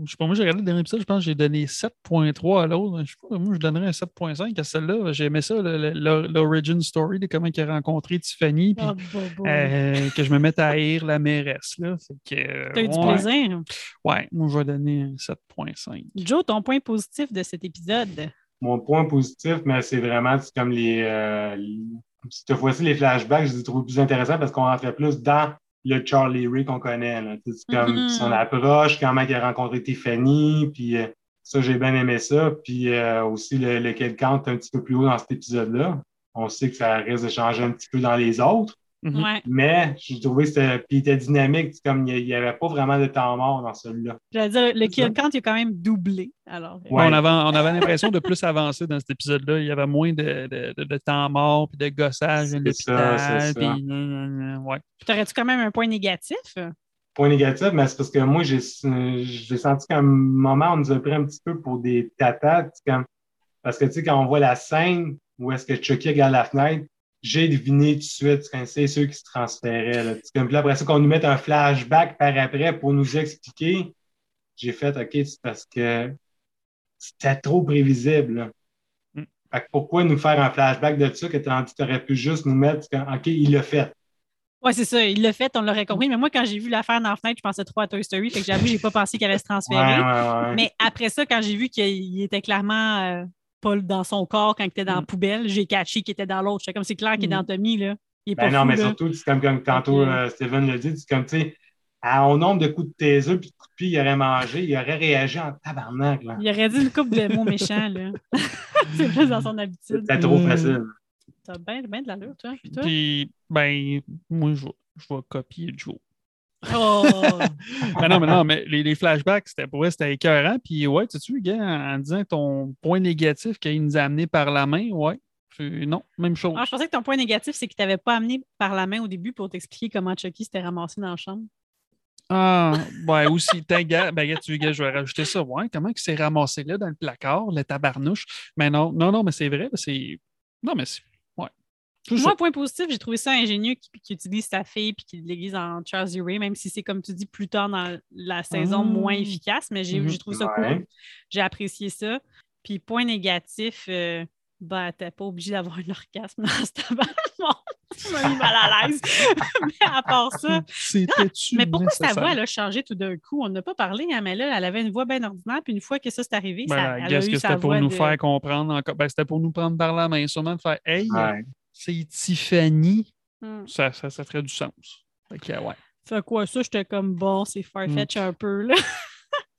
B: je sais pas, moi, j'ai regardé le dernier épisode, je pense que j'ai donné 7.3 à l'autre. Je sais pas, moi, je donnerais un 7.5 à celle-là. J'aimais ça, le- le- le- l'origin story de comment il a rencontré Tiffany, puis
A: Ah, bobo.
B: euh, que je me mette à haïr la mairesse. Là. Fait que, euh,
A: T'as eu du
B: ouais.
A: plaisir.
B: Ouais, moi, je vais donner un 7.5.
A: Joe, ton point positif de cet épisode.
C: Mon point positif, mais c'est vraiment c'est comme les, euh, les- Cette fois-ci, les flashbacks, je les ai trouvés plus intéressants parce qu'on rentrait plus dans le Charlie Ray qu'on connaît. là. Tu sais, C'est comme
A: Mhm.
C: son approche, comment il a rencontré Tiffany, puis euh, ça, j'ai bien aimé ça. Puis euh, aussi, le, le kill count un petit peu plus haut dans cet épisode-là. On sait que ça risque de changer un petit peu dans les autres.
B: Mhm.
A: Ouais.
C: Mais j'ai trouvé que c'était. Puis il était dynamique, c'est comme il n'y avait pas vraiment de temps mort dans celui-là.
A: J'allais dire, le
C: C'est ça.
A: kill count, il a quand même doublé. Alors, euh,
C: Ouais.
B: On avait, on avait l'impression de plus avancer dans cet épisode-là. Il y avait moins de, de- de- de temps mort, puis de gossage à
C: C'est ça,
B: l'hôpital.
C: c'est ça.
B: puis- Ouais.
A: t'aurais-tu quand même un point négatif?
C: Point négatif, mais c'est parce que moi, j'ai j'ai senti qu'à un moment, on nous a pris un petit peu pour des tatas. tu sais, Comme... Parce que tu sais, quand on voit la scène où est-ce que Chucky regarde la fenêtre, j'ai deviné tout de suite, tu sais, c'est ceux qui se transféraient. Là. Tu sais, Comme, puis là, après ça, qu'on nous mette un flashback par après pour nous expliquer, j'ai fait OK, c'est parce que c'était trop prévisible. là.
B: Mm.
C: Fait que pourquoi nous faire un flashback de ça que tandis que tu aurais pu juste nous mettre comme, OK, il l'a fait.
A: Oui, c'est ça. Il l'a fait, on l'aurait compris. Mais moi, quand j'ai vu l'affaire dans la fenêtre, je pensais trop à Toy Story. Fait que j'avoue, j'ai pas pensé qu'elle allait se
C: Ouais,
A: transférer.
C: ouais, ouais.
A: Mais après ça, quand j'ai vu qu'il était clairement euh, pas dans son corps quand il était dans la
B: Mm.
A: poubelle, j'ai catché qu'il était dans l'autre. J'étais comme c'est clair qu'il est
B: Mm.
A: dans Tommy, là. Il est pas
C: Ben non,
A: fou,
C: mais
A: là.
C: surtout, c'est comme, comme tantôt
A: Ok.
C: euh, Steven le dit, c'est comme, tu sais, à- au nombre de coups de taiseux puis de coups de pied, il aurait mangé, il aurait réagi en tabarnak. là.
A: Il aurait dit une coupe de mots méchants, là. [laughs] c'est plus dans son habitude.
C: C'était trop
B: Euh,
C: facile.
A: T'as bien ben de l'allure, toi. puis toi?
B: Puis, ben, moi, je vais, je vais copier Joe.
A: Oh!
B: Ben non, mais non, mais les, les flashbacks, c'était pour vrai, c'était écœurant. Puis ouais, tu sais, gars, en, en disant ton point négatif qu'il nous a amené par la main, ouais. Puis non, même chose.
A: Ah, je pensais que ton point négatif, c'est qu'il t'avait pas amené par la main au début pour t'expliquer comment Chucky s'était ramassé dans la chambre.
B: Ah, ouais, aussi, t'as gars, ben gars, tu gars, je vais rajouter ça. Ouais, comment il s'est ramassé là dans le placard, le tabarnouche. Mais non, non, non, mais c'est vrai, c'est. Non, mais c'est. Ouais. Tout ça.
A: Moi, point positif, j'ai trouvé ça ingénieux qu'il qu'il utilise sa fille puis qu'il l'aiguise en Charles E. Ray, même si c'est, comme tu dis, plus tard dans la saison,
B: Ah.
A: moins efficace, mais j'ai
B: Mhm.
A: j'ai trouvé ça
C: Ouais.
A: cool. J'ai apprécié ça. Puis, point négatif, euh, ben, t'es pas obligé d'avoir un orgasme dans ce [laughs] tabarnak. Tu m'as mis mal à l'aise. [laughs] mais à part ça,
B: C'était-tu
A: mais pourquoi sa
B: nécessaire?
A: voix elle a changé tout d'un coup? On n'a pas parlé, hein, mais là, elle avait une voix bien ordinaire. Puis, une fois que ça s'est arrivé,
B: Ben,
A: ça, elle a
B: guess
A: eu
B: que
A: sa
B: c'était pour
A: voix
B: nous
A: de-
B: faire comprendre encore. Ben, c'était pour nous prendre par la main, sûrement de faire Hey,
C: Ouais.
B: c'est Tiffany,
A: Hmm.
B: ça, ça, ça ferait du sens. Fait que, [laughs] ouais.
A: Fait quoi, ça, j'étais comme bon, c'est farfetch un peu, là.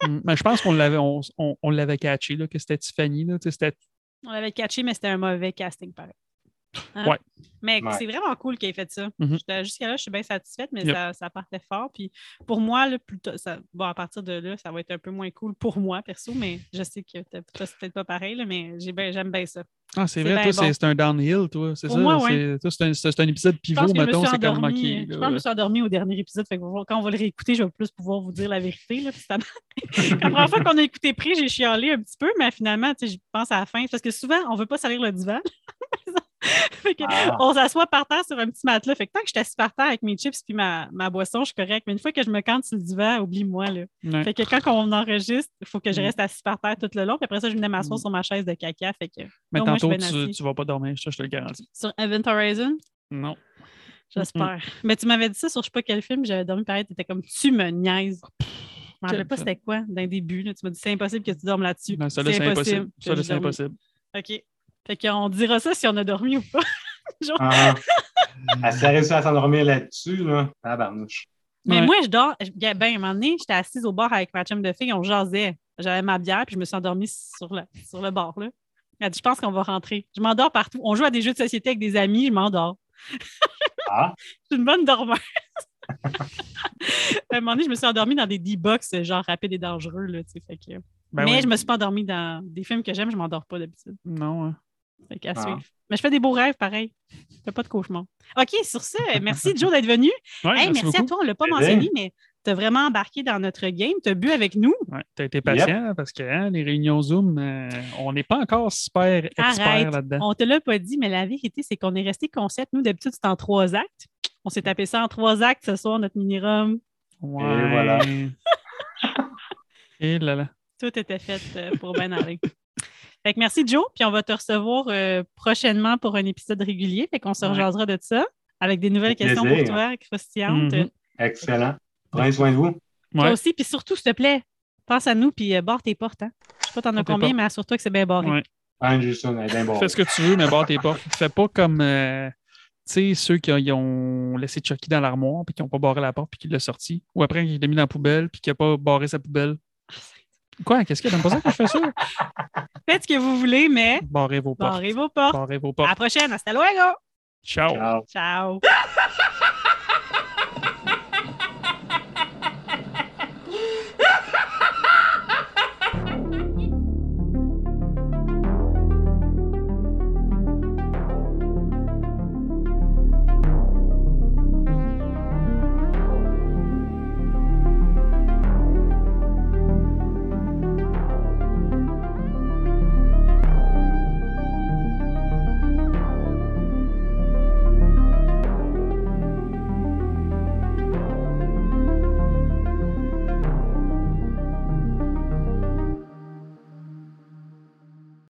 B: Mm, Mais je pense qu'on l'avait on, on- on l'avait catché, là, que c'était Tiffany. Là, tu sais, c'était-
A: On l'avait catché, mais c'était un mauvais casting, pareil. Hein?
B: Ouais.
A: Mais
C: Ouais.
A: c'est vraiment cool qu'il ait fait ça.
B: Mhm.
A: J'étais- Jusqu'à là, je suis bien satisfaite, mais
B: Yep.
A: ça, ça partait fort. Puis pour moi, là, plutôt, ça, bon, à partir de là, ça va être un peu moins cool pour moi, perso, mais je sais que t'as- toi, c'est peut-être pas pareil, là, mais j'ai bien- j'aime bien ça.
B: Ah, c'est
A: C'est
B: vrai,
A: ben
B: toi, c'est-
A: bon.
B: c'est un downhill, toi. C'est
A: Pour
B: ça.
A: moi, ouais.
B: c'est- toi, C'est un, c'est- c'est un épisode
A: Je pense
B: pivot,
A: que je me
B: mettons,
A: suis
B: c'est comme
A: endormie. euh,
B: manqué.
A: Je pense que je me suis endormie au dernier épisode. Fait que on va- quand on va le réécouter, je vais plus pouvoir vous dire la vérité. Là, puis ça- [laughs] la première fois qu'on a écouté Prix, j'ai chialé un petit peu, mais finalement, tu sais, je pense à la fin. Parce que souvent, on ne veut pas salir le divan. [laughs] Fait que
C: Ah.
A: On s'assoit par terre sur un petit matelas. Fait que tant que je suis assis par terre avec mes chips puis ma, ma boisson, je suis correcte. Mais une fois que je me cante sur le divan, oublie-moi. Là.
B: Ouais.
A: Fait que quand on enregistre, il faut que je
B: Mm.
A: reste assis par terre tout le long. Puis après ça, je venais m'asseoir
B: Mm.
A: sur ma chaise de caca. Fait que
B: Mais
A: Non, moi, je
B: tantôt,
A: suis bien
B: tu,
A: assise.
B: tu vas pas dormir, ça, je te le garantis.
A: sur Event Horizon,
B: Non.
A: J'espère. Mm-hmm. Mais tu m'avais dit ça sur je sais pas quel film, j'avais dormi pareil, t'étais comme tu me niaises. Je me rappelle
B: Quel
A: pas
B: film?
A: c'était quoi d'un début. là. Tu m'as dit c'est impossible que tu dormes là-dessus.
B: Non, ça, là, c'est impossible.
A: que
B: Ça, là,
A: j'ai
B: c'est
A: dormi.
B: impossible.
A: OK. Fait qu'on dira ça si on a dormi ou pas.
C: Ah, ah. Elle s'est réussie à s'endormir là-dessus, là. Tabarnouche.
A: Mais
B: Ouais.
A: moi, je dors. je- Ben, un moment donné, j'étais assise au bar avec ma chum de fille, on jasait. J'avais ma bière, puis je me suis endormie sur le, sur le bar. Là. Elle a dit Je pense qu'on va rentrer. Je m'endors partout. On joue à des jeux de société avec des amis, je m'endors.
C: Ah.
A: Je suis une bonne dormeuse. [laughs] à un moment donné, je me suis endormie dans des D-box, genre rapide et dangereux. Là, tu sais, fait que-
B: Ben
A: Mais
B: oui.
A: je me suis pas endormie dans des films que j'aime, je m'endors pas d'habitude.
B: Non, hein.
A: Fait qu'à
C: Ah.
A: suivre. Mais je fais des beaux rêves, pareil. Je fais pas de cauchemar. OK, sur ce,
B: [laughs]
A: merci Joe d'être venu.
B: Ouais,
A: Hey, merci à
B: beaucoup.
A: toi, on ne l'a pas
C: Plaisir.
A: mentionné, mais tu as vraiment embarqué dans notre game, tu as bu avec nous.
B: Ouais, T'as été patient parce que hein, les réunions Zoom, euh, on n'est pas encore super experts
A: Arrête.
B: là-dedans.
A: On te l'a pas dit, mais la vérité, c'est qu'on est resté concept. Nous, d'habitude, c'est en trois actes. On s'est tapé ça en trois actes ce soir, notre mini-rum.
B: Ouais.
C: voilà.
B: [laughs] Et là là.
A: Tout était fait euh, pour bien aller. Fait que merci, Joe. Puis on va te recevoir euh, prochainement pour un épisode régulier. Fait qu'on se
B: Ouais.
A: rejasera de ça avec des nouvelles
C: Au
A: questions pour
C: plaisir.
A: toi, Christian.
B: Mhm.
C: Excellent. Prenez soin de vous.
A: Toi
B: Ouais.
A: aussi. Puis surtout, s'il te plaît, pense à nous puis euh, barre tes portes. Hein. Je sais pas t'en as
B: Barre tes
A: combien,
B: portes.
A: mais assure-toi que c'est bien barré.
B: Ouais.
C: Anderson est bien bon.
B: Fais ce que tu veux, mais barre tes portes. Fais pas comme euh, tu sais, ceux qui ont- ils ont laissé Chucky dans l'armoire puis qui n'ont pas barré la porte puis qui l'ont sorti. Ou après qu'il l'a mis dans la poubelle puis qu'il n'a pas barré sa poubelle. Quoi? Qu'est-ce que t'aimes pas ça que je fais ça?
A: Faites ce que vous voulez, mais
B: Barrez vos portes.
A: barrez vos portes.
B: Barrez vos
A: À
B: portes.
A: la prochaine. Hasta luego.
B: Ciao.
C: Ciao.
A: Ciao.